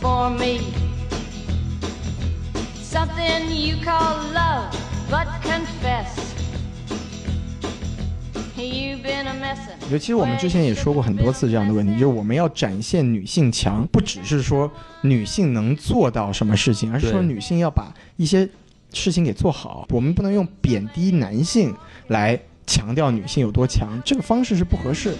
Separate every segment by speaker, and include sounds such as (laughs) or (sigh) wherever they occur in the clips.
Speaker 1: for me. Something you call love, but confess. You've been a messin'.
Speaker 2: 我觉得其实我们之前也说过很多次这样的问题，就是我们要展现女性强，不只是说女性能做到什么事情，而是说
Speaker 3: 对
Speaker 2: 女性要把一些事情给做好。我们不能用贬低男性来强调女性有多强，这个方式是不合适的。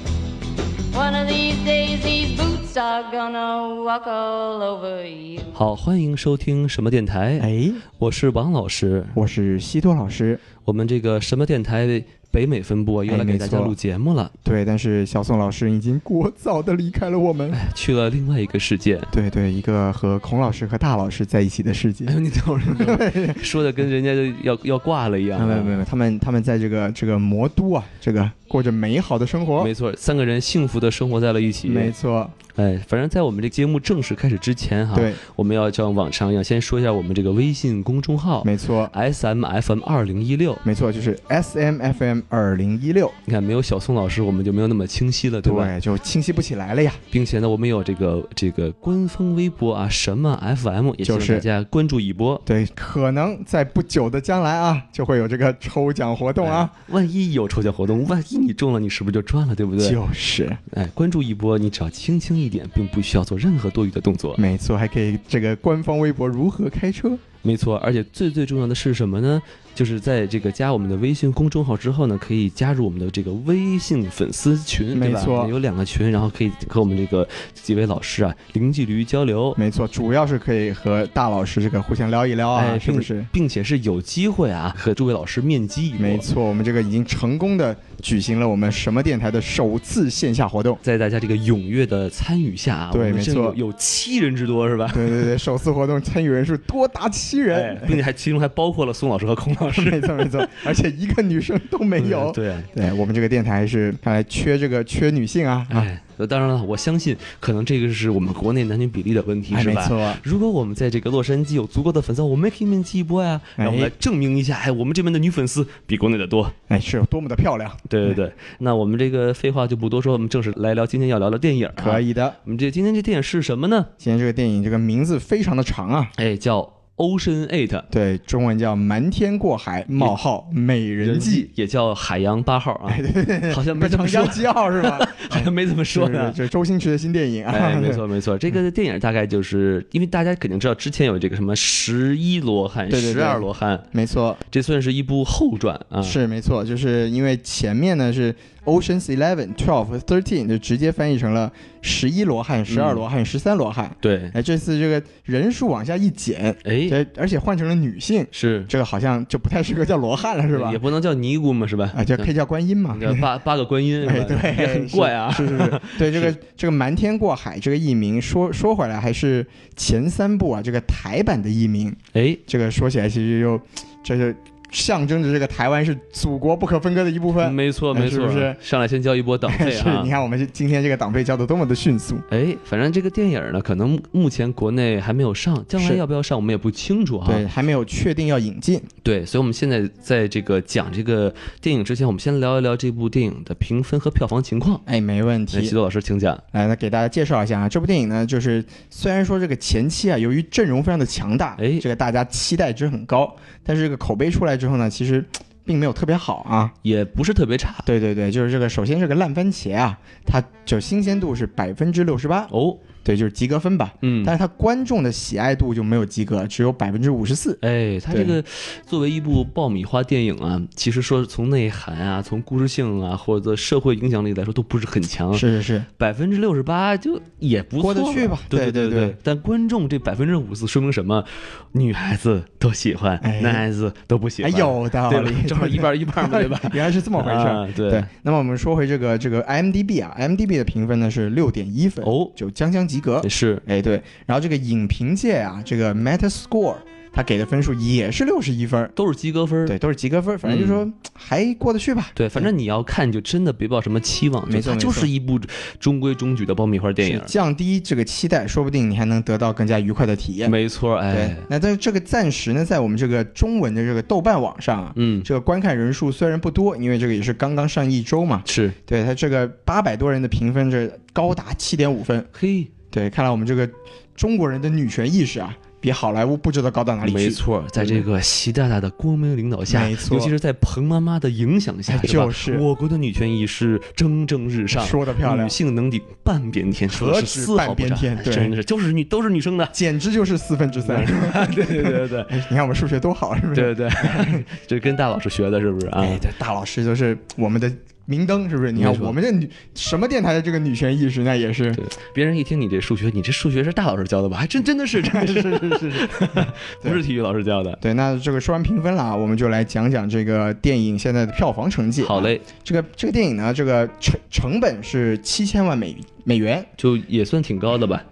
Speaker 1: One of these days, these boots are gonna walk all over you.
Speaker 3: 好，欢迎收听什么电台，
Speaker 2: 哎，
Speaker 3: 我是王老师。
Speaker 2: 我是西多老师，
Speaker 3: 我们这个什么电台北美分部啊又
Speaker 2: 哎
Speaker 3: 来给
Speaker 2: 没
Speaker 3: 大家
Speaker 2: 错
Speaker 3: 录节目了，
Speaker 2: 对，但是小宋老师已经过早的离开了我们。
Speaker 3: 去了另外一个世界。
Speaker 2: 对对，一个和孔老师和大老师在一起的世界
Speaker 3: 哎。呦，你等会儿你等会儿，说的跟人家就要 (laughs) 要挂了一样啊。
Speaker 2: 没有没有，他们他们在这个这个魔都啊，这个过着美好的生活。
Speaker 3: 没错，三个人幸福的生活在了一起。
Speaker 2: 哦没错，
Speaker 3: 哎，反正在我们这节目正式开始之前哈，
Speaker 2: 对，
Speaker 3: 我们要像往常一样，先说一下我们这个微信公众号
Speaker 2: 没错，
Speaker 3: S M F M 二零一六。
Speaker 2: 没错，就是 S M F M 二零一六，
Speaker 3: 你看，没有小宋老师，我们就没有那么清晰了，对吧？
Speaker 2: 对，就清晰不起来了呀。
Speaker 3: 并且呢，我们有这个这个官方微博啊，什么 FM，也希
Speaker 2: 就
Speaker 3: 望
Speaker 2: 是
Speaker 3: 大家关注一波。
Speaker 2: 对，可能在不久的将来啊，就会有这个抽奖活动啊。
Speaker 3: 哎万一有抽奖活动，万一你中了，你是不是就赚了，对不对？
Speaker 2: 就是，
Speaker 3: 哎，关注一波，你只要轻轻一点，并不需要做任何多余的动作。
Speaker 2: 没错，还可以这个官方微博如何开车？
Speaker 3: 没错，而且最最重要的是什么呢？就是在这个加我们的微信公众号之后呢，可以加入我们的这个微信粉丝群，对吧
Speaker 2: 没错
Speaker 3: 有两个群，然后可以和我们这个几位老师啊啊零距离交流。
Speaker 2: 没错，主要是可以和大老师这个互相聊一聊啊，
Speaker 3: 哎，
Speaker 2: 是不
Speaker 3: 并
Speaker 2: 是？
Speaker 3: 并且是有机会啊，和诸位老师面基一波。
Speaker 2: 没错，我们这个已经成功的举行了我们什么电台的首次线下活动。
Speaker 3: 在大家这个踊跃的参与下啊，
Speaker 2: 对
Speaker 3: 我们
Speaker 2: 没
Speaker 3: 甚至
Speaker 2: 错
Speaker 3: 有有七人之多是吧？
Speaker 2: 对对对，首次活动参与人数多达七人
Speaker 3: 哎，，并且还其中还包括了宋老师和孔老师，
Speaker 2: 没错没错，而且一个女生都 (laughs) 没有。
Speaker 3: 对啊，
Speaker 2: 对我们这个电台是看来缺这个缺女性啊啊，
Speaker 3: 哎，当然了，我相信可能这个是我们国内男女比例的问题，
Speaker 2: 哎
Speaker 3: 是
Speaker 2: 没
Speaker 3: 吧？
Speaker 2: 错，
Speaker 3: 如果我们在这个洛杉矶有足够的粉丝，我们也可以面基一波呀、啊
Speaker 2: 哎
Speaker 3: 让我们来证明一下，哎，我们这边的女粉丝比国内的多。
Speaker 2: 哎是有多么的漂亮，
Speaker 3: 对对对，那我们这个废话就不多说，我们正式来聊今天要聊的电影、啊。
Speaker 2: 可
Speaker 3: 以，
Speaker 2: 以的。
Speaker 3: 我们这今天这电影是什么呢？
Speaker 2: 今天这个电影这个名字非常的长啊，
Speaker 3: 哎，叫《Ocean Eight》，
Speaker 2: 对，中文叫《瞒天过海：冒号美人哎计》。
Speaker 3: 也叫《海洋八号》啊，
Speaker 2: (laughs)
Speaker 3: 好像没
Speaker 2: 什
Speaker 3: 怎
Speaker 2: 么
Speaker 3: 么说
Speaker 2: 张，基奥是吧？ (laughs)
Speaker 3: 好像没怎么说
Speaker 2: 是
Speaker 3: 呢。
Speaker 2: 这周星驰的新电影啊，
Speaker 3: 哎，没错没错，这个电影大概就是因为大家肯定知道，之前有这个什么十一罗汉、
Speaker 2: 对对对
Speaker 3: 十二罗汉，
Speaker 2: (laughs) 没错，
Speaker 3: 这算是一部后传啊。
Speaker 2: 是没错，就是因为前面呢是 Oceans Eleven、Twelve、Thirteen，就直接翻译成了十一罗汉、十二罗汉、十三罗汉。
Speaker 3: 对，
Speaker 2: 哎，这次这个人数往下一减，
Speaker 3: 哎，
Speaker 2: 这而且换成了女性，
Speaker 3: 是
Speaker 2: 这个好像就不太适合叫罗汉了，是吧
Speaker 3: 也？不能叫尼姑嘛，是吧？嗯
Speaker 2: 啊，就可以叫观音嘛
Speaker 3: 那。个八八个观音，
Speaker 2: 哎
Speaker 3: 是吧
Speaker 2: 对
Speaker 3: 也很怪啊。
Speaker 2: (laughs) 是是是，对这个这个瞒天过海这个译名，说说回来还是前三部啊，这个台版的译名，
Speaker 3: 哎，
Speaker 2: 这个说起来其实又这就象征着这个台湾是祖国不可分割的一部分。
Speaker 3: 没错
Speaker 2: 哎
Speaker 3: 没
Speaker 2: 是不
Speaker 3: 错啊
Speaker 2: 是，
Speaker 3: 上来先交
Speaker 2: (laughs)
Speaker 3: 一波党费
Speaker 2: 是，
Speaker 3: 嗯啊
Speaker 2: 你。看我们今天这个党费交的多么的迅速。
Speaker 3: 哎，反正这个电影呢，可能目前国内还没有上，将来
Speaker 2: 是
Speaker 3: 要不要上我们也不清楚哈。
Speaker 2: 对，还没有确定要引进。
Speaker 3: 对，所以我们现在在这个讲这个电影之前，我们先聊一聊这部电影的评分和票房情况。
Speaker 2: 哎，没问
Speaker 3: 那西
Speaker 2: 题。
Speaker 3: 多老师请讲。
Speaker 2: 来，那给大家介绍一下啊，这部电影呢，就是虽然说这个前期啊，由于阵容非常的强大，
Speaker 3: 哎
Speaker 2: 这个大家期待值很高，但是这个口碑出来之后呢，其实嘖并没有特别好啊。
Speaker 3: 也不是特别差
Speaker 2: 对对对，就是这个，首先这个烂番茄啊，它就新鲜度是百分之六十八，
Speaker 3: 哦。
Speaker 2: 对，就是及格分吧。
Speaker 3: 嗯，
Speaker 2: 但是它观众的喜爱度就没有及格，只有百分之五十四。
Speaker 3: 哎，它这个作为一部爆米花电影啊，其实说从内涵啊、从故事性啊，或者社会影响力来说，都不是很强。
Speaker 2: 是是是，
Speaker 3: 百分之六十八就也不错了
Speaker 2: 过得去吧对
Speaker 3: 对对
Speaker 2: 对
Speaker 3: 对。但观众这百分之五四说明什么？女孩子都喜欢，
Speaker 2: 哎
Speaker 3: 男孩子都不喜
Speaker 2: 哎，
Speaker 3: 欢。
Speaker 2: 有道
Speaker 3: 对
Speaker 2: 理
Speaker 3: 吧，，正好一半一半嘛，对吧？
Speaker 2: (laughs) 原来是这
Speaker 3: 这
Speaker 2: 么回事儿。
Speaker 3: 对
Speaker 2: 对，那么我们说回这个这个 IMDB 啊，IMDB 的评分呢是六点一分，
Speaker 3: 哦，
Speaker 2: 就将将及格。
Speaker 3: 是
Speaker 2: 哎，对，然后这个影评界啊，这个 Metascore 它给的分数也是六十一分儿，
Speaker 3: 都是及格分儿。
Speaker 2: 对，都是及格分儿，反正就
Speaker 3: 嗯
Speaker 2: 说还过得去吧。
Speaker 3: 对，反正你要看，就真的别抱什么期望，
Speaker 2: 没
Speaker 3: 就
Speaker 2: 错
Speaker 3: 它
Speaker 2: 没
Speaker 3: 就
Speaker 2: 错
Speaker 3: 是一部中规中矩的爆米花电
Speaker 2: 是降低这个期待，说不定你还能得到更加愉快的体验
Speaker 3: 影。。没错，
Speaker 2: 对
Speaker 3: 哎，，
Speaker 2: 那但是这个暂时呢，在我们这个中文的这个豆瓣网上啊，
Speaker 3: 嗯，
Speaker 2: 这个观看人数虽然不多，因为这个也是刚刚上一周嘛，
Speaker 3: 是，
Speaker 2: 对它这个八百多人的评分，这高达七点五分，
Speaker 3: 嘿，
Speaker 2: 对，看来我们这个中国人的女权意识啊，比好莱坞不知道高到哪里去。
Speaker 3: 没错，在这个习大大的光明领导下，
Speaker 2: 没错哎
Speaker 3: 尤其是在彭妈妈的影响下，吧
Speaker 2: 就是
Speaker 3: 我国的女权意识蒸蒸日上，
Speaker 2: 说的漂亮
Speaker 3: 女，性能顶半边天，说的
Speaker 2: 何
Speaker 3: 是
Speaker 2: 止
Speaker 3: 丝毫
Speaker 2: 半
Speaker 3: 不
Speaker 2: 边
Speaker 3: 差，
Speaker 2: 天对，
Speaker 3: 真的是就是女都是女生的
Speaker 2: (laughs) 简直就是四分之三。哎
Speaker 3: 对对对对
Speaker 2: 你看我们数学多好，是不是？
Speaker 3: (laughs) 对对对， (laughs) 这跟大老师学的是不是啊？
Speaker 2: 哎，这大老师就是我们的明灯，是不是？你看
Speaker 3: 没错
Speaker 2: 我们这女什么电台的这个女权意识，那也是
Speaker 3: 对，别人一听你这数学，你这数学是大老师教的吧？还 (laughs) 真真的是，真的是是是是，不是体 (laughs) 育老师教的。
Speaker 2: 对。那这个说完评分了啊，我们就来讲讲这个电影现在的票房成绩。
Speaker 3: 好，嘞，
Speaker 2: 这个这个电影呢，这个成成本是七千万美美元。
Speaker 3: 就也算挺高的吧，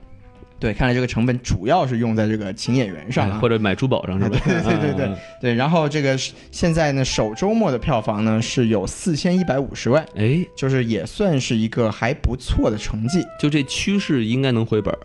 Speaker 2: 对，看来这个成本主要是用在这个请演员上、
Speaker 3: 哎
Speaker 2: 啊
Speaker 3: 或。者买珠宝上是 (laughs) 吧？
Speaker 2: 对对对对
Speaker 3: 啊啊
Speaker 2: 对，然后这个是现在呢，首周末的票房呢是有四千一百五十万，
Speaker 3: 哎，
Speaker 2: 就是也算是一个还不错的成绩。
Speaker 3: 就这趋势应该能回本儿。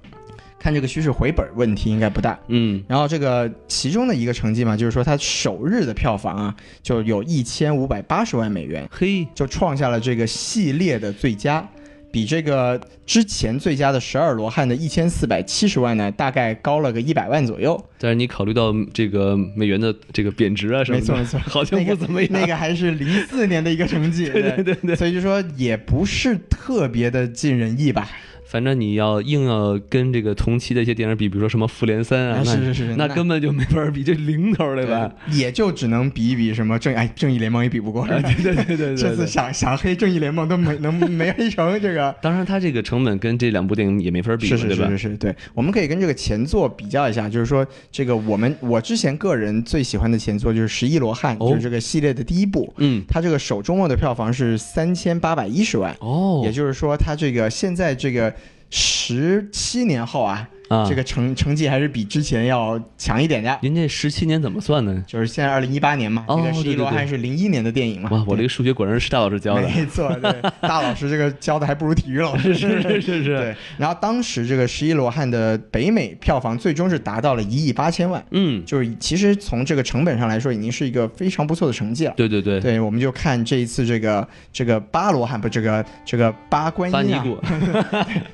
Speaker 2: 看这个趋势回本问题应该不大。
Speaker 3: 嗯，
Speaker 2: 然后这个其中的一个成绩嘛，就是说它首日的票房啊，就有一千五百八十万美元，
Speaker 3: 嘿，
Speaker 2: 就创下了这个系列的最佳，比这个之前最佳的《十二罗汉》的一千四百七十万呢，大概高了个一百万左右。
Speaker 3: 但是你考虑到这个美元的这个贬值啊什么
Speaker 2: 没错
Speaker 3: 的，
Speaker 2: 没错
Speaker 3: 好像不怎么样。
Speaker 2: 那个还是零四年的一个成
Speaker 3: (laughs)
Speaker 2: 绩，对
Speaker 3: 对对对，
Speaker 2: 所以就说也不是特别的尽人意吧。
Speaker 3: 反正你要硬要跟这个同期的一些电影比，比如说什么《复联三》啊，
Speaker 2: 啊
Speaker 3: 那
Speaker 2: 是是是
Speaker 3: 那
Speaker 2: 那
Speaker 3: 根本就没法比这零头儿对吧？
Speaker 2: 也就只能比一比什么正哎正义联盟也比不
Speaker 3: (laughs)
Speaker 2: 过，
Speaker 3: 啊对对对对对，
Speaker 2: 这
Speaker 3: 对
Speaker 2: 次想想黑正义联盟都没能 (laughs) 没黑成这个。
Speaker 3: (laughs) 当然，它这个成本跟这两部电影也没法比
Speaker 2: 是
Speaker 3: 了，
Speaker 2: 是
Speaker 3: 对
Speaker 2: 是
Speaker 3: 吧
Speaker 2: 是？是，对，我们可以跟这个前作比较一下，就是说这个我们我之前个人最喜欢的前作就是《十一罗汉》，
Speaker 3: 哦
Speaker 2: 就是这个系列的第一部，
Speaker 3: 嗯，
Speaker 2: 它这个首周末的票房是三千八百一十万，
Speaker 3: 哦
Speaker 2: 也，就是说它这个现在这个十七年后啊，
Speaker 3: 啊，
Speaker 2: 这个成成绩还是比之前要强一点的。
Speaker 3: 您这十七年怎么
Speaker 2: (laughs)
Speaker 3: 算呢？
Speaker 2: 就是现在二零一八年嘛，
Speaker 3: 哦
Speaker 2: 这个《十一
Speaker 3: 对对
Speaker 2: 罗汉
Speaker 3: 对》
Speaker 2: 是零一年的电影嘛。
Speaker 3: 哇，我这
Speaker 2: 对
Speaker 3: 个数学果然是大老师教的，
Speaker 2: 没错，对，大老师这个教的还不如体育老师。
Speaker 3: (laughs) 是是是是，
Speaker 2: 对，然后当时这个《十一罗汉》的北美票房最终是达到了一亿八千万，
Speaker 3: 嗯，
Speaker 2: 就是其实从这个成本上来说，已经是一个非常不错的成绩了。
Speaker 3: 对对对，
Speaker 2: 对，我们就看这一次这个这个巴罗汉不这个这个巴观
Speaker 3: 巴
Speaker 2: 音
Speaker 3: 尼
Speaker 2: 啊，
Speaker 3: 古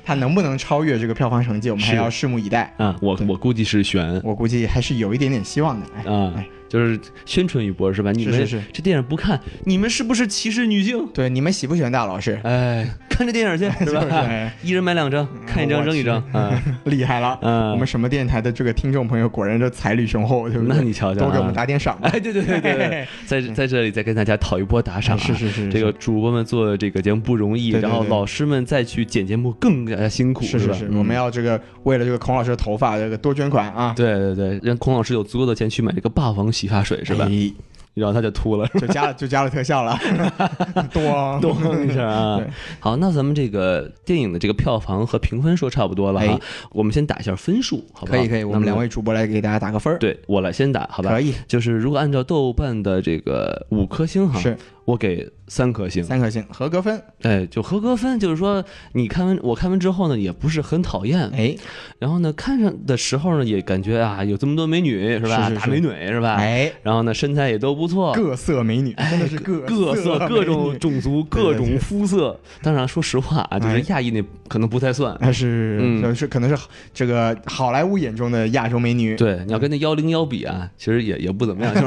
Speaker 2: (laughs) 他能不能超越这个票房成绩，我们还
Speaker 3: 是
Speaker 2: 要拭目以待。
Speaker 3: 啊，我
Speaker 2: 对
Speaker 3: 我估计是悬
Speaker 2: 我估计还是有一点点希望的。哎，
Speaker 3: 啊
Speaker 2: 哎，
Speaker 3: 就是宣传一波是吧？你们
Speaker 2: 是是
Speaker 3: 这电影不看，你们是不是歧视女性？
Speaker 2: 对，你们喜不喜欢大老师？
Speaker 3: 哎，看这
Speaker 2: (laughs)
Speaker 3: 电影去 (laughs) 是
Speaker 2: 就是
Speaker 3: 吧？
Speaker 2: 哎
Speaker 3: 一人买两张，看一张扔一张啊，
Speaker 2: (laughs) 厉害了。
Speaker 3: 嗯
Speaker 2: 我们什么电台的这个听众朋友果然这财力雄厚，对不对？
Speaker 3: 那你瞧瞧啊
Speaker 2: 多给我们打点赏吧。
Speaker 3: 哎，对对对对
Speaker 2: (laughs)
Speaker 3: 对，在在这里再跟大家讨一波打赏啊，
Speaker 2: 是是嗯是，
Speaker 3: 这个主播们做这个节目不容易，
Speaker 2: 对对
Speaker 3: 然后
Speaker 2: 对
Speaker 3: 老师们再去剪节目更加辛苦，
Speaker 2: 是
Speaker 3: 是
Speaker 2: 是
Speaker 3: 吧
Speaker 2: 是，
Speaker 3: 嗯
Speaker 2: 我们要这个为了这个孔老师的头发这个多捐款啊，
Speaker 3: 对嗯对对，让孔老师有足够的钱去买这个霸王洗发水是吧？
Speaker 2: 哎
Speaker 3: 然后他就秃了，
Speaker 2: 就加
Speaker 3: (laughs)
Speaker 2: 了就加了特效了， (laughs) 多
Speaker 3: 咚一下啊
Speaker 2: 对！
Speaker 3: 好，那咱们这个电影的这个票房和评分说差不多了
Speaker 2: 哎
Speaker 3: 哈，我们先打一下分数，好不
Speaker 2: 可
Speaker 3: 好？
Speaker 2: 以可以，我们两
Speaker 3: 位
Speaker 2: 位主播来给大家打个分儿，
Speaker 3: 对我来先打，好吧
Speaker 2: 可？以
Speaker 3: 就是如果按照豆瓣的这个五颗星哈，
Speaker 2: 是
Speaker 3: 我给三颗星，
Speaker 2: 三颗星合格分，
Speaker 3: 哎，就合格分，就是说你看完我看完之后呢，也不是很讨厌，
Speaker 2: 哎
Speaker 3: 然后呢，看上的时候呢，也感觉啊，有这么多美女是吧？
Speaker 2: 是是
Speaker 3: 大
Speaker 2: 是
Speaker 3: 美女是吧？
Speaker 2: 哎，
Speaker 3: 然后呢，身材也都不错，
Speaker 2: 各色美女真的是各
Speaker 3: 哦哎各色、
Speaker 2: 美女
Speaker 3: 各种种族、
Speaker 2: 对对
Speaker 3: 各
Speaker 2: 对
Speaker 3: 种肤色。当然，说实话啊，就是
Speaker 2: 哎
Speaker 3: 亚裔那可能不太算。
Speaker 2: 那是
Speaker 3: 嗯
Speaker 2: 就是可能是这个好莱坞眼中的亚洲美女，
Speaker 3: 对，你要跟那幺零幺比啊，其实也也不
Speaker 2: (laughs)
Speaker 3: 怎么样，就是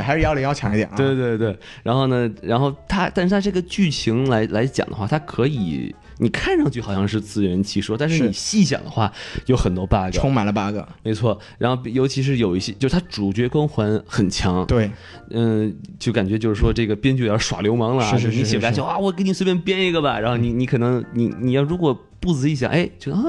Speaker 2: 还是幺零幺强一点啊，
Speaker 3: 对对对。然后呢，然后它，但是它这个剧情来来讲的话，它可以，你看上去好像是自圆其说，但是
Speaker 2: 是
Speaker 3: 你细想的话，有很多 bug。
Speaker 2: 充满了 bug，
Speaker 3: 没错，然后尤其是有一些，就是它主角光环很强，
Speaker 2: 对，
Speaker 3: 嗯，就感觉就是说这个编剧有点耍流氓了啊，
Speaker 2: 是是
Speaker 3: 就是你写
Speaker 2: 是
Speaker 3: 不下去啊，我给你随便编一个吧，然后你你可能你你要如果不仔细想，哎，觉得啊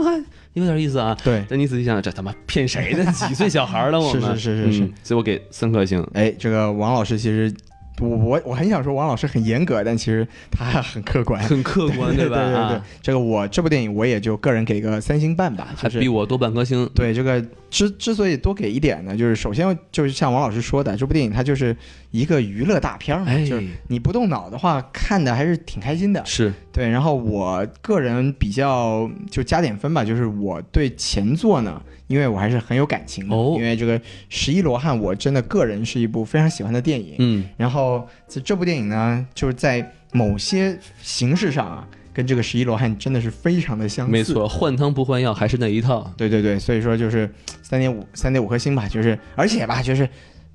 Speaker 3: 有点意思啊，
Speaker 2: 对
Speaker 3: 但你仔细想，这他妈骗谁呢？几岁小孩了我
Speaker 2: 是
Speaker 3: 们，
Speaker 2: 是是是是
Speaker 3: 嗯所以我给三颗星，
Speaker 2: 哎，这个王老师其实，我我我很想说王老师很严格，但其实他很客观。
Speaker 3: 很客观
Speaker 2: 哎 (laughs) 对
Speaker 3: 吧？
Speaker 2: 对对对
Speaker 3: 啊，，
Speaker 2: 这个我这部电影我也就个人给个三星半吧，就
Speaker 3: 还
Speaker 2: 是
Speaker 3: 比我多半颗星，
Speaker 2: 对这个之之所以多给一点呢，就是首先就是像王老师说的，这部电影它就是一个娱乐大片儿嘛，
Speaker 3: 哎，
Speaker 2: 嗯就是你不动脑的话，看的还是挺开心的。
Speaker 3: 是
Speaker 2: 对，然后我个人比较就加点分吧，就是我对前作呢，因为我还是很有感情的，
Speaker 3: 哦
Speaker 2: 因为这个《十一罗汉》我真的个人是一部非常喜欢的电影。
Speaker 3: 嗯，
Speaker 2: 然后这这部电影呢，就是在某些形式上啊，跟这个十一罗汉真的是非常的相似。
Speaker 3: 没错，换汤不换药还是那一套。
Speaker 2: 对对对，所以说就是三点五三点五颗星吧，就是而且吧，就是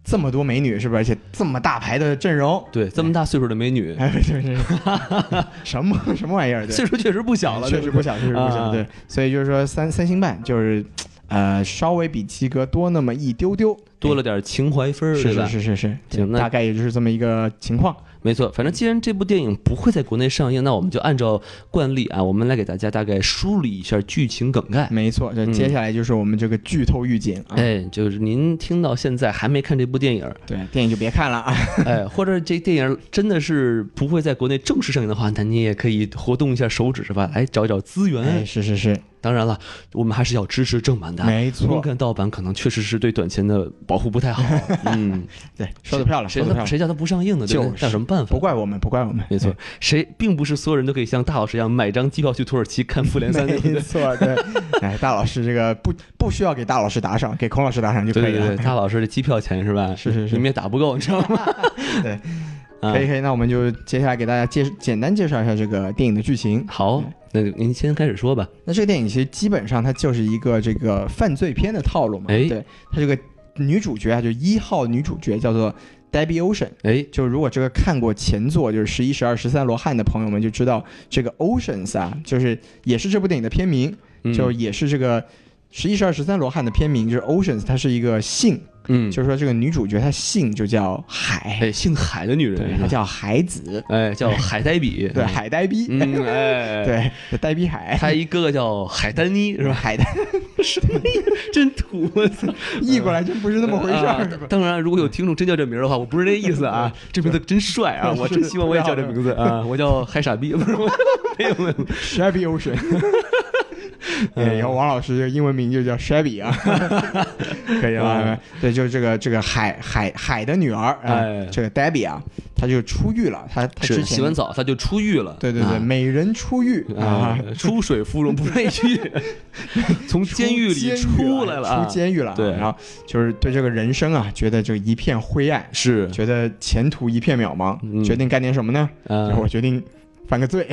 Speaker 2: 这么多美女是不是？而且这么大牌的阵容，
Speaker 3: 对，这么大岁数的美女，
Speaker 2: 哎，对对，对什么什么玩意儿？
Speaker 3: (laughs)
Speaker 2: 对
Speaker 3: 岁数确实不小了，
Speaker 2: 确实不小，确实不小。
Speaker 3: 啊
Speaker 2: 对， (laughs) 所以就是说三三星半就是，呃，稍微比七哥多那么一丢丢，
Speaker 3: 多了点情怀分儿，
Speaker 2: 是
Speaker 3: 对吧
Speaker 2: 是？是是是，
Speaker 3: 行那
Speaker 2: 大概也就是这么一个情况。
Speaker 3: 没错，反正既然这部电影不会在国内上映，那我们就按照惯例啊，我们来给大家大概梳理一下剧情梗概。
Speaker 2: 没错，这
Speaker 3: 嗯
Speaker 2: 接下来就是我们这个剧透预警啊。
Speaker 3: 哎，就是您听到现在还没看这部
Speaker 2: (laughs)
Speaker 3: 电影，
Speaker 2: 对，电影就别看了啊。
Speaker 3: 哎，或者这电影真的是不会在国内正式上映的话，那你也可以活动一下手指是吧？来找一找资源。
Speaker 2: 哎，是是是，
Speaker 3: 当然了，我们还是要支持正版的。
Speaker 2: 没
Speaker 3: 光
Speaker 2: 错。
Speaker 3: 看盗版可能确实是对短钱的保护不太
Speaker 2: (laughs)
Speaker 3: 好。嗯，
Speaker 2: 对，说的漂亮，
Speaker 3: 谁
Speaker 2: 说的漂
Speaker 3: 叫
Speaker 2: 亮，
Speaker 3: 谁叫它不上映呢？对不对？
Speaker 2: 啊就是
Speaker 3: 那有什么办法
Speaker 2: 不？怪我们，不怪我们。
Speaker 3: 没错，谁并不是所有人都可以像大老师一样买张机票去土耳其看《复联三》，对不对
Speaker 2: 没？错，对。哎，大老师这个不不需要给大老师打赏，给孔老师打赏就
Speaker 3: 对
Speaker 2: 可以
Speaker 3: 对
Speaker 2: 了
Speaker 3: 对，。大老师的机票钱是吧？
Speaker 2: 是是是
Speaker 3: 你们也打不够，你知道吗？
Speaker 2: (laughs) 对，
Speaker 3: (laughs) 啊
Speaker 2: 可，以可以，那我们就接下来给大家介简单介绍一下这个电影的剧情。
Speaker 3: 好，那您先开始说吧。
Speaker 2: 那这个电影其实基本上它就是一个这个犯罪片的套路嘛，
Speaker 3: 哎
Speaker 2: 对，它这个女主角啊，就一号女主角叫做 Debbie Ocean。
Speaker 3: 哎，
Speaker 2: 就如果这个看过前作，就是十一、十二、十三罗汉的朋友们就知道，这个 Oceans 啊，就是也是这部电影的片名，
Speaker 3: 嗯
Speaker 2: 就也是这个十一、十二、十三罗汉的片名，就是 Oceans，它是一个姓，
Speaker 3: 嗯，
Speaker 2: 就是说这个女主角她姓就叫海，
Speaker 3: 哎，姓海的女
Speaker 2: 对
Speaker 3: 人，
Speaker 2: 她
Speaker 3: 是吧？
Speaker 2: 叫海子，
Speaker 3: (laughs) 哎，叫海呆比，
Speaker 2: 对，海呆逼，
Speaker 3: 嗯，哎，，
Speaker 2: (laughs) 对，呆逼海，
Speaker 3: 他一哥哥叫海丹妮，是吧？
Speaker 2: 海的，
Speaker 3: (laughs) 什么呀？真土，我操！
Speaker 2: (laughs) 译过来真不是那么回事
Speaker 3: 啊
Speaker 2: 儿，是吧？
Speaker 3: 当然，如果有听众真叫这名儿的话，我不是这意思
Speaker 2: (laughs)
Speaker 3: 啊，这名字真帅啊！我真希望我也叫这名字啊！ (laughs) 我叫海傻逼，不 (laughs) 是，我没有没有，
Speaker 2: Shabby Ocean。对，以后王老师这个英文名就叫 Shabby
Speaker 3: (laughs)
Speaker 2: 啊，可以
Speaker 3: 嗯
Speaker 2: 了。对，就是这个这个海海海的女儿，
Speaker 3: 哎
Speaker 2: 啊，这个 Debbie 啊，她就出狱了，她她之
Speaker 3: 是
Speaker 2: 前
Speaker 3: 洗完澡他就出狱了，
Speaker 2: 对对对，
Speaker 3: 啊
Speaker 2: 美人出狱
Speaker 3: 啊
Speaker 2: 啊，，
Speaker 3: 出水芙蓉不是
Speaker 2: (laughs)
Speaker 3: 那句，从
Speaker 2: 出
Speaker 3: 监狱里
Speaker 2: 监
Speaker 3: 出来了啊，
Speaker 2: 出监狱了啊。
Speaker 3: 对
Speaker 2: 然后就是对这个人生啊，觉得这个一片灰暗，
Speaker 3: 是
Speaker 2: 觉得前途一片渺
Speaker 3: 嗯
Speaker 2: 茫，决定干点什么呢？ (laughs)
Speaker 3: 啊，
Speaker 2: 我决定犯个
Speaker 3: (laughs)
Speaker 2: 罪。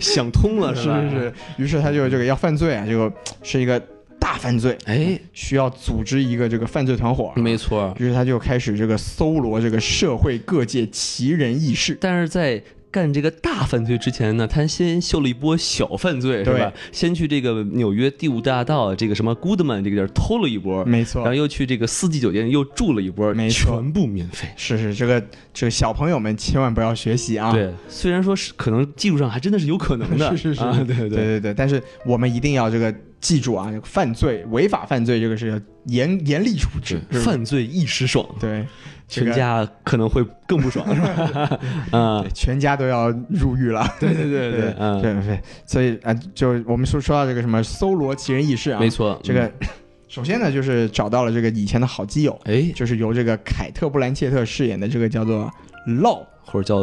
Speaker 3: 想通了
Speaker 2: 是
Speaker 3: 吧？
Speaker 2: 是是，于是他就这个要犯罪啊，就是一个大犯罪，
Speaker 3: 哎，
Speaker 2: 需要组织一个这个犯罪团伙。
Speaker 3: 没错儿。
Speaker 2: 于是他就开始这个搜罗这个社会各界奇人异事。
Speaker 3: 但是在干这个大犯罪之前呢，他先秀了一波小犯罪，是吧？先去这个纽约第五大道这个什么 Goodman 这个地儿偷了一波，
Speaker 2: 没
Speaker 3: 然后
Speaker 2: 错，
Speaker 3: 又去这个四季酒店又住了一波，
Speaker 2: 没错
Speaker 3: 全部免费。
Speaker 2: 是是，这个这个小朋友们千万不要学习啊！
Speaker 3: 对，虽然说是可能技术上还真的是有可能的，
Speaker 2: (laughs) 是是是
Speaker 3: 啊对对
Speaker 2: 对对对，但是我们一定要这个记住啊，这个犯罪、违法犯罪这个是要严严厉处置。
Speaker 3: 对
Speaker 2: 是吧
Speaker 3: 犯罪一时爽，
Speaker 2: 对这
Speaker 3: 全
Speaker 2: 个
Speaker 3: 家可能会更不爽，是吧？
Speaker 2: (laughs)
Speaker 3: (laughs) 啊，
Speaker 2: 对全家都要入狱了。
Speaker 3: 对对对
Speaker 2: 对
Speaker 3: 嗯，
Speaker 2: 对对， (laughs) 所以啊，就我们说说到这个什么搜罗奇人异事啊，
Speaker 3: 没错，
Speaker 2: 这个 (coughs) 首先呢，就是找到了这个以前的好基友，
Speaker 3: 嗯哎，
Speaker 2: 就是由这个凯特·布兰切特饰演的这个叫做 Low，
Speaker 3: 或者叫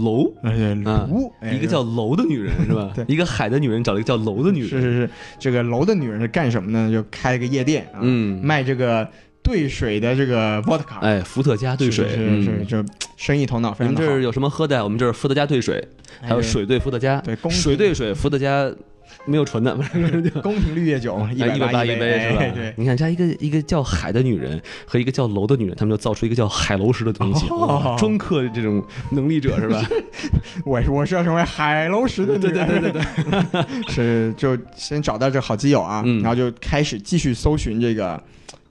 Speaker 3: 楼，
Speaker 2: 而且卢，哎？
Speaker 3: 一个叫楼的女人是吧
Speaker 2: 对
Speaker 3: 一个海的女人找了一个叫楼的女人，
Speaker 2: 是是是，这个楼的女人是干什么呢？就开了个夜店啊，
Speaker 3: 嗯，
Speaker 2: 卖这个兑水的这个 vodka，、
Speaker 3: 哎，伏特加兑水，
Speaker 2: 是是是，
Speaker 3: 嗯
Speaker 2: 这生意头脑非
Speaker 3: 你
Speaker 2: 常
Speaker 3: 们
Speaker 2: 的
Speaker 3: 这
Speaker 2: 好
Speaker 3: 儿，有什么喝的？我们这儿伏特加兑水，
Speaker 2: 哎
Speaker 3: 还有
Speaker 2: 这
Speaker 3: 水兑伏特加，
Speaker 2: 对宫廷
Speaker 3: 水兑水，伏特加没有纯的，
Speaker 2: 宫廷绿叶酒 (laughs) 一
Speaker 3: 哎一
Speaker 2: 百
Speaker 3: 八
Speaker 2: 一
Speaker 3: 一杯是
Speaker 2: 哎
Speaker 3: 吧？
Speaker 2: 对。
Speaker 3: 你看，加一个一个叫海的女人和一个叫楼的女人，他们就造出一个叫海楼石的东西，
Speaker 2: 哦
Speaker 3: 哇专克这种能力者是吧？
Speaker 2: 我我是要成为海楼石的女人， (laughs) 对对对对，是就先找到这好基友啊，
Speaker 3: 嗯
Speaker 2: 然后就开始继续搜寻这个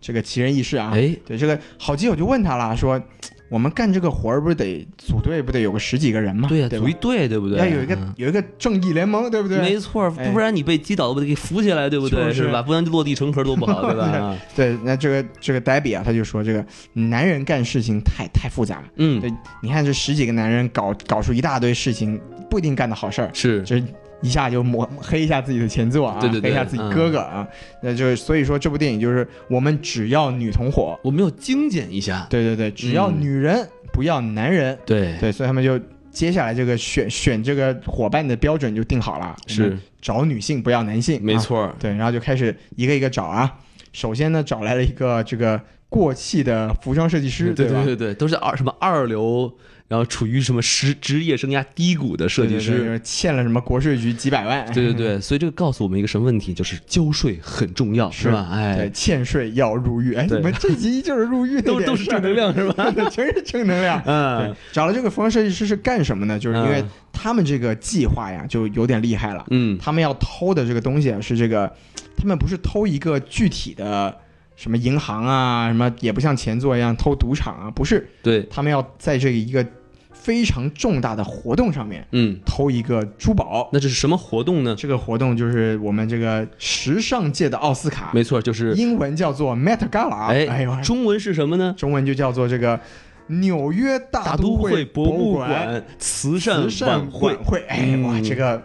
Speaker 2: 这个奇人异事啊。
Speaker 3: (laughs) 哎，
Speaker 2: 对，这个好基友就问他了，说我们干这个活儿不是得组队，不得有个十几个人吗？
Speaker 3: 对呀，
Speaker 2: 对
Speaker 3: 组
Speaker 2: 吧
Speaker 3: 一队，对不对？
Speaker 2: 要有一个
Speaker 3: 嗯
Speaker 2: 有一个正义联盟，对不
Speaker 3: 没
Speaker 2: 对？
Speaker 3: 错，
Speaker 2: 哎
Speaker 3: 不然你被击倒了，不得给扶起来，对不对？
Speaker 2: 就是
Speaker 3: 是吧？不然就落地成盒多不好，对吧？
Speaker 2: (laughs)
Speaker 3: 啊
Speaker 2: 对，那这个这个黛比啊，他就说这个男人干事情太太复杂了，
Speaker 3: 嗯，
Speaker 2: 对，你看这十几个男人搞搞出一大堆事情，不一定干的好事儿，
Speaker 3: 是
Speaker 2: 这一下就抹黑一下自己的前作啊，
Speaker 3: 对对对嗯
Speaker 2: 黑一下自己哥哥啊，那就是所以说这部电影就是我们只要女同伙，
Speaker 3: 我们要精简一下。
Speaker 2: 对对对，只要
Speaker 3: 嗯
Speaker 2: 女人、不要男人，
Speaker 3: 对，
Speaker 2: 对，所以他们就接下来这个选选这个伙伴的标准就定好了，我
Speaker 3: 是
Speaker 2: 们找女性不要男性，
Speaker 3: 没
Speaker 2: 啊
Speaker 3: 错儿。
Speaker 2: 对，然后就开始一个一个找啊，首先呢找来了一个这个过气的服装设计师，
Speaker 3: 嗯对
Speaker 2: 吧？
Speaker 3: 对对，都是二什么二流，然后处于什么职职业生涯低谷的设计
Speaker 2: 对对
Speaker 3: 师。
Speaker 2: 对欠了什么国税局几百万，
Speaker 3: 对对对，所以这个告诉我们一个什么问题，就是交税很重要，
Speaker 2: 是
Speaker 3: 吧？
Speaker 2: 对，
Speaker 3: 哎，
Speaker 2: 欠税要入狱。哎，
Speaker 3: 对
Speaker 2: 你们这集就是入狱那
Speaker 3: 都
Speaker 2: 点
Speaker 3: 都是
Speaker 2: 事儿
Speaker 3: 正能，量，是
Speaker 2: (laughs)
Speaker 3: 吧？
Speaker 2: 全是正能量。对
Speaker 3: 嗯，
Speaker 2: 找了这个服装设计师是干什么呢？就是因为
Speaker 3: 嗯
Speaker 2: 他们这个计划呀，就有点厉害了。
Speaker 3: 嗯，
Speaker 2: 他们要偷的这个东西啊是这个，他们不是偷一个具体的什么银行啊，什么也不像前作一样偷赌场啊，不是，
Speaker 3: 对，
Speaker 2: 他们要在这一个非常重大的活动上面
Speaker 3: 嗯，
Speaker 2: 偷一个珠宝。
Speaker 3: 那这是什么活动呢？
Speaker 2: 这个活动就是我们这个时尚界的奥斯卡，
Speaker 3: 没错，就是
Speaker 2: 英文叫做 Met Gala，
Speaker 3: 哎
Speaker 2: 哎呦，中
Speaker 3: 中文是什么呢？
Speaker 2: 中文就叫做这个纽约大
Speaker 3: 大都
Speaker 2: 会
Speaker 3: 会博
Speaker 2: 物
Speaker 3: 物馆慈善
Speaker 2: 慈善
Speaker 3: 晚会
Speaker 2: 晚，会，哎
Speaker 3: 嗯
Speaker 2: 哇，这个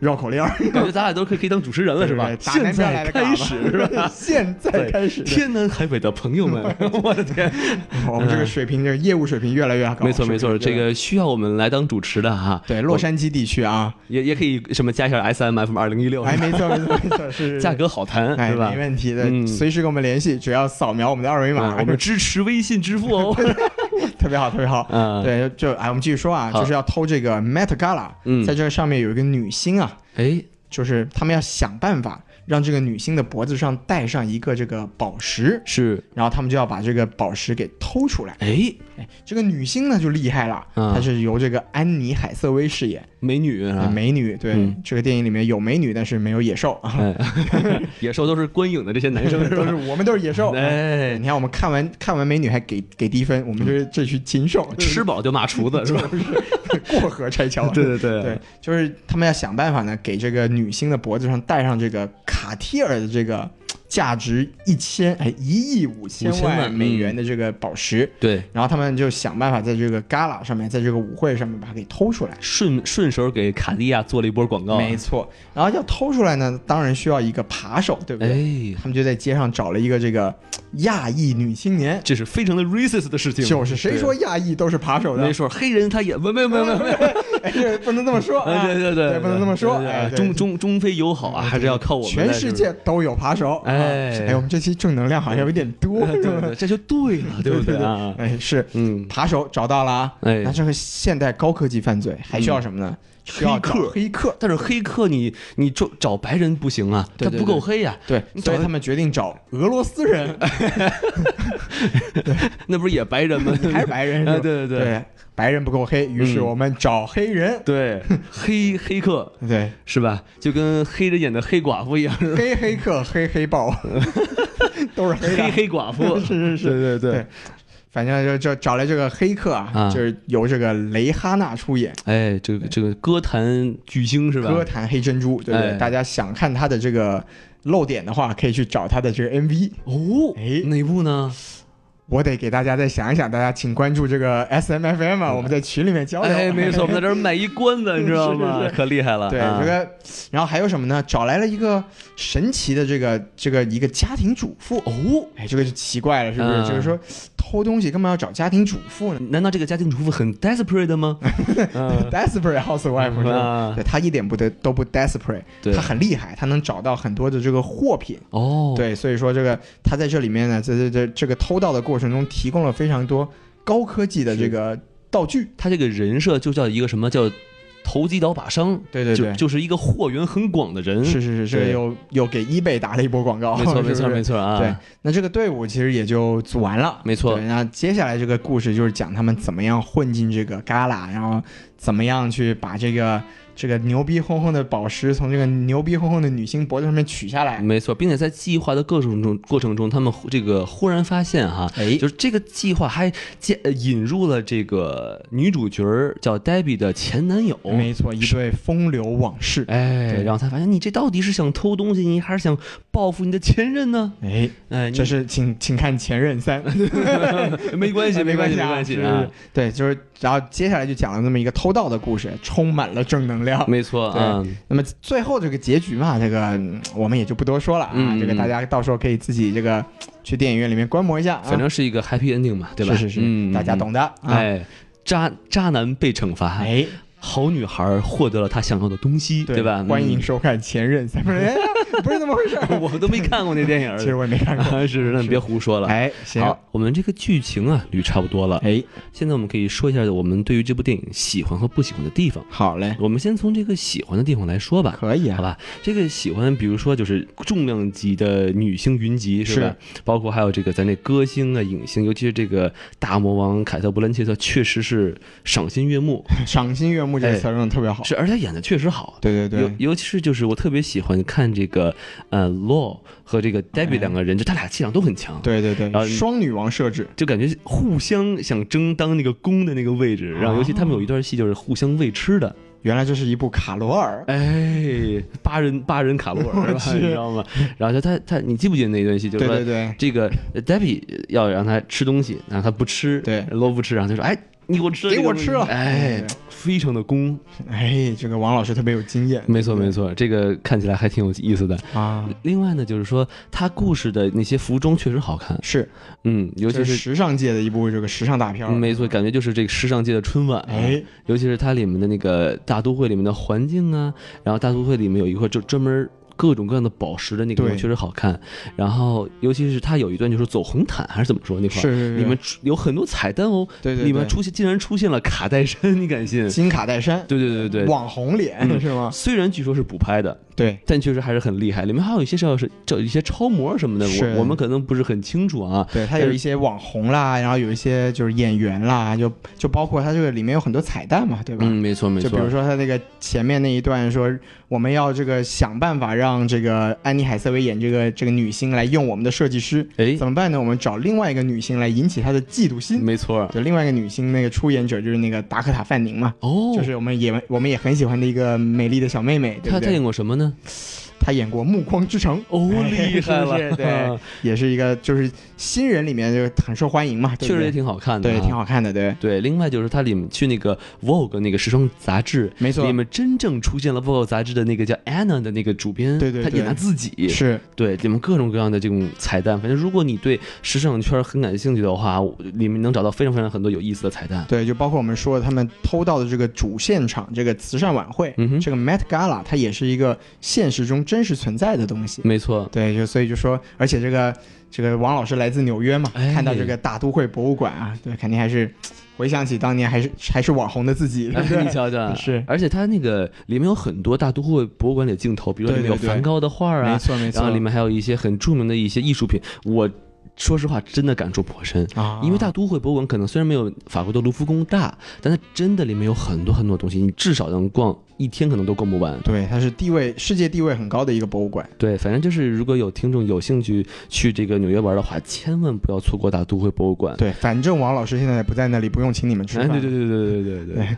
Speaker 2: 绕口令儿
Speaker 3: 感觉咱俩都可以可以当主持人了，是吧
Speaker 2: 对？打南
Speaker 3: 现
Speaker 2: 边来
Speaker 3: 在
Speaker 2: 的
Speaker 3: 开
Speaker 2: 嘎
Speaker 3: 始
Speaker 2: 巴？
Speaker 3: 是吧
Speaker 2: (laughs) 现在开始，
Speaker 3: 天南海北的朋友们，我的天！
Speaker 2: (laughs) 我们这个水平，这个业务水平越来越高。
Speaker 3: 嗯没错
Speaker 2: 是不
Speaker 3: 没
Speaker 2: 是
Speaker 3: 错，这个需要我们来当主持的哈。
Speaker 2: 对洛杉矶地区啊，
Speaker 3: 也也可以什么加一下 S M F 二零一六，
Speaker 2: 哎，没错没错没错，
Speaker 3: (laughs)
Speaker 2: 是是
Speaker 3: 价格好谈，
Speaker 2: 哎
Speaker 3: 对吧
Speaker 2: 没？问题的，
Speaker 3: 嗯
Speaker 2: 随时跟我们联系，只要扫描我们的二维
Speaker 3: 啊
Speaker 2: 码，哎
Speaker 3: 我们支持微信支付
Speaker 2: (laughs)
Speaker 3: 哦。
Speaker 2: 特别好特别好。
Speaker 3: 嗯，
Speaker 2: 对，就哎，我们继续说啊，
Speaker 3: 好
Speaker 2: 就是要偷这个 Met Gala，
Speaker 3: 嗯
Speaker 2: 在这上面有一个女星啊，
Speaker 3: 哎，
Speaker 2: 就是他们要想办法让这个女星的脖子上戴上一个这个宝石，
Speaker 3: 是，
Speaker 2: 然后他们就要把这个宝石给偷出来。
Speaker 3: 哎，
Speaker 2: 哎，这个女星呢就厉害了，
Speaker 3: 嗯
Speaker 2: 她是由这个安妮海瑟薇饰演，
Speaker 3: 美女
Speaker 2: 哎
Speaker 3: 啊，
Speaker 2: 美女。对，
Speaker 3: 嗯
Speaker 2: 这个电影里面有美女，但是没有野兽啊，
Speaker 3: (laughs) 哎，野兽都是观影的这些男
Speaker 2: (laughs)
Speaker 3: 生是
Speaker 2: 都是
Speaker 3: 吧？
Speaker 2: 我们都是野兽。哎
Speaker 3: 哎嗯
Speaker 2: 你，看，我们看完看完美女还给给低分，我们就是这群禽兽，
Speaker 3: (laughs) 吃饱就骂厨子是吧？
Speaker 2: (laughs) 过河拆桥。
Speaker 3: 对对对
Speaker 2: 对，就是他们要想办法呢，给这个女星的脖子上戴上这个卡地尔的这个价值一千哎一亿五千
Speaker 3: 5000
Speaker 2: 万
Speaker 3: 万嗯
Speaker 2: 美元的这个宝石，
Speaker 3: 对，
Speaker 2: 然后他们就想办法在这个 gala 上面，在这个舞会上面把它给偷出来。
Speaker 3: 顺顺手给卡地亚做了一波广告啊，
Speaker 2: 没错，然后要偷出来呢，当然需要一个扒手，对不对？
Speaker 3: 哎，
Speaker 2: 他们就在街上找了一个这个亚裔女青年，
Speaker 3: 这是非常的 racist 的事情，
Speaker 2: 就是谁
Speaker 3: 对
Speaker 2: 说亚裔都是扒手的
Speaker 3: 没？错，黑人他也没有没有没有没有没有，
Speaker 2: (laughs) 哎，这不能这么说啊！
Speaker 3: (laughs) 对对对，
Speaker 2: 不能这么说。
Speaker 3: 对对
Speaker 2: 哎，对哎
Speaker 3: 中中中非友好啊，还是要靠我们
Speaker 2: 全
Speaker 3: 来。
Speaker 2: 世界都有扒手。
Speaker 3: 哎
Speaker 2: 啊哎，我们这期正能量好像有点 (laughs) 多。
Speaker 3: 是不是， (laughs) 对对对，这就对了，对不
Speaker 2: 对
Speaker 3: 啊？
Speaker 2: 哎，是
Speaker 3: 嗯，
Speaker 2: 扒手找到了啊。
Speaker 3: 哎嗯
Speaker 2: 那这个现代高科技犯罪还需要什么呢？需要找
Speaker 3: 黑客
Speaker 2: 黑客。
Speaker 3: 但是黑客你你找找白人不行啊，
Speaker 2: 对
Speaker 3: 他
Speaker 2: 对
Speaker 3: 不够黑呀， (laughs)
Speaker 2: 对，
Speaker 3: 你
Speaker 2: 所以
Speaker 3: 找
Speaker 2: 他们决定找俄罗斯
Speaker 3: (laughs)
Speaker 2: 人，
Speaker 3: 那不是也白人吗？
Speaker 2: (laughs) 还是白人是吧？
Speaker 3: (laughs) 哎对对对
Speaker 2: 对，白人不够黑，于是
Speaker 3: 嗯
Speaker 2: 我们找黑人。
Speaker 3: 对，黑黑客
Speaker 2: 对，
Speaker 3: 是吧？就跟黑人演的黑寡妇一样，是吧？
Speaker 2: 黑黑客，黑黑豹，都 (laughs) 是黑
Speaker 3: 黑
Speaker 2: 的。
Speaker 3: 黑寡妇
Speaker 2: (laughs) 是是是，
Speaker 3: 对对
Speaker 2: 对，反正就就找来这个黑客啊，
Speaker 3: 啊
Speaker 2: 就是由这个雷哈娜出演，
Speaker 3: 哎，这个这个歌坛巨星是吧？
Speaker 2: 歌坛黑珍珠，对不对？
Speaker 3: 哎
Speaker 2: 大家想看他的这个露点的话，可以去找他的这个 MV。
Speaker 3: 哦，
Speaker 2: 哎
Speaker 3: 哪部呢？
Speaker 2: 我得给大家再想一想，大家请关注这个 S M F M 啊，我们在群里面交流。
Speaker 3: 哎，没错，我们在这儿卖一关
Speaker 2: (laughs)
Speaker 3: 子，你知道吗？
Speaker 2: 是是是
Speaker 3: 可厉害了，
Speaker 2: 对
Speaker 3: 啊
Speaker 2: 这个，然后还有什么呢？找来了一个神奇的这个这个一个家庭主妇。
Speaker 3: 哦，
Speaker 2: 哎，这个就奇怪了，是不是？
Speaker 3: 嗯
Speaker 2: 就是说偷东西干嘛要找家庭主妇呢
Speaker 3: 难道这个家庭主妇很 desperate
Speaker 2: (laughs)
Speaker 3: 吗？嗯
Speaker 2: ？Desperate housewife 是吧？
Speaker 3: 啊
Speaker 2: 对他一点不得都不 desperate，
Speaker 3: 对
Speaker 2: 他很厉害，他能找到很多的这个货品。
Speaker 3: 哦，
Speaker 2: 对，所以说这个他在这里面呢，在这这这个偷盗的过程中，提供了非常多高科技的这个道具。
Speaker 3: 他这个人设就叫一个什么叫投机倒把商，
Speaker 2: 对对对
Speaker 3: 就，就是一个货源很广的人，
Speaker 2: 是是是，这个
Speaker 3: 对
Speaker 2: 又又给 eBay 打了一波广告，
Speaker 3: 没错
Speaker 2: (laughs) 是不
Speaker 3: 没错
Speaker 2: 是
Speaker 3: 没错啊，
Speaker 2: 对，那这个队伍其实也就组完了，
Speaker 3: 没错
Speaker 2: 对那接下来这个故事就是讲他们怎么样混进这个 gala，然后怎么样去把这个这个牛逼哄哄的宝石从这个牛逼哄哄的女星脖子上面取下来。
Speaker 3: 没错，并且在计划的过程中过程中，他们忽这个忽然发现哈、
Speaker 2: 哎
Speaker 3: 就是这个计划还加呃引入了这个女主角儿叫 Debbie 的前男友，
Speaker 2: 没错，一对风流往事。
Speaker 3: 哎，
Speaker 2: 对
Speaker 3: 然后才发现你这到底是想偷东西，你还是想报复你的前任呢？
Speaker 2: 哎，
Speaker 3: 哎，你
Speaker 2: 这是请请看《前任三》。 (laughs)
Speaker 3: (laughs) 没关系，没
Speaker 2: 关
Speaker 3: 关系，没
Speaker 2: 啊
Speaker 3: 关系
Speaker 2: 是
Speaker 3: 啊，
Speaker 2: 对，就是然后接下来就讲了这么一个偷盗的故事，充满了正能量。
Speaker 3: 没错啊，
Speaker 2: 那么最后这个结局嘛，这个嗯我们也就不多说了啊，
Speaker 3: 嗯
Speaker 2: 这个大家到时候可以自己这个去电影院里面观摩一下啊，
Speaker 3: 反正是一嗯个 happy ending 嘛，对吧？
Speaker 2: 是是是，
Speaker 3: 嗯
Speaker 2: 大家。懂的啊。
Speaker 3: 哎，渣渣男被惩罚，
Speaker 2: 啊哎，
Speaker 3: 好女孩获得了她想要的东西， (laughs) 对吧？
Speaker 2: 欢迎
Speaker 3: 嗯，
Speaker 2: 收看《前任》，咱们哎呀不是那么回事儿。
Speaker 3: (laughs) 我们都没看过那电影。
Speaker 2: (laughs) 其实我也没看过。
Speaker 3: 啊， (laughs) 是，那你别胡说了。
Speaker 2: 哎，行，
Speaker 3: 好，我们这个剧情啊捋差不多了。
Speaker 2: 哎，
Speaker 3: 现在我们可以说一下我们对于这部电影喜欢和不喜欢的地方。
Speaker 2: 好嘞，
Speaker 3: 我们先从这个喜欢的地方来说吧。
Speaker 2: 可以
Speaker 3: 好
Speaker 2: 啊。
Speaker 3: 吧，这个喜欢，比如说就是重量级的女星云集是吧？包括还有这个咱这歌星啊、影星，尤其是这个大魔王凯特·布兰切特，确实是赏心悦
Speaker 2: (laughs)
Speaker 3: 目，
Speaker 2: 赏心悦目这个
Speaker 3: 哎
Speaker 2: 词儿用的特别好。
Speaker 3: 是而且演的确实好。
Speaker 2: 对对
Speaker 3: 尤
Speaker 2: 对，
Speaker 3: 尤其是就是我特别喜欢看这个呃 Law 和这个 Debbie 两个人，就他俩气场都很强，，
Speaker 2: 对对
Speaker 3: 然后
Speaker 2: 对，双女王设置。
Speaker 3: 就感觉互相想争当那个公的那个位置，然后尤其他们有一段戏就是互相喂吃的，
Speaker 2: 原来这是一部卡罗尔，
Speaker 3: 哎，八人八人卡路 (laughs) 尔，是吧
Speaker 2: 去
Speaker 3: 你知道吗？然后就他他，你记不记得那段戏？就是
Speaker 2: 对对
Speaker 3: 说
Speaker 2: 对，
Speaker 3: 这个呃 Debbie 要让他吃东西，然后他不吃，
Speaker 2: 对
Speaker 3: 罗不吃，然后他说：“哎，你给我吃，
Speaker 2: 给
Speaker 3: 你
Speaker 2: 我吃了
Speaker 3: 哎
Speaker 2: 对，
Speaker 3: 非常的公，
Speaker 2: 哎，这个王老师特别有经验。
Speaker 3: 没错没错，这个看起来还挺有意思的。
Speaker 2: 啊，
Speaker 3: 另外呢，就是说他故事的那些服装确实好看，
Speaker 2: 是，
Speaker 3: 嗯，尤
Speaker 2: 这
Speaker 3: 其
Speaker 2: 是
Speaker 3: 是。
Speaker 2: 时尚界的一部这个时尚大片儿。
Speaker 3: 没错，感觉就是这个时尚界的春晚、啊
Speaker 2: 哎，
Speaker 3: 尤其是它里面的那个大都会里面的环境啊，然后大都会里面有一块就专门各种各样的宝石的那个地方
Speaker 2: 对
Speaker 3: 确实好看，然后尤其是它有一段就是走红毯还是怎么说那块
Speaker 2: 是
Speaker 3: 儿，
Speaker 2: 是是
Speaker 3: 里面出有很多彩蛋哦，
Speaker 2: 对对对
Speaker 3: 里面出现竟然出现了卡戴珊，你
Speaker 2: (laughs)
Speaker 3: 敢信？
Speaker 2: 金卡戴珊，
Speaker 3: 对对对对对，
Speaker 2: 网红脸
Speaker 3: 嗯
Speaker 2: 是吗？
Speaker 3: 虽然据说是补拍的，
Speaker 2: 对，
Speaker 3: 但确实还是很厉害，里面还有一些是要是叫一些超模什么的，
Speaker 2: 是
Speaker 3: 我我们可能不是很清楚啊。
Speaker 2: 对，它有一些网红啦，然后有一些就是演员啦，就就包括它这个里面有很多彩蛋嘛，对吧？
Speaker 3: 嗯，没错没
Speaker 2: 就
Speaker 3: 错，
Speaker 2: 比如说它那个前面那一段说，我们要这个想办法让这个安妮海瑟薇演这个这个女星来用我们的设计师，
Speaker 3: 哎，
Speaker 2: 怎么办呢？我们找另外一个女星来引起她的嫉妒心。
Speaker 3: 没错
Speaker 2: 就另外一个女星，那个出演者就是那个达科塔范宁嘛，
Speaker 3: 哦，
Speaker 2: 就是我们也我们也很喜欢的一个美丽的小妹妹，对
Speaker 3: 他
Speaker 2: 不
Speaker 3: 他演
Speaker 2: 对？
Speaker 3: 过什么呢？
Speaker 2: 她演过《暮光之城》，
Speaker 3: 哦，
Speaker 2: 哎
Speaker 3: 厉害了，啊
Speaker 2: 是不是 (laughs) 对也是一个就是新人里面就很受欢迎嘛，对
Speaker 3: 确
Speaker 2: 不
Speaker 3: 实
Speaker 2: 对
Speaker 3: 也挺好看的、
Speaker 2: 对，挺
Speaker 3: 好。
Speaker 2: 好看的，对，
Speaker 3: 对，另外就是它里面去那个 Vogue 那个时装杂志，
Speaker 2: 没错
Speaker 3: 里面真正出现了 Vogue 杂志的那个叫 Anna 的那个主编，
Speaker 2: 对对
Speaker 3: 她
Speaker 2: 对
Speaker 3: 演她自己，
Speaker 2: 是
Speaker 3: 对，里面各种各样的这种彩蛋。反正如果你对时尚圈很感兴趣的话，我里面能找到非常非常很多有意思的彩蛋。
Speaker 2: 对，就包括我们说的他们偷到的这个主现场这个慈善晚会，
Speaker 3: 嗯哼
Speaker 2: 这个 Met Gala，它也是一个现实中真实存在的东西。
Speaker 3: 没错，
Speaker 2: 对，就所以就说，而且这个这个王老师来自纽约嘛，
Speaker 3: 哎
Speaker 2: 看到这个大都会博物馆啊，对，肯定还是回想起当年还是还是网红的自 (laughs) 己，对
Speaker 3: 哎
Speaker 2: 不对？
Speaker 3: 你瞧瞧，
Speaker 2: 是
Speaker 3: 而且它那个里面有很多大都会博物馆里的镜头，比如说
Speaker 2: 对
Speaker 3: 里面有
Speaker 2: 对对
Speaker 3: 梵高的画儿
Speaker 2: 没
Speaker 3: 啊，
Speaker 2: 错没错，
Speaker 3: 然后里面还有一些很著名的一些艺术品。我说实话，真的感触颇深。
Speaker 2: 啊，
Speaker 3: 因为大都会博物馆可能虽然没有法国的卢浮宫大，但它真的里面有很多很多东西，你至少能逛一天，可能都逛不完。
Speaker 2: 对它是地位世界地位很高的一个博物馆，
Speaker 3: 对，反正就是如果有听众有兴趣去这个纽约玩的话，千万不要错过大都会博物馆。
Speaker 2: 对，反正王老师现在也不在那里，不用请你们吃
Speaker 3: 哎，
Speaker 2: 饭，
Speaker 3: 对对对对对对对
Speaker 2: (laughs)
Speaker 3: 对，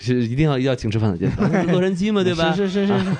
Speaker 3: 是一定要一定要请吃饭的，反正洛杉矶嘛，对吧？
Speaker 2: 是是是是，
Speaker 3: (laughs)
Speaker 2: 是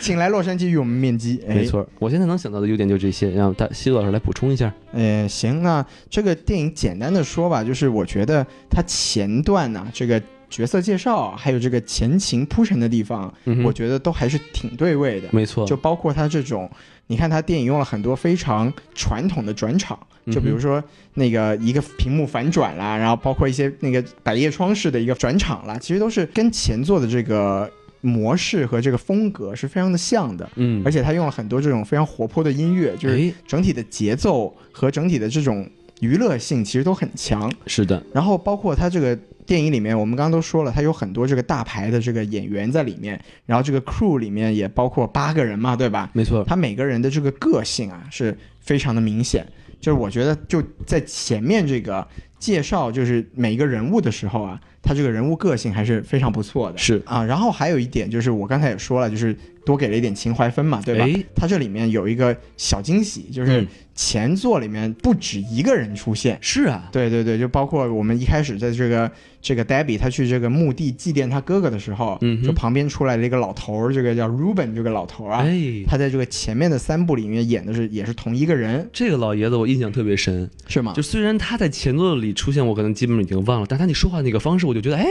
Speaker 2: (laughs) 请来洛杉矶与我们面基，哎
Speaker 3: 没。错，我现在能想到的优点就这些，让大西子老师来补充一下。
Speaker 2: 呃，行，那这个电影简单的说吧，就是我觉得它前段呢、这个角色介绍还有这个前情铺陈的地方，
Speaker 3: 嗯哼
Speaker 2: 我觉得都还是挺对位的。
Speaker 3: 没错，
Speaker 2: 就包括它这种，你看它电影用了很多非常传统的转场，就比如说那个一个屏幕反转啦，然后包括一些那个百叶窗式的一个转场啦，其实都是跟前作的这个模式和这个风格是非常的像的。
Speaker 3: 嗯，
Speaker 2: 而
Speaker 3: 且
Speaker 2: 且它用了很多这种非常活泼的音乐，就是
Speaker 3: 哎，
Speaker 2: 整体的节奏和整体的这种娱乐性其实都很强。
Speaker 3: 是的，
Speaker 2: 然后包括它这个电影里面，我们刚刚都说了，它有很多这个大牌的这个演员在里面，然后这个 crew 里面也包括八个人嘛，对吧？
Speaker 3: 没错，
Speaker 2: 他每个人的这个个性啊是非常的明显。就是我觉得就在前面这个介绍就是每一个人物的时候啊，他这个人物个性还是非常不错的。
Speaker 3: 是，
Speaker 2: 啊，然后还有一点就是我刚才也说了，就是多给了一点情怀分嘛，对吧？
Speaker 3: 哎
Speaker 2: 它这里面有一个小惊喜，就是
Speaker 3: 嗯
Speaker 2: 前作里面不止一个人出现。
Speaker 3: 是啊，
Speaker 2: 对对对，就包括我们一开始在这个这个 Debbie 她去这个墓地祭奠她哥哥的时候，
Speaker 3: 嗯哼
Speaker 2: 就旁边出来了一个老头儿，这个叫 Ruben 这个老头儿啊，
Speaker 3: 哎，
Speaker 2: 他在这个前面的三部里面演的是也是同一个人，
Speaker 3: 这个老爷子我印象特别深。
Speaker 2: 是吗？
Speaker 3: 就虽然他在前作里出现，我可能基本已经忘了，但他你说话那个方式，我我就觉得哎，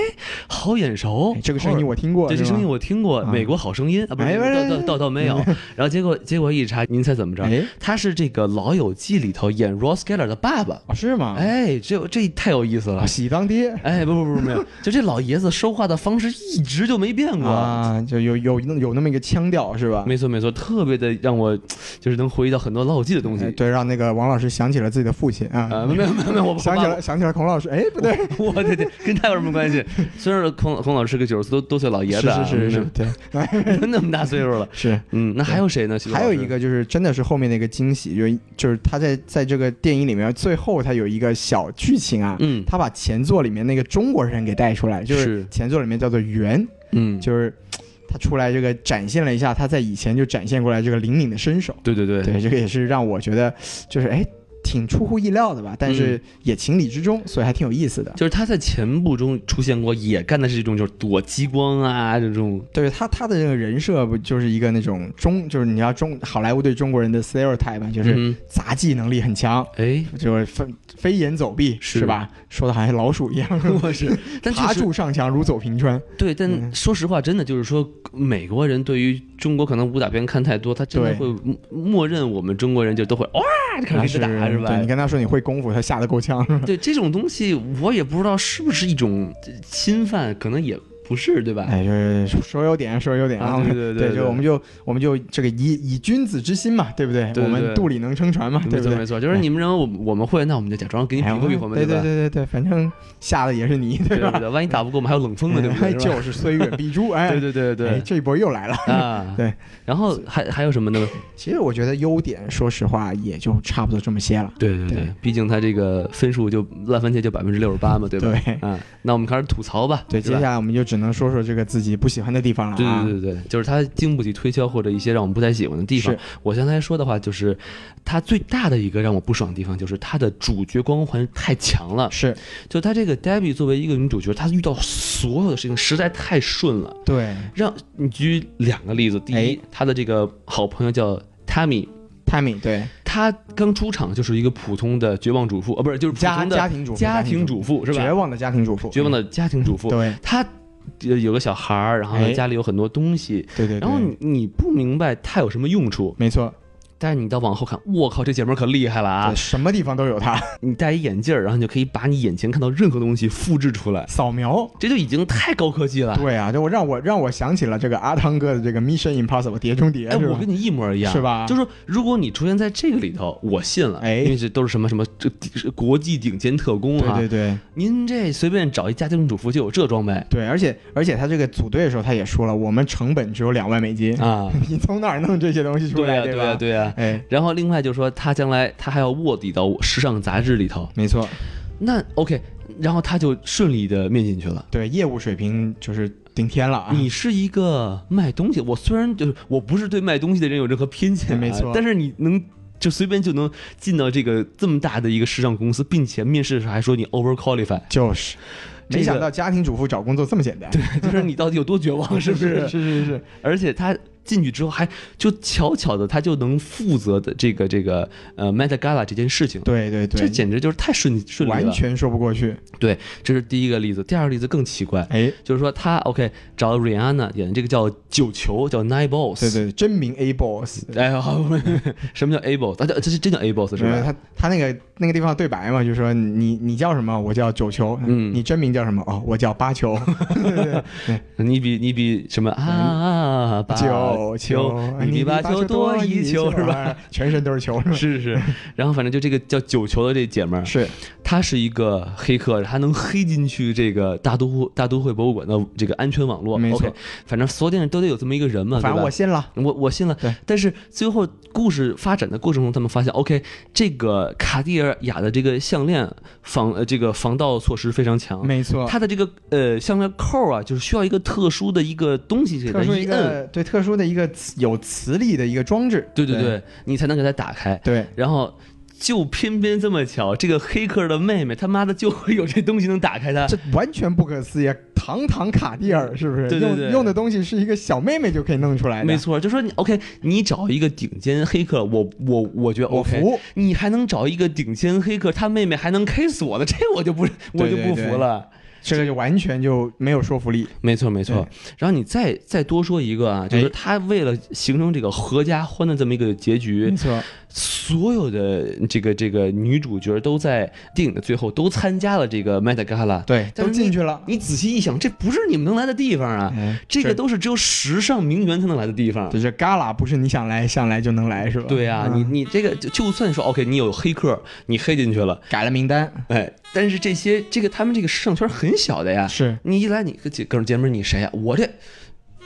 Speaker 3: 好眼熟
Speaker 2: 哎，这个声音我听过，
Speaker 3: 对，这
Speaker 2: 是吗
Speaker 3: 声音我听过，
Speaker 2: 啊
Speaker 3: 美国好声音》啊，不
Speaker 2: 哎
Speaker 3: 是，
Speaker 2: 不是
Speaker 3: 倒倒倒
Speaker 2: (laughs)
Speaker 3: 倒没有。然后结果结果一查，您猜怎么着？
Speaker 2: 哎
Speaker 3: 他是这个《老友记》里头演 Ross Geller 的爸爸。
Speaker 2: 哦，是吗？
Speaker 3: 哎，这这太有意思了
Speaker 2: 啊，。喜当爹
Speaker 3: 哎，不不不，不没有，就这老爷子说话的方式一直就没变过。
Speaker 2: 啊，就有有有那么一个腔调是吧？
Speaker 3: 没错没错，特别的让我就是能回忆到很多《老友记》的东西
Speaker 2: 哎。对，让那个王老师想起了自己的父亲
Speaker 3: 啊，
Speaker 2: 啊，
Speaker 3: 没有没有没有，我不
Speaker 2: 想起了想起了孔老师，哎，不对，
Speaker 3: 我对对，跟他有什么关系？虽然孔孔老师是个九十多多岁老爷子啊，
Speaker 2: 是是是是，
Speaker 3: (laughs)
Speaker 2: 对，
Speaker 3: 是是，那么大岁数了。
Speaker 2: 是。
Speaker 3: 嗯，那还有谁呢？徐老师
Speaker 2: 还有一，个就是，真的是后面的一个惊喜，就是就是他在在这个电影里面，最后他有一个小剧情啊，
Speaker 3: 嗯
Speaker 2: 他把前作里面那个中国人给带出来，就是是前作里面叫做袁，
Speaker 3: 嗯，
Speaker 2: 就是嘖他出来这个展现了一下他在以前就展现过来这个灵敏的身手，
Speaker 3: 对对对
Speaker 2: 对，这个也是让我觉得就是哎挺出乎意料的吧，但
Speaker 3: 嗯
Speaker 2: 是也情理之中，所以还挺有意思的。
Speaker 3: 就是他在前部中出现过，也干的是这种就是躲激光啊这种，
Speaker 2: 对他他的这个人设不就是一个那种中就是你要中好莱坞对中国人的 stereotype 吧就是
Speaker 3: 嗯
Speaker 2: 杂技能力很强， (laughs)
Speaker 3: 哎，
Speaker 2: 就是飞飞檐走壁
Speaker 3: 是
Speaker 2: 是吧？说的好像老鼠一样，
Speaker 3: 我是， (laughs) 但
Speaker 2: 爬
Speaker 3: 确实
Speaker 2: 柱上墙如走平川。
Speaker 3: 对，但
Speaker 2: 嗯
Speaker 3: 说实话，真的就是说，美国人对于中国可能武打片看太多，他真的
Speaker 2: 对
Speaker 3: 会默默认我们中国人就都会哇就开始
Speaker 2: 啊是
Speaker 3: 打是
Speaker 2: 对
Speaker 3: 吧
Speaker 2: 你？跟他说你会功夫，他吓得够
Speaker 3: (laughs)
Speaker 2: 呛。
Speaker 3: 对这种东西，我也不知道是不是一种侵犯，可能也不是，对吧？
Speaker 2: 哎，就是说优点，说优点
Speaker 3: 啊对对对
Speaker 2: 对
Speaker 3: 对
Speaker 2: 就我们就我们就这个以以君子之心嘛，对不对？
Speaker 3: 对对
Speaker 2: 我们肚里能撑船嘛，
Speaker 3: 没
Speaker 2: 对不
Speaker 3: 错
Speaker 2: 对
Speaker 3: 没？错，就是你们认为我我们会，那我们就假装给你比
Speaker 2: 哎
Speaker 3: 划比划嘛，
Speaker 2: 对
Speaker 3: 吧
Speaker 2: 对？对对，反正吓的也是你，
Speaker 3: 对不
Speaker 2: 吧？
Speaker 3: 对？万一打不过我们还有
Speaker 2: (laughs)
Speaker 3: 冷风呢，对不
Speaker 2: 哎
Speaker 3: 对？是吧
Speaker 2: 就是虽远必
Speaker 3: (laughs)
Speaker 2: 诛，哎，
Speaker 3: 对对对
Speaker 2: 哎
Speaker 3: 对
Speaker 2: 这一波又来了。
Speaker 3: 对啊，
Speaker 2: 对。
Speaker 3: 然后还还有什么呢？
Speaker 2: 其实我觉得优点，说实话也就差不多这么些了。
Speaker 3: 对对
Speaker 2: 对，
Speaker 3: 毕竟他这个分数就烂番茄就百分之六十八嘛，对 (laughs) 吧？
Speaker 2: 对
Speaker 3: 啊，那我们开始吐槽吧。
Speaker 2: 对，
Speaker 3: 是
Speaker 2: 接
Speaker 3: 吧
Speaker 2: 下来我们就只能说说这个自己不喜欢的地方了
Speaker 3: 对
Speaker 2: 啊。
Speaker 3: 对对对，就是他经不起推敲或者一些让我们不太喜欢的地方
Speaker 2: 是。
Speaker 3: 我刚才说的话，就是他最大的一个让我不爽的地方，就是他的主角光环太强了。
Speaker 2: 是，
Speaker 3: 就他这个 Debbie 作为一个女主角，她遇到所有的事情实在太顺了。
Speaker 2: 对
Speaker 3: 让你举两个例子，第一
Speaker 2: 哎，
Speaker 3: 她的这个好朋友叫 Tammy。
Speaker 2: ，Tammy，对，
Speaker 3: 她刚出场就是一个普通的绝望主妇，呃，不是，就是普
Speaker 2: 家
Speaker 3: 通的
Speaker 2: 家庭主妇，
Speaker 3: 家庭主
Speaker 2: 妇
Speaker 3: 妇是吧？
Speaker 2: 绝望的家庭主妇，
Speaker 3: 绝望的家庭主妇，
Speaker 2: 对
Speaker 3: 她呃有个小孩儿，然后呢
Speaker 2: 哎
Speaker 3: 家里有很多东西，
Speaker 2: 对对对，
Speaker 3: 然后你你不明白它有什么用处，
Speaker 2: 没错，
Speaker 3: 但是你到往后看，我靠，这姐们儿可厉害了啊
Speaker 2: 对！什么地方都有它，
Speaker 3: 你戴一眼镜儿，然后你就可以把你眼前看到任何东西复制出来，
Speaker 2: 扫描
Speaker 3: 这就已经太高科技了。
Speaker 2: (laughs) 对啊，就我让我让我想起了这个阿汤哥的这个《Mission Impossible》碟中谍，
Speaker 3: 哎，
Speaker 2: 是吧
Speaker 3: 我跟你一模一样，
Speaker 2: 是吧
Speaker 3: 就是说如果你出现在这个里头，我信了，
Speaker 2: 哎
Speaker 3: 因为这都是什么什么这这国际顶尖特工啊，
Speaker 2: 对对对
Speaker 3: 您这随便找一家庭主妇就有这装备
Speaker 2: 对，而且而且他这个组队的时候他也说了，我们成本只有两万美金，
Speaker 3: 啊，
Speaker 2: (laughs) 你从哪儿弄这些东西出
Speaker 3: 对啊
Speaker 2: 来，
Speaker 3: 呀，对呀，
Speaker 2: 吧？
Speaker 3: 对呀。
Speaker 2: 哎，
Speaker 3: 然后另外就是说，他将来他还要卧底到时尚杂志里头，
Speaker 2: 没错，
Speaker 3: 那 OK，然后他就顺利的面进去了。
Speaker 2: 对，业务水平就是顶天了啊。
Speaker 3: 你是一个卖东西，我虽然就是我不是对卖东西的人有任何偏见啊、
Speaker 2: 没错
Speaker 3: 但是你能就随便就能进到这个这么大的一个时尚公司，并且面试的时候还说你
Speaker 2: (laughs)
Speaker 3: over qualify，
Speaker 2: 就是，
Speaker 3: 这
Speaker 2: 没想
Speaker 3: 个
Speaker 2: 到家庭主妇找工作这么简单，对，
Speaker 3: 就是你到底有多绝望，是不是？
Speaker 2: 是是是，
Speaker 3: 而且他进去之后还就巧巧的，他就能负责的这个这个呃 Met Gala 这件事情，
Speaker 2: 对对
Speaker 3: 这
Speaker 2: 对，
Speaker 3: 简直就是太顺顺利了，
Speaker 2: 完全说不过去。
Speaker 3: 对，这是第一个例子。第二个例子更奇怪，
Speaker 2: 哎，
Speaker 3: 就是说他 OK 找 Rihanna 演的这个叫九球，叫 Nine Balls。
Speaker 2: 对。对，真名 A boss，
Speaker 3: 哎呀，好 (laughs) 什么叫 A boss？啊，这这是真叫 A boss 是
Speaker 2: 没有
Speaker 3: 吧？
Speaker 2: 嗯他他那个那个地方对白嘛，就说你你叫什么，我叫九球，
Speaker 3: 嗯
Speaker 2: 你真名叫什么？哦，我叫八
Speaker 3: (laughs)
Speaker 2: 球，
Speaker 3: 你比你比什么啊？八
Speaker 2: 嗯九
Speaker 3: 球
Speaker 2: 球，，
Speaker 3: 你比
Speaker 2: 比
Speaker 3: 八球多一球是
Speaker 2: (laughs)
Speaker 3: 吧？
Speaker 2: 吧？哎全身都是球，是吧？
Speaker 3: 是是，然后反正就这个叫九球的这姐们儿，
Speaker 2: 是，
Speaker 3: 她是一个黑客，她能黑进去这个大都会大都会博物馆的这个安全网络。
Speaker 2: 没错
Speaker 3: OK，反正所有电影都得有这么一个人嘛，
Speaker 2: 反
Speaker 3: 对
Speaker 2: 正
Speaker 3: 吧
Speaker 2: 我信了。
Speaker 3: 我我信了
Speaker 2: 对，
Speaker 3: 但是最后故事发展的过程中，他们发现，OK，这个卡地尔雅的这个项链防呃这个防盗措施非常强，
Speaker 2: 没错，
Speaker 3: 它的这个呃项链扣啊，就是需要一个特殊的一个东西给它
Speaker 2: 特殊一
Speaker 3: 一摁，
Speaker 2: 个对特殊的一个磁有磁力的一个装置，
Speaker 3: 对对
Speaker 2: 对
Speaker 3: 对，你才能给它打开，
Speaker 2: 对
Speaker 3: 然后。就偏偏这么巧，这个黑客的妹妹他妈的就会有这东西能打开它，
Speaker 2: 这完全不可思议，堂堂卡地尔是不是？
Speaker 3: 对对对
Speaker 2: 用用的东西是一个小妹妹就可以弄出来的，
Speaker 3: 没，错，就说你 OK，你找一个顶尖黑客，我我我觉得
Speaker 2: 我
Speaker 3: OK，
Speaker 2: 服。 (laughs)
Speaker 3: 你还能找一个顶尖黑客，他妹妹还能 K 死我的，这我就不我
Speaker 2: 对
Speaker 3: 就
Speaker 2: 对
Speaker 3: 不服了。
Speaker 2: 这个就完全就没有说服力。
Speaker 3: 没错，没错
Speaker 2: 对。
Speaker 3: 然后你再再多说一个啊，就是
Speaker 2: 哎
Speaker 3: 他为了形成这个合家欢的这么一个结局
Speaker 2: 没，错，
Speaker 3: 所有的这个这个女主角都在电影的最后都参加了这个 Met Gala。
Speaker 2: 对，
Speaker 3: 但
Speaker 2: 都
Speaker 3: 是
Speaker 2: 进去了。
Speaker 3: 你仔细一想，这不是你们能来的地方啊！
Speaker 2: 哎
Speaker 3: 这个
Speaker 2: 是
Speaker 3: 都是只有时尚名媛才能来的地方。
Speaker 2: 就是 gala 不是你想来想来就能来是吧？
Speaker 3: 对啊，你
Speaker 2: 嗯
Speaker 3: 你这个就就算说 OK，你有黑客，你黑进去了，
Speaker 2: 改了名单
Speaker 3: 哎，但是这些这个他们这个市场圈很小的呀， (laughs)
Speaker 2: 是
Speaker 3: 你一来你个姐哥们儿姐们儿你谁呀、我这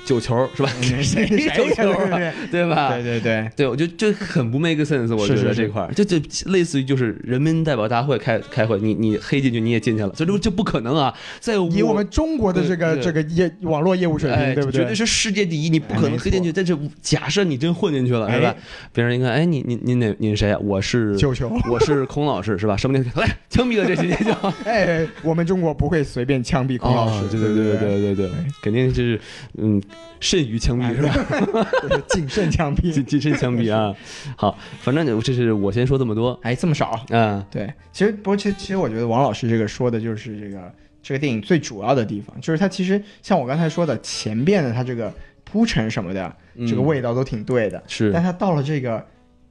Speaker 3: 九球是吧？
Speaker 2: 谁谁
Speaker 3: 九球啊
Speaker 2: 对
Speaker 3: 对吧？
Speaker 2: 嗯对对对，
Speaker 3: 对，我就这很不 make sense，我觉
Speaker 2: 是
Speaker 3: 得
Speaker 2: 是是
Speaker 3: 这块儿，这这类似于就是人民代表大会开开会，你你黑进去你也进去了，这这这不可能啊！在
Speaker 2: 以我们中国的这个
Speaker 3: 对对
Speaker 2: 这个业网络业务水
Speaker 3: 哎，
Speaker 2: 平，对不
Speaker 3: 绝对
Speaker 2: 对？
Speaker 3: 是世界第一，你不可能黑进去。但是假设你真混进去了，是吧
Speaker 2: 哎？
Speaker 3: 别人一看，哎，你你您哪您谁啊？我是
Speaker 2: 九球，
Speaker 3: (laughs) 我是孔老师，是吧？什么年？ (laughs) 来枪毙了这期节目。
Speaker 2: 哎，我们中国不会随便枪毙孔老师，
Speaker 3: 哦对
Speaker 2: 对
Speaker 3: 对
Speaker 2: 不对哎
Speaker 3: 对对对，肯定是嗯，甚于枪毙是吧？
Speaker 2: (laughs) 就是谨慎枪
Speaker 3: 谨
Speaker 2: 毙。
Speaker 3: 谨慎枪
Speaker 2: (laughs)
Speaker 3: 毙啊！好，反正就这是我先说这么多
Speaker 2: 哎，这么少？
Speaker 3: 啊。
Speaker 2: 对，其实不过其实其实我觉得王老师这个说的就是这个这个电影最主要的地方，就是它其实像我刚才说的，前边的它这个铺陈什么的，这个
Speaker 3: 嗯
Speaker 2: 味道都挺对的，
Speaker 3: 是
Speaker 2: 但它到了这个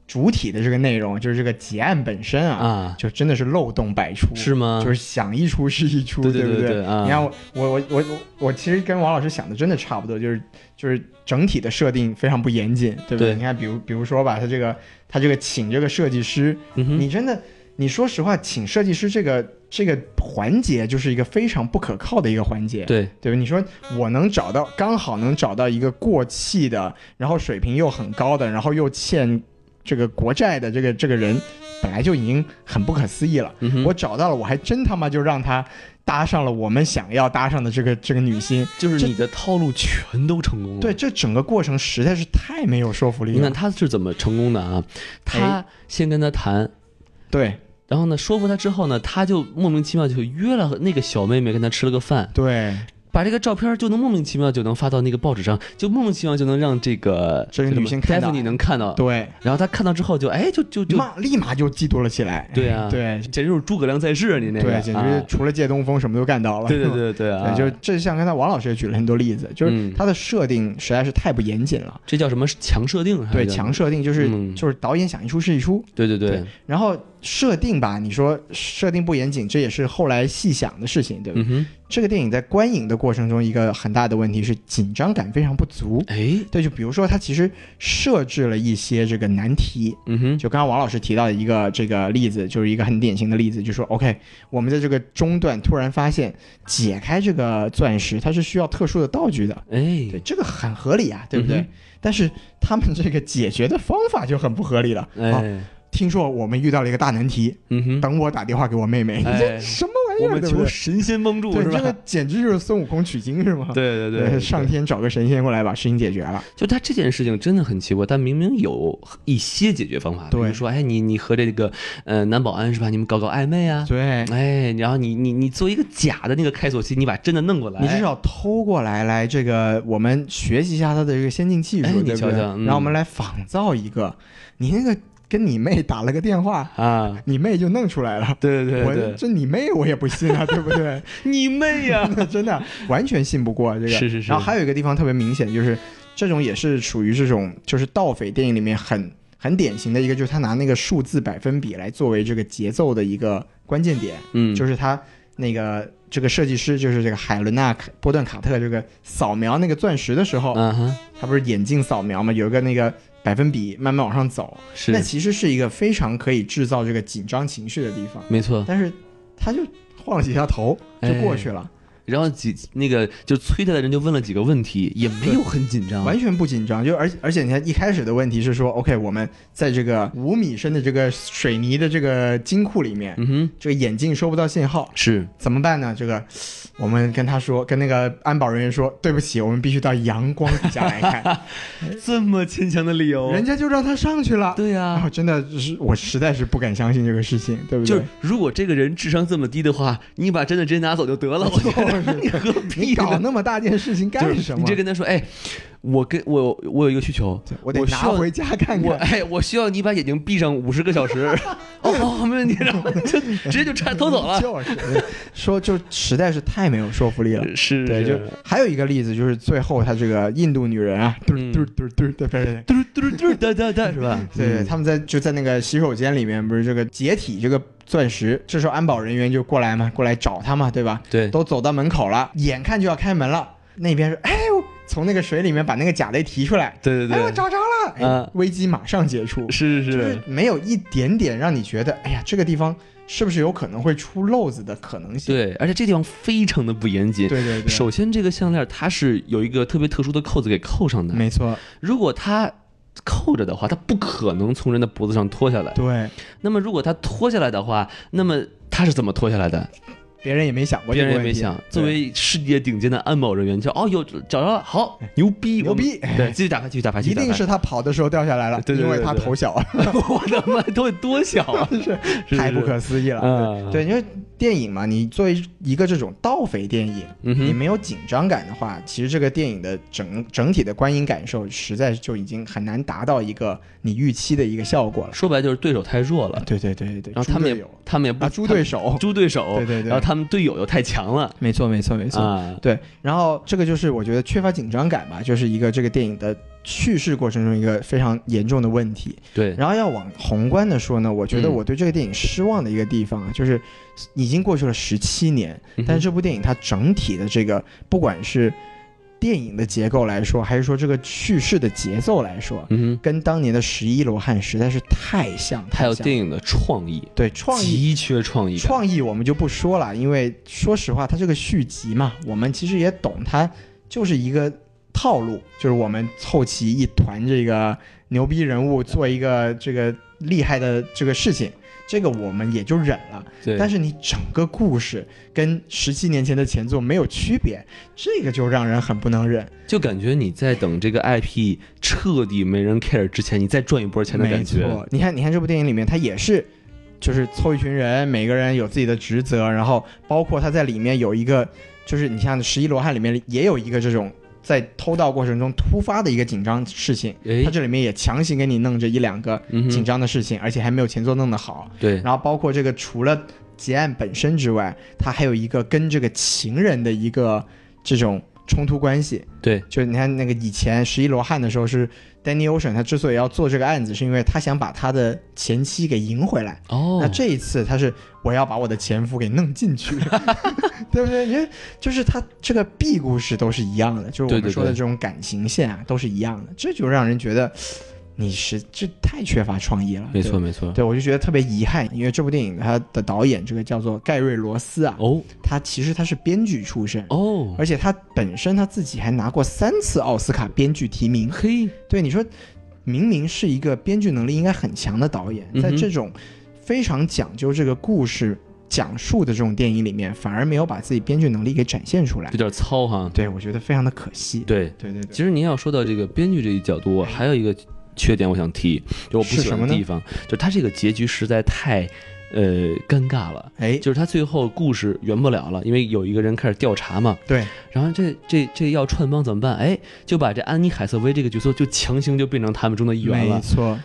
Speaker 2: 主体的这个内容，就是这个结案本身啊，
Speaker 3: 啊，
Speaker 2: 就真的是漏洞百出，
Speaker 3: 是吗？
Speaker 2: 就是想一出是一出，
Speaker 3: 对
Speaker 2: 不
Speaker 3: 对对啊！
Speaker 2: 你看我我我我我我其实跟王老师想的真的差不多，就是就是整体的设定非常不严谨，对不
Speaker 3: 对
Speaker 2: 你看，比如比如说吧，他这个他这个请这个设计师，
Speaker 3: 嗯哼
Speaker 2: 你真的你说实话，请设计师这个这个环节就是一个非常不可靠的一个环节，
Speaker 3: 对
Speaker 2: 对吧？你说我能找到，刚好能找到一个过气的，然后水平又很高的，然后又欠这个国债的这个这个人，本来就已经很不可思议了。
Speaker 3: 嗯哼
Speaker 2: 我找到了，我还真他妈就让他搭上了我们想要搭上的这个这个女星。
Speaker 3: 就是
Speaker 2: 这
Speaker 3: 你的套路全都成功了。
Speaker 2: 对，，这整个过程实在是太没有说服力了。
Speaker 3: 你看他是怎么成功的啊？他
Speaker 2: 哎
Speaker 3: 先跟他谈，
Speaker 2: 对
Speaker 3: 然后呢说服他之后呢，他就莫名其妙就约了那个小妹妹跟他吃了个饭，
Speaker 2: 对，
Speaker 3: 把这个照片就能莫名其妙就能发到那个报纸上，就莫名其妙就能让这个
Speaker 2: 这个女性看到
Speaker 3: 你能看到。
Speaker 2: 对，
Speaker 3: 然后他看到之后就哎就就就
Speaker 2: 骂立马就嫉妒了起来。
Speaker 3: 对啊
Speaker 2: 对
Speaker 3: 简直就是诸葛亮在世啊，你那个
Speaker 2: 对，简直
Speaker 3: 啊
Speaker 2: 是除了借东风什么都干到了。
Speaker 3: (laughs) 对对对对
Speaker 2: (laughs)
Speaker 3: 啊，
Speaker 2: 对，就是这像刚才王老师也举了很多例子，就是
Speaker 3: 嗯
Speaker 2: 它的设定实在是太不严谨了。
Speaker 3: 这叫什么强设定？还是
Speaker 2: 对，
Speaker 3: 叫
Speaker 2: 强设定就是、
Speaker 3: 嗯
Speaker 2: 就是导演想一出是一出，
Speaker 3: 对对对
Speaker 2: 对，然后设定吧，你说设定不严谨，这也是后来细想的事情，对吧？
Speaker 3: 嗯哼，
Speaker 2: 这个电影在观影的过程中，一个很大的问题是紧张感非常不足。
Speaker 3: 哎，
Speaker 2: 对，就比如说它其实设置了一些这个难题，
Speaker 3: 嗯哼，
Speaker 2: 就刚刚王老师提到的一个这个例子，就是一个很典型的例子，就说 OK，我们在这个中段突然发现解开这个钻石，它是需要特殊的道具的。
Speaker 3: 哎
Speaker 2: 对，，这个很合理啊，对不对？
Speaker 3: 嗯哼
Speaker 2: 但是他们这个解决的方法就很不合理了。啊，
Speaker 3: 哎，
Speaker 2: 听说我们遇到了一个大难题，
Speaker 3: 嗯哼，
Speaker 2: 等我打电话给我妹妹。
Speaker 3: 哎
Speaker 2: 你这什么玩意
Speaker 3: 我
Speaker 2: 儿？
Speaker 3: 们
Speaker 2: 对不
Speaker 3: 求
Speaker 2: 对？
Speaker 3: 神仙帮助
Speaker 2: 对，
Speaker 3: 是
Speaker 2: 这个
Speaker 3: 吧？
Speaker 2: 简直就是孙悟空取经是吗？
Speaker 3: 对对对对，
Speaker 2: 上天找个神仙过来把事情解决了。
Speaker 3: 就他这件事情真的很奇怪，但明明有一些解决方法，比
Speaker 2: 对
Speaker 3: 如说，哎，你你和这个呃男保安是吧？你们搞搞暧昧啊，
Speaker 2: 对，
Speaker 3: 哎，然后你你你做一个假的那个开锁器，你把真的弄过来，啊
Speaker 2: 你至少偷过来来这个，我们学习一下他的这个先进技术，
Speaker 3: 哎你
Speaker 2: 对不
Speaker 3: 瞧
Speaker 2: 对？
Speaker 3: 瞧嗯
Speaker 2: 然后我们来仿造一个，你那个跟你妹打了个电话，
Speaker 3: 啊，
Speaker 2: 你妹就弄出来了。
Speaker 3: 对对对
Speaker 2: 我
Speaker 3: 对，
Speaker 2: 这你妹我也不信啊，对不对？
Speaker 3: 你妹呀！
Speaker 2: (laughs) 真的完全信不过这个。
Speaker 3: 是是是
Speaker 2: 然后还有一个地方特别明显，就是这种也是属于这种就是盗匪电影里面很很典型的一个，就是他拿那个数字百分比来作为这个节奏的一个关键点，
Speaker 3: 嗯，
Speaker 2: 就是是他那个。这个设计师就是这个海伦娜·卡波顿·卡特，这个扫描那个钻石的时候，
Speaker 3: 啊哈，
Speaker 2: 他不是眼镜扫描嘛，有一个那个百分比慢慢往上走，
Speaker 3: 是
Speaker 2: 那其实是一个非常可以制造这个紧张情绪的地方，
Speaker 3: 没错。
Speaker 2: 但是他就晃了几下头就
Speaker 3: 哎
Speaker 2: 过去了，
Speaker 3: 然后几那个就催他的人就问了几个问题，也没有很紧张，
Speaker 2: 完全不紧张，就而而且你看一开始的问题是说，OK，我们在这个五米深的这个水泥的这个金库里面，
Speaker 3: 嗯哼，
Speaker 2: 这个眼镜收不到信号，
Speaker 3: 是
Speaker 2: 怎么办呢？这个我们跟他说，跟那个安保人员说，对不起，我们必须到阳光底下来看，
Speaker 3: (laughs)
Speaker 2: 哦
Speaker 3: 这么牵强的理由
Speaker 2: 人家就让他上去了。
Speaker 3: 对呀、啊
Speaker 2: 然后真的是我实在是不敢相信这个事情，对不
Speaker 3: 就
Speaker 2: 对
Speaker 3: 是？如果这个人智商这么低的话，你把真的直 (laughs) 接拿走就得了，我觉得 (laughs) 你何
Speaker 2: 你
Speaker 3: 必呢
Speaker 2: 搞那么大件事情
Speaker 3: 就是
Speaker 2: 干什么？
Speaker 3: 你直接跟他说，哎，我跟我我有一个需求，
Speaker 2: 对我得
Speaker 3: 我需
Speaker 2: 拿
Speaker 3: 要
Speaker 2: 回家看
Speaker 3: 我
Speaker 2: 看。
Speaker 3: 哎，我需要你把眼睛闭上五十个 (laughs) 小时。哦，好，没问题， (laughs) 然后就直接就拆偷走 (laughs) 了。
Speaker 2: 就是说，就实在是太没有说服力了。
Speaker 3: 是，
Speaker 2: 对，就还有一个例子，就是最后她这个印度女人啊，嘟
Speaker 3: 嗯
Speaker 2: 嘟嘟嘟，对对对。
Speaker 3: 嘟儿嘟儿 (laughs) 嘟儿哒哒哒，是吧？
Speaker 2: 对对，
Speaker 3: 嗯
Speaker 2: 他们在就在那个洗手间里面，不是这个解体这个钻石，这时候安保人员就过来嘛，过来找他嘛，对吧？
Speaker 3: 对
Speaker 2: 都走到门口了，眼看就要开门了，那边说：“哎呦，从那个水里面把那个甲类提出来，
Speaker 3: 对对
Speaker 2: 哎，我
Speaker 3: 对，
Speaker 2: 找着了！”哎
Speaker 3: 啊，
Speaker 2: 危机马上解除，
Speaker 3: 是是
Speaker 2: 就是
Speaker 3: 是，
Speaker 2: 没有一点点让你觉得，哎呀，这个地方是不是有可能会出漏子的可能性？
Speaker 3: 对，而且这地方非常的不严谨。
Speaker 2: 对对对，
Speaker 3: 首先，这个项链它是有一个特别特殊的扣子给扣上的，
Speaker 2: 没错，
Speaker 3: 如果它扣着的话，它不可能从人的脖子上脱下来。
Speaker 2: 对，
Speaker 3: 那么如果它脱下来的话，那么它是怎么脱下来的？
Speaker 2: 别人也没想过这
Speaker 3: 别
Speaker 2: 个
Speaker 3: 人
Speaker 2: 问
Speaker 3: 也
Speaker 2: 题，
Speaker 3: 没想。
Speaker 2: 对
Speaker 3: 作为世界顶尖的安保人员，叫哦有找着了，好牛逼
Speaker 2: 哎牛，逼，
Speaker 3: 我们对，继续打牌，继续打牌，
Speaker 2: 一
Speaker 3: 继续打牌
Speaker 2: 定是他跑的时候掉下来了，
Speaker 3: 对对对
Speaker 2: 因为他
Speaker 3: 对对
Speaker 2: 头小，
Speaker 3: (laughs)
Speaker 2: 啊
Speaker 3: 我的妈，都得多小
Speaker 2: (laughs)
Speaker 3: 啊！是
Speaker 2: 太不可思议了。
Speaker 3: 啊！
Speaker 2: 对，因为电影嘛，你作为一个这种盗匪电影，
Speaker 3: 嗯
Speaker 2: 你
Speaker 3: 哼，
Speaker 2: 没有紧张感的话，其实这个电影的整整体的观影感受，实在就已经很难达到一个你预期的一个效果了。
Speaker 3: 说白了就是对手太弱了，
Speaker 2: 对对对对对，
Speaker 3: 然后
Speaker 2: 猪
Speaker 3: 他们
Speaker 2: 队
Speaker 3: 也
Speaker 2: 友
Speaker 3: 他们也不
Speaker 2: 啊，猪对手，
Speaker 3: 猪对手，
Speaker 2: 对对对
Speaker 3: 然后他们队友又太强了
Speaker 2: 没错没错没错。
Speaker 3: 啊，
Speaker 2: 对，然后这个就是我觉得缺乏紧张感吧，就是一个这个电影的叙事过程中一个非常严重的问题。
Speaker 3: 对，
Speaker 2: 然后要往宏观的说呢，我觉得
Speaker 3: 嗯
Speaker 2: 我对这个电影失望的一个地方啊，就是已经过去了十七年，
Speaker 3: 嗯
Speaker 2: 但是这部电影它整体的这个，不管是电影的结构来说，还是说这个叙事的节奏来说，
Speaker 3: 嗯哼，
Speaker 2: 跟当年的《十一罗汉》实在是太像，
Speaker 3: 还
Speaker 2: 太
Speaker 3: 有
Speaker 2: 像。
Speaker 3: 电影的创意，
Speaker 2: 对创意。
Speaker 3: 极缺创意感，
Speaker 2: 创意我们就不说了，因为说实话，它这个续集嘛，我们其实也懂，它就是一个套路，就是我们凑齐一团这个牛逼人物，做一个这个厉害的这个事情，这个我们也就忍了。
Speaker 3: 对，
Speaker 2: 但是你整个故事跟十七年前的前作没有区别，这个就让人很不能忍。
Speaker 3: 就感觉你在等这个 IP 彻底没人 care 之前，你再赚一波钱的
Speaker 2: 没
Speaker 3: 感觉。
Speaker 2: 错，你看，你看这部电影里面，它也是。就是凑一群人，每个人有自己的职责，然后包括他在里面有一个，就是你像《十一罗汉》里面也有一个这种在偷盗过程中突发的一个紧张事情，
Speaker 3: 哎
Speaker 2: 他，这里面也强行给你弄这一两个
Speaker 3: 嗯哼
Speaker 2: 紧张的事情，而且还没有前作弄得好。
Speaker 3: 对，
Speaker 2: 然后包括这个除了结案本身之外，他还有一个跟这个情人的一个这种冲突关系。
Speaker 3: 对，
Speaker 2: 就是你看那个以前十一罗汉的时候是 Danny Ocean，他之所以要做这个案子，是因为他想把他的前妻给赢回来。
Speaker 3: 哦，
Speaker 2: 那这一次他是我要把我的前夫给弄进
Speaker 3: (laughs)
Speaker 2: 去，对不对？因为就是他这个 B 故事都是一样的，就是我
Speaker 3: 对
Speaker 2: 们
Speaker 3: 对
Speaker 2: 说的
Speaker 3: 对
Speaker 2: 这种感情线啊，都是一样的，这就让人觉得你是这太缺乏创意了。对
Speaker 3: 没错没错。
Speaker 2: 对，我就觉得特别遗憾，因为这部电影它的导演这个叫做盖瑞·罗斯啊，
Speaker 3: 哦
Speaker 2: 他其实他是编剧出身，
Speaker 3: 哦，
Speaker 2: 而且他本身他自己还拿过三次奥斯卡编剧提名。
Speaker 3: 嘿，
Speaker 2: 对，你说明明是一个编剧能力应该很强的导演，在
Speaker 3: 嗯哼
Speaker 2: 这种非常讲究这个故事讲述的这种电影里面，反而没有把自己编剧能力给展现出来
Speaker 3: 有。点糙哈。
Speaker 2: 对，我觉得非常的可惜。
Speaker 3: 对，
Speaker 2: 对对对，
Speaker 3: 其实您要说到这个编剧这一角度，还有一个缺点我想提，就我不
Speaker 2: 是
Speaker 3: 喜
Speaker 2: 什
Speaker 3: 欢
Speaker 2: 么
Speaker 3: 的
Speaker 2: 呢
Speaker 3: 地方，就是他这个结局实在太呃尴尬了。
Speaker 2: 哎，
Speaker 3: 就是他最后故事圆不了了，因为有一个人开始调查嘛，
Speaker 2: 对，
Speaker 3: 然后这这这要串帮怎么办？哎，就把这安妮海瑟薇这个角色就强行就变成他们中的一员
Speaker 2: 没
Speaker 3: 了。
Speaker 2: 错，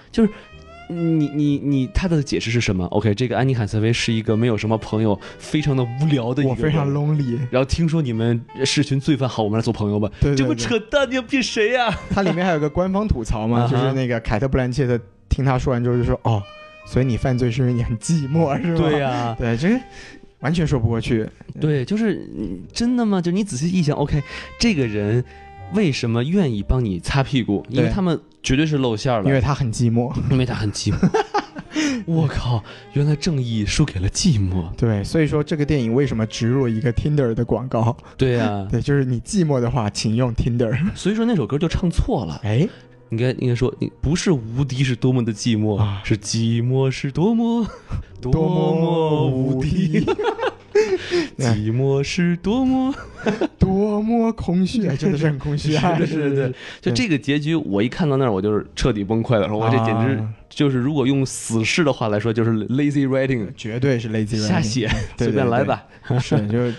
Speaker 3: 你你你，他的解释是什么？OK，这个安妮海瑟薇是一个没有什么朋友，非常的无聊的一个
Speaker 2: 我
Speaker 3: 人。
Speaker 2: 非常 lonely。
Speaker 3: 然后听说你们是群罪犯，好，我们来做朋友吧。
Speaker 2: 对对对
Speaker 3: 这不扯淡，你要骗谁啊呀、
Speaker 2: 它里面还有个官方吐槽嘛，
Speaker 3: 啊哈
Speaker 2: 就是那个凯特·布兰切特听他说完之后就说：“哦，所以你犯罪是因为你很寂寞，是吧？”
Speaker 3: 对呀、
Speaker 2: (laughs) 对，啊这个完全说不过去。
Speaker 3: 对，就是嗯真的吗？就你仔细一想，OK，这个人为什么愿意帮你擦屁股？因为
Speaker 2: 对
Speaker 3: 他们绝对是露馅儿了
Speaker 2: 因，为他很寂寞，
Speaker 3: 因为他很寂寞。 (laughs) 我靠！原来正义输给了寂寞。
Speaker 2: 对，所以说这个电影为什么植入了一个 Tinder 的广告？
Speaker 3: 对啊，
Speaker 2: 对，就是你寂寞的话，请用 Tinder。
Speaker 3: 哎所以说那首歌就唱错
Speaker 2: (laughs)
Speaker 3: 了。
Speaker 2: 哎，
Speaker 3: 应该应该说，你不是无敌是多么的寂寞，
Speaker 2: 啊，
Speaker 3: 是寂寞是多么 (laughs) 多么无敌，哎寂寞是多么。
Speaker 2: (laughs) 多么空虚，哎真的是很空虚啊！
Speaker 3: (laughs) 是
Speaker 2: (laughs)
Speaker 3: 是是，就
Speaker 2: 对
Speaker 3: 这个结局，我一看到那儿，我就是彻底崩溃了。说我这简直
Speaker 2: 啊
Speaker 3: 就是，如果用死士的话来说，就是嗯 lazy writing，
Speaker 2: 绝对是 lazy
Speaker 3: 瞎 (laughs)
Speaker 2: writing
Speaker 3: 写，
Speaker 2: 对
Speaker 3: (laughs) 随便来吧。
Speaker 2: 是就。这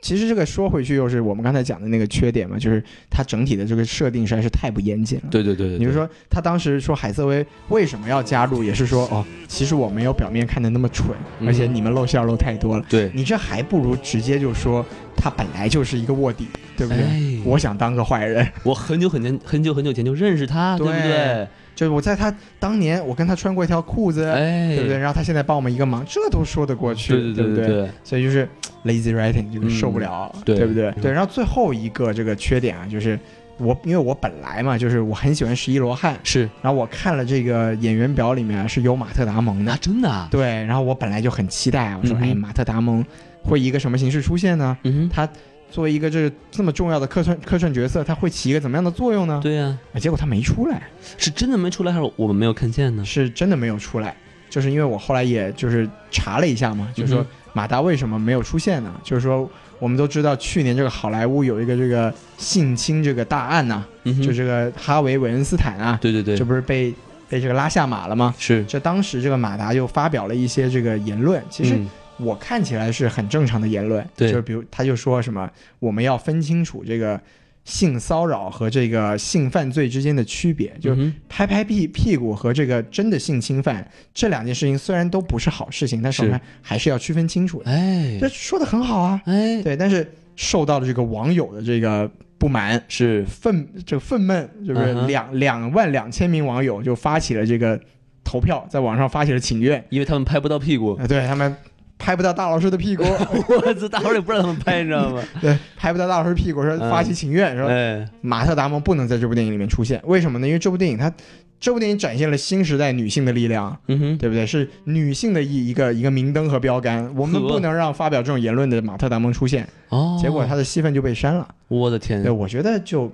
Speaker 2: 其实这个说回去又是我们刚才讲的那个缺点嘛，就是它整体的这个设定实在是太不严谨了。
Speaker 3: 对对对对，
Speaker 2: 你
Speaker 3: 对
Speaker 2: 是说他当时说海瑟薇为什么要加入，也是说哦，其实我没有表面看的那么蠢，
Speaker 3: 嗯
Speaker 2: 而且你们露馅儿露太多了，
Speaker 3: (laughs) 对，
Speaker 2: 你这还不如直接就说他本来就是一个卧底，对不对？
Speaker 3: 哎
Speaker 2: 我想当个坏人，
Speaker 3: (laughs) 我很久很年很久很久前就认识他，对不
Speaker 2: 对
Speaker 3: 对？
Speaker 2: 就是我在他当年我跟他穿过一条裤子，
Speaker 3: 哎，
Speaker 2: 对不对？然后他现在帮我们一个忙，这都说得过去，
Speaker 3: 对对
Speaker 2: 不
Speaker 3: 对对对，
Speaker 2: 所以就是 lazy writing 就是受不了，
Speaker 3: 对
Speaker 2: 不对？对，然后最后一个这个缺点啊，就是我因为我本来嘛，就是我很喜欢十一罗汉，
Speaker 3: 是
Speaker 2: 然后我看了这个演员表里面啊是有马特·达蒙
Speaker 3: 那
Speaker 2: 的，
Speaker 3: 真的啊，
Speaker 2: 对，然后我本来就很期待啊，我说、
Speaker 3: 嗯哼
Speaker 2: 哎，马特·达蒙会以一个什么形式出现呢？
Speaker 3: 嗯哼，
Speaker 2: 他作为一个这这么重要的客串客串角色，他会起一个怎么样的作用呢？
Speaker 3: 对呀，
Speaker 2: 啊结果他没出来，
Speaker 3: 是真的没出来，还是我们没有看见呢？
Speaker 2: 是真的没有出来。就是因为我后来也就是查了一下嘛，就是
Speaker 3: 嗯
Speaker 2: 说
Speaker 3: 哼
Speaker 2: 马达为什么没有出现呢？就是说我们都知道去年这个好莱坞有一个这个性侵这个大案呐、
Speaker 3: 嗯哼，
Speaker 2: 就这个哈维·韦恩斯坦啊，
Speaker 3: 对对对
Speaker 2: 这，不是被被这个拉下马了吗？
Speaker 3: 是，
Speaker 2: 这当时这个马达就发表了一些这个言论，其实
Speaker 3: 嗯
Speaker 2: 我看起来是很正常的言论，
Speaker 3: 对
Speaker 2: 就是比如他就说什么我们要分清楚这个性骚扰和这个性犯罪之间的区别，就
Speaker 3: 嗯哼
Speaker 2: 拍拍屁屁股和这个真的性侵犯这两件事情虽然都不是好事情，但是我们还是要区分清楚的。
Speaker 3: 哎
Speaker 2: 这说的很好啊，
Speaker 3: 哎，
Speaker 2: 对，但是受到了这个网友的这个不满。
Speaker 3: 是
Speaker 2: 愤这个愤懑，是不是
Speaker 3: 嗯哼
Speaker 2: 两两万两千名网友就发起了这个投票，在网上发起了请愿，
Speaker 3: 因为他们拍不到屁股，
Speaker 2: 啊，对他们拍不到大老师的屁 (laughs) 股，
Speaker 3: (laughs) 我操，大伙儿也不让他们拍，你知道吗？
Speaker 2: 对，拍不到大老师屁股，说
Speaker 3: 嗯
Speaker 2: 发起请愿，说
Speaker 3: 哎，
Speaker 2: 马特·达蒙不能在这部电影里面出现，为什么呢？因为这部电影它，这部电影展现了新时代女性的力量，
Speaker 3: 嗯哼，
Speaker 2: 对不对？是女性的一一个一个明灯和标杆，我们
Speaker 3: 呵
Speaker 2: 不能让发表这种言论的马特·达蒙出现。
Speaker 3: 哦，
Speaker 2: 结果他的戏份就被删了。
Speaker 3: 我的天
Speaker 2: 对，，我觉得就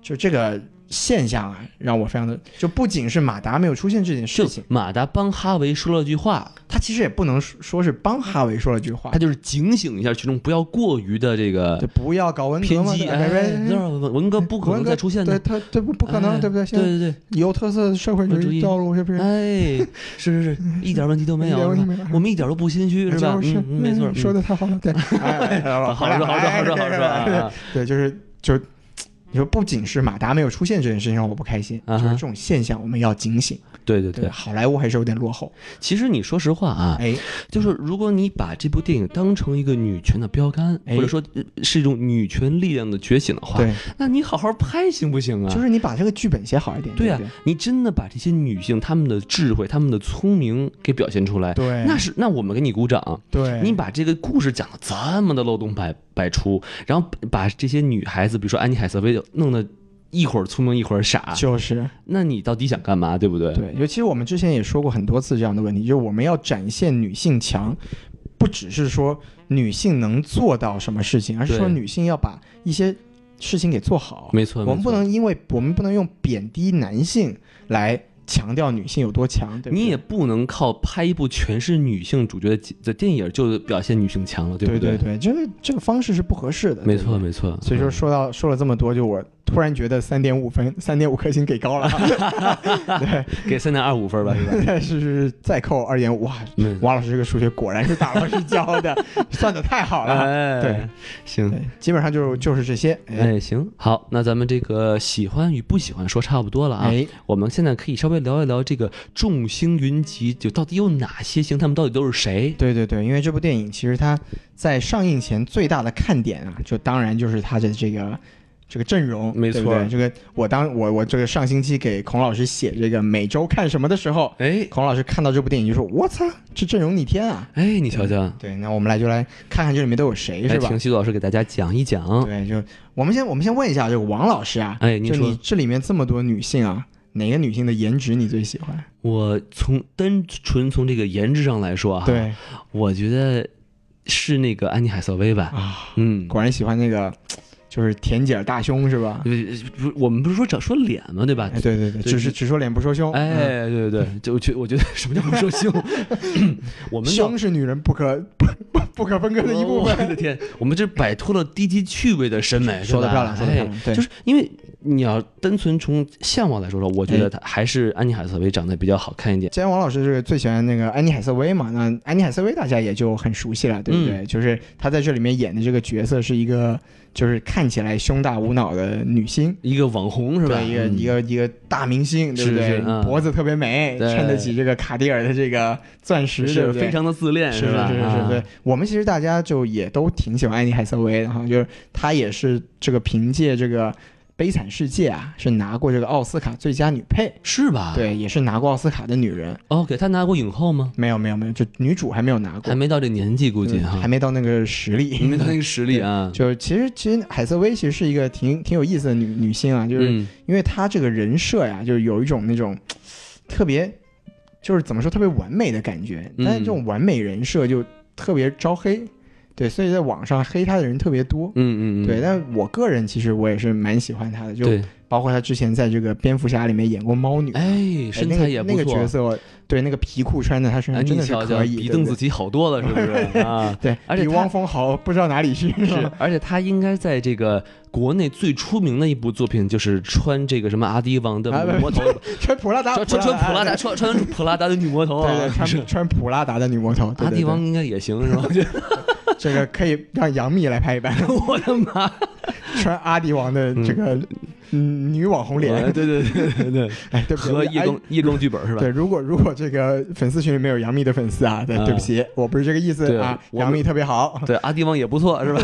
Speaker 2: 就这个现象啊，让我非常的就不仅是马达没有出现这件
Speaker 3: 就
Speaker 2: 事情，
Speaker 3: 马达帮哈维说了句话，
Speaker 2: 他其实也不能说说是帮哈维说了句话
Speaker 3: 他，就是警醒一下群众，不要过于的这个
Speaker 2: 对，不要搞文革
Speaker 3: 偏
Speaker 2: 嘛，
Speaker 3: 激，
Speaker 2: 对吧
Speaker 3: 哎，
Speaker 2: 对
Speaker 3: 让文文哥不可能再出现
Speaker 2: 对
Speaker 3: 的，
Speaker 2: 他对不不可能，
Speaker 3: 哎
Speaker 2: 对不对？现在
Speaker 3: 对对
Speaker 2: 有特色的社会
Speaker 3: 社会
Speaker 2: 主
Speaker 3: 主义
Speaker 2: 义道路是不
Speaker 3: 对，
Speaker 2: 是？ (laughs)
Speaker 3: 哎，是是是，一点问题都
Speaker 2: 嗯
Speaker 3: 没
Speaker 2: 一点
Speaker 3: 有，
Speaker 2: 问
Speaker 3: 是
Speaker 2: 题
Speaker 3: 吧
Speaker 2: 没有啊
Speaker 3: 我们一点都不心虚，是吧？
Speaker 2: 就是
Speaker 3: 嗯，嗯没错，
Speaker 2: 嗯说
Speaker 3: 的
Speaker 2: 的太好了，
Speaker 3: (laughs)
Speaker 2: 对，哎哎哎好
Speaker 3: 好好
Speaker 2: 了
Speaker 3: 说，好说，好说，好说
Speaker 2: 哎
Speaker 3: 啊！
Speaker 2: 对，就是就是，你说不仅是马达没有出现这件事情让我不开心，
Speaker 3: 啊哈
Speaker 2: 就是这种现象我们要警醒。
Speaker 3: 对对
Speaker 2: 对，
Speaker 3: 对，
Speaker 2: 好莱坞还是有点落后。
Speaker 3: 其实你说实话啊，
Speaker 2: 哎，
Speaker 3: 就是如果你把这部电影当成一个女权的标杆，
Speaker 2: 哎
Speaker 3: 或者说呃是一种女权力量的觉醒的话，
Speaker 2: 对，
Speaker 3: 那你好好拍行不行啊？
Speaker 2: 就是你把这个剧本写好一点。
Speaker 3: 对
Speaker 2: 对
Speaker 3: 啊
Speaker 2: 不对，
Speaker 3: 你真的把这些女性她们的智慧、她们的聪明给表现出来，
Speaker 2: 对
Speaker 3: 哎那是那我们给你鼓掌。
Speaker 2: 对，
Speaker 3: 你把这个故事讲的这么的漏洞百百出，然后把这些女孩子，比如说安妮海瑟薇，弄得一会儿聪明一会儿傻，
Speaker 2: 就是
Speaker 3: 那你到底想干嘛？对不对？
Speaker 2: 对，尤其我们之前也说过很多次这样的问题，就是我们要展现女性强，不只是说女性能做到什么事情，而是说
Speaker 3: 对
Speaker 2: 女性要把一些事情给做好。
Speaker 3: 没错，
Speaker 2: 我们
Speaker 3: 没
Speaker 2: 不
Speaker 3: 错。
Speaker 2: 能因为我们不能用贬低男性来强调女性有多强，对不对
Speaker 3: 你也不能靠拍一部全是女性主角的节的电影就表现女性强了，对不
Speaker 2: 对
Speaker 3: 对？
Speaker 2: 对，这个这个方式是不合适的，
Speaker 3: 没
Speaker 2: 对不
Speaker 3: 错
Speaker 2: 对。
Speaker 3: 没错。
Speaker 2: 所以说
Speaker 3: 嗯，
Speaker 2: 说到说了这么多，就我突然觉得三点五分，三点五颗星给高
Speaker 3: (laughs)
Speaker 2: 了， (laughs)
Speaker 3: 给三点二五分吧，是吧？
Speaker 2: 是是是，再扣二点五，哇，
Speaker 3: 嗯
Speaker 2: 王老师这个数学果然是大老师教
Speaker 3: (laughs)
Speaker 2: 的，算的太好了。
Speaker 3: 哎，
Speaker 2: 对，
Speaker 3: 行。
Speaker 2: 对，基本上就就是这些。哎
Speaker 3: 哎，行，好，那咱们这个喜欢与不喜欢说差不多了啊。
Speaker 2: 哎，
Speaker 3: 我们现在可以稍微聊一聊这个众星云集，就到底有哪些星，他们到底都是谁？
Speaker 2: 对对对，因为这部电影其实它在上映前最大的看点啊，就当然就是它的这个这个阵容，
Speaker 3: 没
Speaker 2: 对
Speaker 3: 错
Speaker 2: 不对这个我当我我这个上星期给孔老师写这个每周看什么的时候，
Speaker 3: 哎
Speaker 2: 孔老师看到这部电影就说：“我操，这阵容逆天啊
Speaker 3: 哎，你瞧瞧！”，
Speaker 2: 对，那我们来就来看看这里面都有谁，
Speaker 3: 来
Speaker 2: 是吧
Speaker 3: 听？西渡老师给大家讲一讲。
Speaker 2: 对，就我们先我们先问一下这个王老师啊，
Speaker 3: 嗯哎，您
Speaker 2: 就你
Speaker 3: 说，
Speaker 2: 这里面这么多女性啊，哪个女性的颜值你最喜欢？
Speaker 3: 我从单纯从这个颜值上来说啊，，
Speaker 2: 对
Speaker 3: 我觉得是那个安妮海瑟薇吧。
Speaker 2: 啊，
Speaker 3: 嗯，
Speaker 2: 果然喜欢那个就是甜姐儿大胸是吧？
Speaker 3: 不是我们不是说只说脸吗？对吧
Speaker 2: 哎，？对对对，
Speaker 3: 对
Speaker 2: 只是只说脸不说胸，嗯，
Speaker 3: 哎，对对对，就我觉我觉得什么叫不
Speaker 2: (laughs)
Speaker 3: 说胸？ (coughs) 我们要
Speaker 2: 胸是女人不可不不不可分割的一部
Speaker 3: (laughs) 我
Speaker 2: 分。
Speaker 3: 的天，我们这摆脱了低级趣味的审美，
Speaker 2: 说的
Speaker 3: 是
Speaker 2: 漂
Speaker 3: 吧
Speaker 2: 亮，说的漂亮
Speaker 3: 哎，
Speaker 2: 对
Speaker 3: 就是因为你要单纯从相貌来说说，我觉得
Speaker 2: 哎
Speaker 3: 她还是安妮海瑟薇长得比较好看一点。
Speaker 2: 既然王老师是最喜欢那个安妮海瑟薇嘛，那安妮海瑟薇大家也就很熟悉了，对不对？
Speaker 3: 嗯
Speaker 2: 就是她在这里面演的这个角色是一个，就是看起来胸大无脑的女星，
Speaker 3: 一个网红是吧？
Speaker 2: 对一个、
Speaker 3: 嗯
Speaker 2: 一个一个大明星，对不对？
Speaker 3: 是是嗯
Speaker 2: 脖子特别美，
Speaker 3: 对
Speaker 2: 衬得起这个卡地尔的这个钻石，对
Speaker 3: 是
Speaker 2: 不对？
Speaker 3: 非常的自恋
Speaker 2: 是
Speaker 3: 吧？
Speaker 2: 是是
Speaker 3: 啊
Speaker 2: 是，对，我们其实大家就也都挺喜欢安妮海瑟薇的哈，就是她也是这个凭借这个《悲惨世界》啊，是拿过这个奥斯卡最佳女配，
Speaker 3: 是吧？
Speaker 2: 对，也是拿过奥斯卡的女人。
Speaker 3: ，OK，她拿过影后吗？
Speaker 2: 没有没有没有，就女主还没有拿过，
Speaker 3: 还没到这年纪，估计
Speaker 2: 嗯
Speaker 3: 哈，
Speaker 2: 还没到那个实
Speaker 3: 因为
Speaker 2: 力
Speaker 3: 她。那个实力啊，
Speaker 2: 就其实其实海瑟薇其实是一个挺挺有意思的女女星啊，就是
Speaker 3: 嗯
Speaker 2: 因为她这个人设呀，就是有一种那种特别，就是怎么说特别完美的感觉，
Speaker 3: 嗯
Speaker 2: 但是这种完美人设就特别招黑，对，所以在网上黑她的人特别多。
Speaker 3: 嗯嗯嗯，
Speaker 2: 对，但我个人其实我也是蛮喜欢她的，就
Speaker 3: 对，
Speaker 2: 包括她之前在这个蝙蝠侠里面演过猫女，
Speaker 3: 哎，
Speaker 2: 哎
Speaker 3: 身材也不
Speaker 2: 那个、那
Speaker 3: 错，
Speaker 2: 个角色，对那个皮裤穿在她身
Speaker 3: 哎，
Speaker 2: 上真
Speaker 3: 你
Speaker 2: 的是
Speaker 3: 瞧瞧，
Speaker 2: 可以，
Speaker 3: 比
Speaker 2: 对
Speaker 3: 邓
Speaker 2: 不
Speaker 3: 紫棋好多了，是不是
Speaker 2: (laughs)
Speaker 3: 啊？
Speaker 2: 对，对
Speaker 3: 而且
Speaker 2: 比
Speaker 3: 她
Speaker 2: 汪峰好不知道哪里去
Speaker 3: 是，而且她应该在这个国内最出名的一部作品就是穿这个什么阿迪王的
Speaker 2: 啊不
Speaker 3: 女魔头，
Speaker 2: (laughs) 穿普拉达，
Speaker 3: 穿穿穿普拉达，穿穿普拉达的女魔头
Speaker 2: 哎对对，
Speaker 3: 啊，
Speaker 2: 穿穿普拉达的女魔头，对
Speaker 3: 阿
Speaker 2: 对
Speaker 3: 迪
Speaker 2: 对
Speaker 3: 王应该也行是吧？我觉得
Speaker 2: 这个可以让杨幂来拍一版，
Speaker 3: (laughs) 我的妈，
Speaker 2: 穿阿迪王的这个嗯女网红
Speaker 3: 哎
Speaker 2: 脸，
Speaker 3: 对对对对对，
Speaker 2: (laughs) 哎，对不起，
Speaker 3: 和
Speaker 2: 哎
Speaker 3: 叶更叶更剧本是吧
Speaker 2: 对，？如果如果这个粉丝群里面有杨幂的粉丝啊，对，
Speaker 3: 啊
Speaker 2: 对不起，我不是这个意思
Speaker 3: 对
Speaker 2: 啊，
Speaker 3: 我们
Speaker 2: 杨幂特别好， (laughs)
Speaker 3: 对，阿迪王也不错是吧？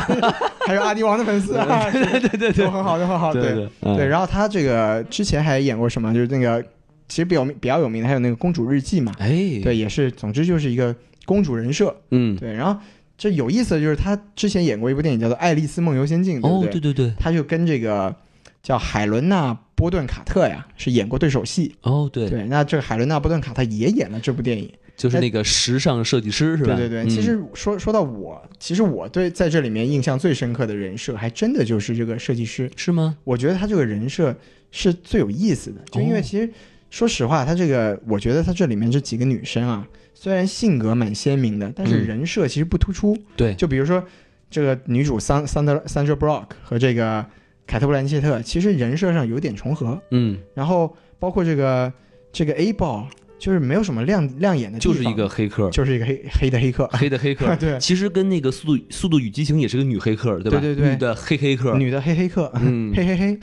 Speaker 2: 还有阿迪王的粉丝啊，
Speaker 3: (laughs) 对对对
Speaker 2: 都
Speaker 3: 对
Speaker 2: 很好，都很好，
Speaker 3: 对
Speaker 2: 对
Speaker 3: 对
Speaker 2: 对。
Speaker 3: 嗯
Speaker 2: 然后她这个之前还演过什么？就是那个其实比较比较有名的还有那个《公主日记》嘛，
Speaker 3: 哎，
Speaker 2: 对，也是，总之就是一个公主人设，
Speaker 3: 嗯，
Speaker 2: 对。然后这有意思的就是她之前演过一部电影叫做《爱丽丝梦游仙境》，对不
Speaker 3: 哦
Speaker 2: 对？，
Speaker 3: 对对对，
Speaker 2: 他就跟这个叫海伦娜·波顿卡特呀，是演过对手戏。
Speaker 3: 哦对，
Speaker 2: 对，那这个海伦娜·波顿卡特也演了这部电影。
Speaker 3: 就是那个时尚设计师是吧？
Speaker 2: 对对对，
Speaker 3: 嗯
Speaker 2: 其实说说到我，其实我对在这里面印象最深刻的人设，还真的就是这个设计师。
Speaker 3: 是吗？
Speaker 2: 我觉得他这个人设是最有意思的，就因为
Speaker 3: 哦
Speaker 2: 其实、说实话，他这个我觉得他这里面这几个女生啊，虽然性格蛮鲜明的，但是
Speaker 3: 嗯
Speaker 2: 人设其实不突出。
Speaker 3: 对，
Speaker 2: 就比如说这个女主桑桑德桑德 Block 和这个凯特布兰切特，其实人设上有点重合，
Speaker 3: 嗯，
Speaker 2: 然后包括这个这个 A 豹，就是没有什么亮亮眼的地
Speaker 3: 就
Speaker 2: 方，
Speaker 3: 是一个黑客，
Speaker 2: 就是一个黑黑的黑客，
Speaker 3: 黑的黑客。
Speaker 2: 对
Speaker 3: 其实跟那个《速度速度与激情》也是个女黑客，对吧？
Speaker 2: 对对对
Speaker 3: 女的黑黑客，
Speaker 2: 女的黑黑客，
Speaker 3: 嗯，
Speaker 2: (laughs)
Speaker 3: (laughs)
Speaker 2: 嘿嘿嘿，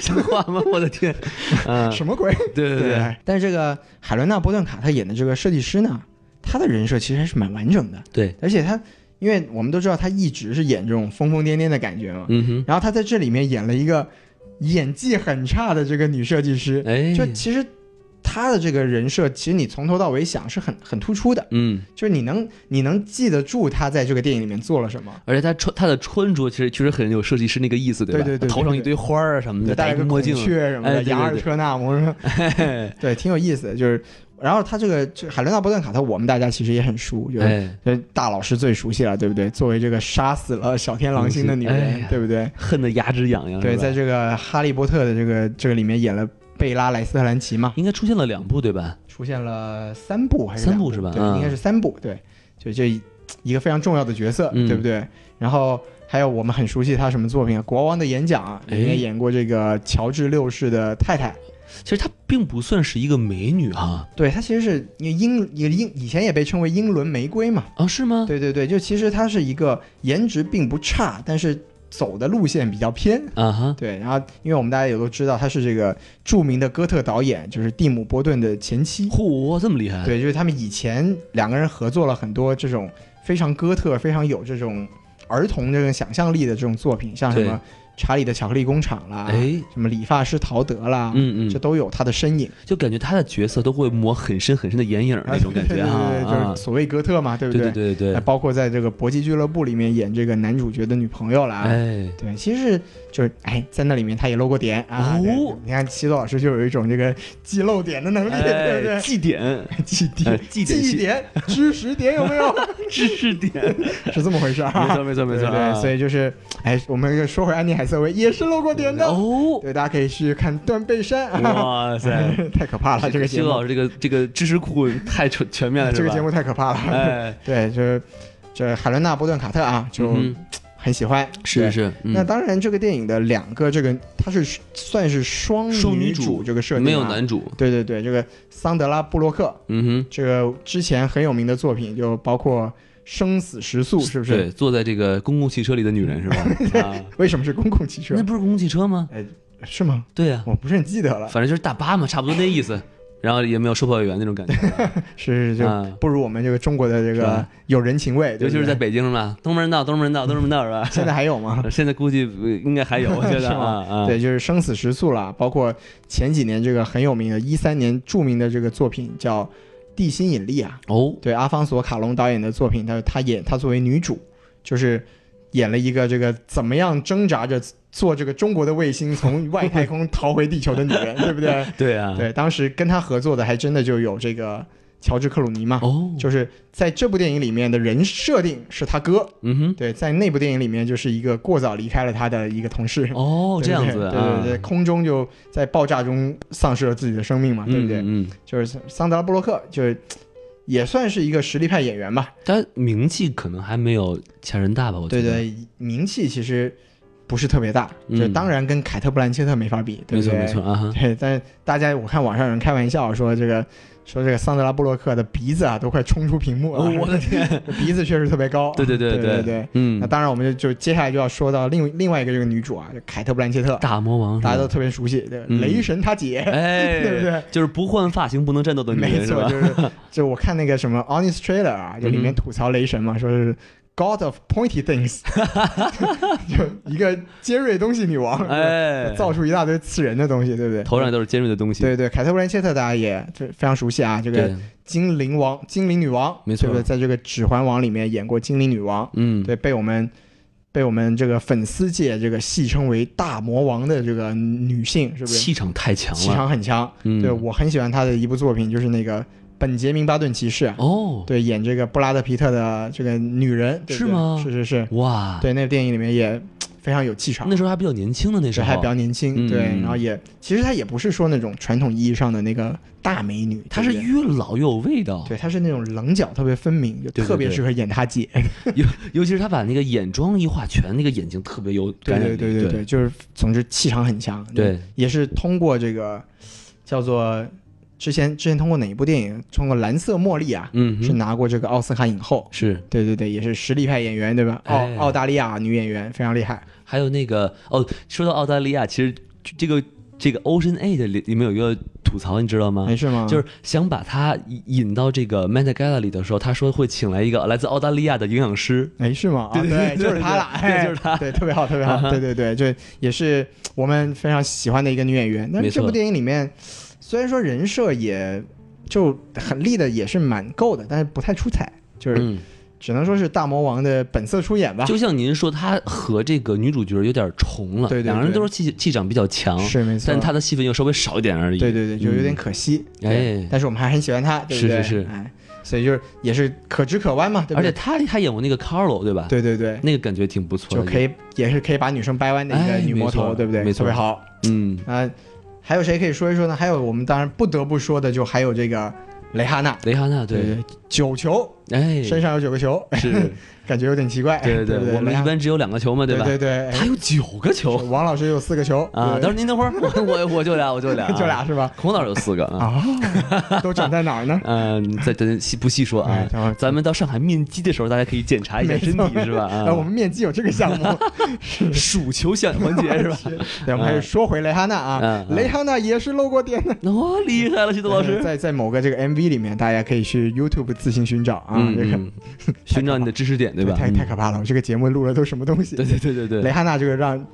Speaker 3: 像话吗？我
Speaker 2: (laughs)
Speaker 3: 的天，嗯，
Speaker 2: 什么鬼？
Speaker 3: 对
Speaker 2: (laughs)
Speaker 3: 对对
Speaker 2: 但是这个海伦娜·波顿卡她演的这个设计师呢，她的人设其实还是蛮完整的，
Speaker 3: 对，
Speaker 2: 而且她，因为我们都知道她一直是演这种疯疯癫癫的感觉嘛，
Speaker 3: 嗯哼，
Speaker 2: 然后她在这里面演了一个演技很差的这个女设计师，
Speaker 3: 哎，
Speaker 2: 就其实她的这个人设，其实你从头到尾想是很很突出的，
Speaker 3: 嗯，
Speaker 2: 就是你能你能记得住她在这个电影里面做了什么。
Speaker 3: 而且她穿她的穿着其实确实很有设计师那个意思，吧？
Speaker 2: 对对对对
Speaker 3: 头上一堆花儿啊什么的，
Speaker 2: 戴
Speaker 3: 戴
Speaker 2: 了
Speaker 3: 一
Speaker 2: 个
Speaker 3: 个墨
Speaker 2: 孔
Speaker 3: 镜，
Speaker 2: 雀什么
Speaker 3: 哎
Speaker 2: 的，
Speaker 3: 对对
Speaker 2: 扬二
Speaker 3: 对
Speaker 2: 车纳摩什么，
Speaker 3: 哎
Speaker 2: (laughs) 对，挺有意思的。就是，然后她这个这海伦娜·波顿卡特，我们大家其实也很熟，就是
Speaker 3: 哎，
Speaker 2: 就是大老师最熟悉了，对不对？作为这个杀死了小天狼星的女
Speaker 3: 哎
Speaker 2: 人
Speaker 3: 呀，
Speaker 2: 对不对？
Speaker 3: 恨得牙直痒痒，
Speaker 2: 对，
Speaker 3: 是吧
Speaker 2: 在这个《哈利波特》的这个这个里面演了贝拉·莱斯特兰奇嘛，
Speaker 3: 应该出现了两部对吧？
Speaker 2: 出现了三部还是
Speaker 3: 三部
Speaker 2: 两
Speaker 3: 是吧
Speaker 2: 对，
Speaker 3: 嗯
Speaker 2: 应该是三部。对，就这一一个非常重要的角色，
Speaker 3: 嗯
Speaker 2: 对不对？然后还有我们很熟悉他什么作品啊，《国王的演讲》啊，
Speaker 3: 哎
Speaker 2: 里面演过这个乔治六世的太太。
Speaker 3: 其实她并不算是一个美女啊哈，
Speaker 2: 对，她其实是一个英也英以前也被称为英伦玫瑰嘛。
Speaker 3: 啊是吗？
Speaker 2: 对对对，就其实她是一个颜值并不差，但是走的路线比较偏。
Speaker 3: 啊哈，
Speaker 2: 对，然后因为我们大家也都知道，她是这个著名的哥特导演，就是蒂姆·波顿的前妻。
Speaker 3: 嚯，这么厉害，
Speaker 2: 对，就是他们以前两个人合作了很多这种非常哥特、非常有这种儿童这种想象力的这种作品，像什
Speaker 3: 对
Speaker 2: 么《查理的巧克力工厂》啦，
Speaker 3: 哎，
Speaker 2: 什么《理发师陶德》啦，
Speaker 3: 嗯嗯
Speaker 2: 这，都有他的身影。
Speaker 3: 就感觉他的角色都会抹很深很深的眼影儿那种感觉
Speaker 2: 啊 (laughs)
Speaker 3: 哈，
Speaker 2: 对对对对，
Speaker 3: 啊
Speaker 2: 就是所谓哥特嘛，对不
Speaker 3: 对对对
Speaker 2: (laughs) 那
Speaker 3: 对，
Speaker 2: 包括在这个搏击俱乐部里面演这个男主角的女朋友啦，
Speaker 3: 哎，
Speaker 2: 对，其实是就是哎，在那里面他也露过点啊。
Speaker 3: 哦
Speaker 2: 对你看西多老师就有一种这个记漏点的能力，对不
Speaker 3: 哎，
Speaker 2: (laughs) 对？
Speaker 3: 绩点、
Speaker 2: 记
Speaker 3: 哎
Speaker 2: 点、
Speaker 3: 记点
Speaker 2: 记
Speaker 3: 系
Speaker 2: 点、知识点有没有？
Speaker 3: 知识点，
Speaker 2: 是这么回事儿、
Speaker 3: (laughs) 没
Speaker 2: 啊。
Speaker 3: 错没错没
Speaker 2: 对
Speaker 3: 错
Speaker 2: 对
Speaker 3: 啊，
Speaker 2: 所以就是，哎，我们又说回安妮海瑟薇也是露过点的，
Speaker 3: 哦，
Speaker 2: 对，大家可以去看《断背山》啊，
Speaker 3: 哇塞，
Speaker 2: (laughs) 太可怕了，这个
Speaker 3: 西
Speaker 2: 节
Speaker 3: 多
Speaker 2: 目嗯
Speaker 3: 老，师这个这个知识库太全全面了，
Speaker 2: 这
Speaker 3: 是
Speaker 2: 个 (laughs)
Speaker 3: 吧
Speaker 2: 节目太可怕了，
Speaker 3: 哎，
Speaker 2: 对，就是这海伦娜·波顿卡特啊，就
Speaker 3: 嗯哼
Speaker 2: 很喜欢。
Speaker 3: 是
Speaker 2: 对
Speaker 3: 是，嗯
Speaker 2: 那当然，这个电影的两个这个它是算是双
Speaker 3: 双女
Speaker 2: 女
Speaker 3: 主
Speaker 2: 主这个设定、啊，
Speaker 3: 没有男主，
Speaker 2: 对对对，这个桑德拉·布洛克，
Speaker 3: 嗯
Speaker 2: 这个之前很有名的作品就包括《生死时速》，是不
Speaker 3: 哼，
Speaker 2: 是？
Speaker 3: 对，坐在这个公共汽车里的女人
Speaker 2: (laughs)
Speaker 3: 是吧？啊，
Speaker 2: 为什么是公共汽车哎
Speaker 3: 那？不是公共汽车吗？
Speaker 2: 是吗？
Speaker 3: 对呀、
Speaker 2: (laughs) 我不是很记得了。
Speaker 3: 反正就是大巴嘛，差不多那意思。然后也没有售票员那种感觉，
Speaker 2: 是是是，(laughs)
Speaker 3: 啊
Speaker 2: 就不如我们这个中国的这
Speaker 3: 是
Speaker 2: 个
Speaker 3: 吧
Speaker 2: 有人情味，
Speaker 3: 尤其
Speaker 2: 对
Speaker 3: 是在
Speaker 2: 不对
Speaker 3: 北京是吧？东门道，东门道，东门道是
Speaker 2: (laughs)
Speaker 3: 吧？
Speaker 2: 现在还有 (laughs) 吗？
Speaker 3: 现在估计呃应该还有，我觉
Speaker 2: (laughs) 是
Speaker 3: 得
Speaker 2: 吗
Speaker 3: 啊 (laughs) 啊，
Speaker 2: 对，就是《生死时速》啦，包括前几年这个很有名的，一三年著名的这个作品叫《地心引力》啊，
Speaker 3: 哦，
Speaker 2: 对，阿方索·卡隆导演的作品，他他演他作为女主，就是演了一个这个怎么样挣扎着做这个中国的卫星从外太空逃回地球的女人，对不对？
Speaker 3: 对 (laughs) 啊，
Speaker 2: 对，当时跟他合作的还真的就有这个乔治·克鲁尼嘛，
Speaker 3: 哦，
Speaker 2: 就是在这部电影里面的人设定是他哥，
Speaker 3: 嗯哼，
Speaker 2: 对，在那部电影里面就是一个过早离开了他的一个同事。
Speaker 3: 哦，
Speaker 2: 对
Speaker 3: 这样
Speaker 2: 不
Speaker 3: 子
Speaker 2: 对
Speaker 3: 啊，
Speaker 2: 对对对，空中就在爆炸中丧失了自己的生命嘛，对不对？
Speaker 3: 嗯，嗯嗯
Speaker 2: 就是桑德拉·布洛克，就是也算是一个实力派演员吧。
Speaker 3: 但名气可能还没有前人大吧？我觉
Speaker 2: 对
Speaker 3: 得，
Speaker 2: 对，名气其实不是特别大，
Speaker 3: 嗯
Speaker 2: 就当然跟凯特·布兰切特没法比，对
Speaker 3: 没
Speaker 2: 不
Speaker 3: 错
Speaker 2: 对？
Speaker 3: 没错
Speaker 2: (laughs)
Speaker 3: 啊哈，
Speaker 2: 对，但是大家我看网上有人开玩笑说这个。说这个桑德拉·布洛克的鼻子啊，都快冲出屏幕了。
Speaker 3: 哦我的
Speaker 2: 天， (laughs) 鼻子确实特别高。
Speaker 3: (laughs) 对对
Speaker 2: 对
Speaker 3: 对
Speaker 2: 对
Speaker 3: 嗯
Speaker 2: 那，当然，我们就就接下来就要说到另另外一个这个女主啊，就凯特·布兰切特，
Speaker 3: 大魔王是吧
Speaker 2: 大家都特别熟悉，对，
Speaker 3: 嗯
Speaker 2: 雷神他姐。
Speaker 3: (laughs)
Speaker 2: (laughs)
Speaker 3: 哎，
Speaker 2: 对不对？
Speaker 3: 就是不换发型不能战斗的女
Speaker 2: 没
Speaker 3: 人是
Speaker 2: 错，
Speaker 3: (laughs) 吧？嗯
Speaker 2: 就是就我看那个什么 Honest Trailer 啊，就里面吐槽雷神嘛，说是 God of Pointy
Speaker 3: (laughs)
Speaker 2: Things，就一个尖锐东西女王，
Speaker 3: 哎，
Speaker 2: 造出一大堆刺人的东西，对不对？
Speaker 3: 头上都是尖锐的东西，
Speaker 2: 对对，凯特·布兰切特大家也非非常熟悉啊，这个
Speaker 3: 对，
Speaker 2: 精灵王、精灵女王，
Speaker 3: 没错
Speaker 2: 对不对？在这个《指环王》里面演过精灵女王，
Speaker 3: 嗯，
Speaker 2: 对，被我们被我们这个粉丝界这个戏称为大魔王的这个女性，是不是？
Speaker 3: 气场太强
Speaker 2: 气
Speaker 3: 了，
Speaker 2: 场很强，
Speaker 3: 嗯，
Speaker 2: 对我很喜欢她的一部作品，就是那个《本杰明巴顿骑士》啊，
Speaker 3: 哦，
Speaker 2: 对，演这个布拉德皮特的这个女人，对不对
Speaker 3: 是吗
Speaker 2: 是是是，
Speaker 3: 哇，
Speaker 2: 对，那个电影里面也嘖非常有气场
Speaker 3: 那，时候还比较年轻的那时
Speaker 2: 对，
Speaker 3: 候，
Speaker 2: 还比较年
Speaker 3: 嗯
Speaker 2: 轻，对，
Speaker 3: 嗯
Speaker 2: 然后也其实她也不是说那种传统意义上的那个大美女，
Speaker 3: 她
Speaker 2: 对
Speaker 3: 是
Speaker 2: 不对
Speaker 3: 越老越有味道，
Speaker 2: 对，她是那种棱角特别分明，就
Speaker 3: 对对
Speaker 2: 特别
Speaker 3: 对
Speaker 2: 适合演她姐，
Speaker 3: 尤尤其是她把那个眼妆一画全，那个眼睛特别有
Speaker 2: 对
Speaker 3: 感染
Speaker 2: 对
Speaker 3: 力，
Speaker 2: 对
Speaker 3: 对
Speaker 2: 对对，就是总之气场很强，
Speaker 3: 对，
Speaker 2: 也是通过这个叫做之前之前通过哪一部电影，通过《蓝色茉莉》啊，
Speaker 3: 嗯哼，
Speaker 2: 是拿过这个奥斯卡影后，
Speaker 3: 是，
Speaker 2: 对对对，也是实力派演员，对吧？澳、
Speaker 3: 哎
Speaker 2: 澳大利亚女演员非常厉害。
Speaker 3: 还有那个哦，说到澳大利亚，其实这个这个 Ocean Eight 里里面有一个吐槽，你知道吗？
Speaker 2: 没事吗？
Speaker 3: 啊就是想把他引引到这个 Met Gala 里的时候，他说会请来一个来自澳大利亚的营养师。
Speaker 2: 没事嘛，啊
Speaker 3: 对对对
Speaker 2: 对，
Speaker 3: 对
Speaker 2: 就是她了，
Speaker 3: 对
Speaker 2: 哎
Speaker 3: 就是她啊
Speaker 2: 对，特别好，特别好，对对对，这也是我们非常喜欢的一个女演员。但
Speaker 3: 没
Speaker 2: 是
Speaker 3: 错
Speaker 2: 这部电影里面，虽然说人设也就很立的也是蛮够的，但是不太出彩，就是
Speaker 3: 嗯，
Speaker 2: 只能说是大魔王的本色出演吧。
Speaker 3: 就像您说，他和这个女主角有点重了，
Speaker 2: 对对对
Speaker 3: 两个人都是气气场比较强，
Speaker 2: 是没错，
Speaker 3: 但他的戏份又稍微少一点而已。
Speaker 2: 对对对，就有点
Speaker 3: 嗯
Speaker 2: 可惜。
Speaker 3: 哎
Speaker 2: 对但是我们还很喜欢她，对不对？
Speaker 3: 是是是
Speaker 2: 哎，所以就是也是可直可弯嘛，对不
Speaker 3: 而且
Speaker 2: 对？
Speaker 3: 他还演过那个 Carlo，对吧？，
Speaker 2: 对对对，
Speaker 3: 那个感觉挺不错
Speaker 2: 就
Speaker 3: 的，
Speaker 2: 可
Speaker 3: 以。
Speaker 2: 以也是可以把女生掰弯的一个
Speaker 3: 哎
Speaker 2: 女魔
Speaker 3: 没
Speaker 2: 头，
Speaker 3: 错
Speaker 2: 对不对？
Speaker 3: 没错
Speaker 2: 特别好啊、
Speaker 3: 嗯，
Speaker 2: 还有谁可以说一说呢？还有我们当然不得不说的，就还有这个蕾哈娜，
Speaker 3: 雷哈娜对，
Speaker 2: 对，九球
Speaker 3: 哎，
Speaker 2: 身上有九个球，
Speaker 3: 是，
Speaker 2: (laughs) 感觉有点奇怪，
Speaker 3: 对对
Speaker 2: (laughs) 对不
Speaker 3: 我们
Speaker 2: 蕾哈
Speaker 3: 一般只有两个球嘛，
Speaker 2: 对
Speaker 3: 吧？
Speaker 2: 对对，
Speaker 3: 他有九个球
Speaker 2: 王老师有四个球
Speaker 3: 啊！
Speaker 2: 哎对
Speaker 3: 等会儿您等
Speaker 2: (laughs)，
Speaker 3: 会儿，我我我就俩，我就俩啊
Speaker 2: 就俩。是吧？
Speaker 3: 孔导有四个啊。
Speaker 2: 啊，都长在哪儿
Speaker 3: (laughs)
Speaker 2: 呢？
Speaker 3: 嗯，再咱细不细说啊
Speaker 2: 哎等会儿？
Speaker 3: 咱们到上海面基的时候，大家可以检查一下
Speaker 2: 没
Speaker 3: 身
Speaker 2: 错
Speaker 3: 体是吧？
Speaker 2: 呃，我
Speaker 3: 啊，
Speaker 2: 们面基有这个项目，
Speaker 3: 数球项环
Speaker 2: (laughs)
Speaker 3: 节 (laughs) 是吧？
Speaker 2: 对，我们还是说回蕾哈娜啊
Speaker 3: 嗯，嗯
Speaker 2: 蕾哈娜也是露过点的。
Speaker 3: 哦，厉害了，徐
Speaker 2: (laughs)
Speaker 3: 东老师。
Speaker 2: 在在某个这个 MV 里面，大家可以去 YouTube 自行寻找啊，
Speaker 3: 嗯
Speaker 2: 这个
Speaker 3: 嗯，寻找你的知识点对吧？
Speaker 2: 太
Speaker 3: 嗯
Speaker 2: 太可怕了，我这个节目录了都什么东西？
Speaker 3: 对对对对
Speaker 2: 蕾
Speaker 3: 对，
Speaker 2: 哈娜这个让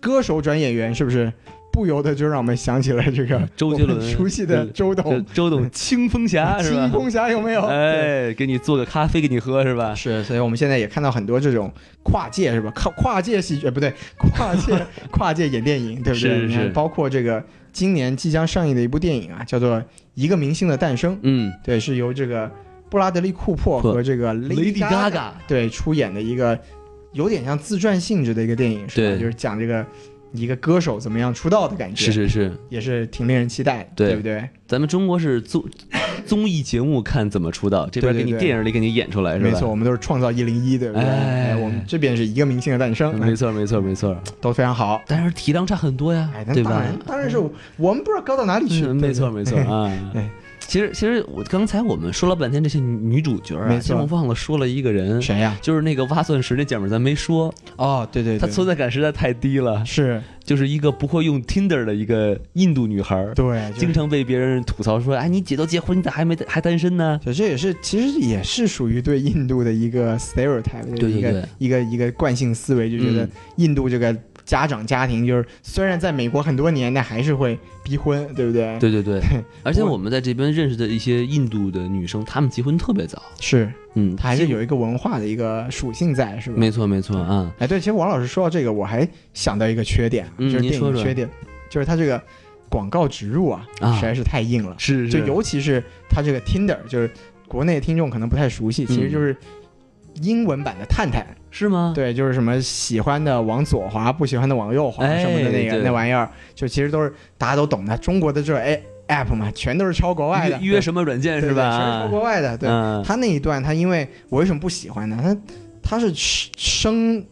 Speaker 2: 歌手转演员，是不是不由得就让我们想起了这个
Speaker 3: 周杰伦
Speaker 2: 我们熟悉的周
Speaker 3: 这
Speaker 2: 董、
Speaker 3: 周董清风侠是吧
Speaker 2: 清？风侠有没有？对。
Speaker 3: 哎，给你做个咖啡给你喝是吧？
Speaker 2: 啊是，所以我们现在也看到很多这种跨界是吧？跨跨界戏剧，呃不对，跨界跨界演电影，对不对？
Speaker 3: 是是
Speaker 2: 你看
Speaker 3: 是
Speaker 2: 包括这个今年即将上映的一部电影啊，叫做《一个明星的诞生》，
Speaker 3: 嗯，
Speaker 2: 对，是由这个布拉德利·库珀
Speaker 3: 库珀
Speaker 2: 和这个
Speaker 3: Lady
Speaker 2: Gaga
Speaker 3: Gaga
Speaker 2: 对出演的一个有点像自传性质的一个电影，是吧？
Speaker 3: 对
Speaker 2: 就是讲这个一个歌手怎么样出道的感觉，
Speaker 3: 是是是，
Speaker 2: 也是挺令人期待的，
Speaker 3: 对
Speaker 2: 不对？
Speaker 3: 咱们中国是综综艺节目看怎么出道，这边
Speaker 2: 对
Speaker 3: 给
Speaker 2: 对
Speaker 3: 你
Speaker 2: 对
Speaker 3: 电影里给你演出来是吧？
Speaker 2: 没错，我们都是创造一零一，对不对？
Speaker 3: 哎
Speaker 2: 哎，我们这边是一个明星的诞生，
Speaker 3: 没错，没错，没错。
Speaker 2: 都非常好。
Speaker 3: 但是体量差很多呀
Speaker 2: 哎，，
Speaker 3: 对
Speaker 2: 那当
Speaker 3: 吧？
Speaker 2: 然，当然是我们不知道高到哪里去。
Speaker 3: 嗯没
Speaker 2: 对
Speaker 3: 错，
Speaker 2: (laughs) 哎
Speaker 3: 没错。啊。
Speaker 2: 对
Speaker 3: 其实，其实我刚才我们说了半天这些女女主角啊，
Speaker 2: 没错
Speaker 3: 其实我忘了说了一个人，
Speaker 2: 谁呀？
Speaker 3: 就是那个挖钻石那姐们儿，咱没说，
Speaker 2: 哦，对对
Speaker 3: 她
Speaker 2: 对，
Speaker 3: 存在感实在太低了，
Speaker 2: 是
Speaker 3: 就是一个不会用 Tinder 的一个印度女孩儿，
Speaker 2: 对，就是
Speaker 3: 经常被别人吐槽说：“哎，你姐都结婚，你咋还没还单身呢
Speaker 2: 对，这也是其实也是属于对印度的一个 stereotype，
Speaker 3: 对
Speaker 2: 一个
Speaker 3: 对
Speaker 2: 一个一个惯性思维，就觉得
Speaker 3: 嗯
Speaker 2: 印度这个家长家庭就是虽然在美国很多年，但还是会逼婚，对不对？？”，
Speaker 3: 对对对，而且
Speaker 2: 不过
Speaker 3: 我们在这边认识的一些印度的女生，她们结婚特别早，
Speaker 2: 是，
Speaker 3: 嗯，
Speaker 2: 它还是
Speaker 3: 几乎
Speaker 2: 有一个文化的一个属性在，是吧？
Speaker 3: 没错没错啊，
Speaker 2: 哎，对，其实王老师说到这个，我还想到一个缺点，啊
Speaker 3: 嗯
Speaker 2: 就是
Speaker 3: 您
Speaker 2: 电
Speaker 3: 说
Speaker 2: 影
Speaker 3: 说
Speaker 2: 缺点，就是它这个广告植入啊，
Speaker 3: 啊
Speaker 2: 实在是太硬了。
Speaker 3: 是
Speaker 2: 就是尤其是它这个 Tinder，就是国内听众可能不太熟悉，其实
Speaker 3: 嗯
Speaker 2: 就是英文版的探探，
Speaker 3: 是吗？
Speaker 2: 对，就是什么喜欢的往左滑，不喜欢的往右滑
Speaker 3: 哎
Speaker 2: 什么的那个、
Speaker 3: 对
Speaker 2: 那玩意儿，就其实都是大家都懂的。中国的这哎 app 嘛，全都是抄国外的，
Speaker 3: 约约
Speaker 2: 什
Speaker 3: 什么软件
Speaker 2: 对
Speaker 3: 是吧？
Speaker 2: 对全是抄
Speaker 3: 啊
Speaker 2: 国外的。对，
Speaker 3: 嗯
Speaker 2: 他那一段，他因为我为什么不喜欢呢？他他是生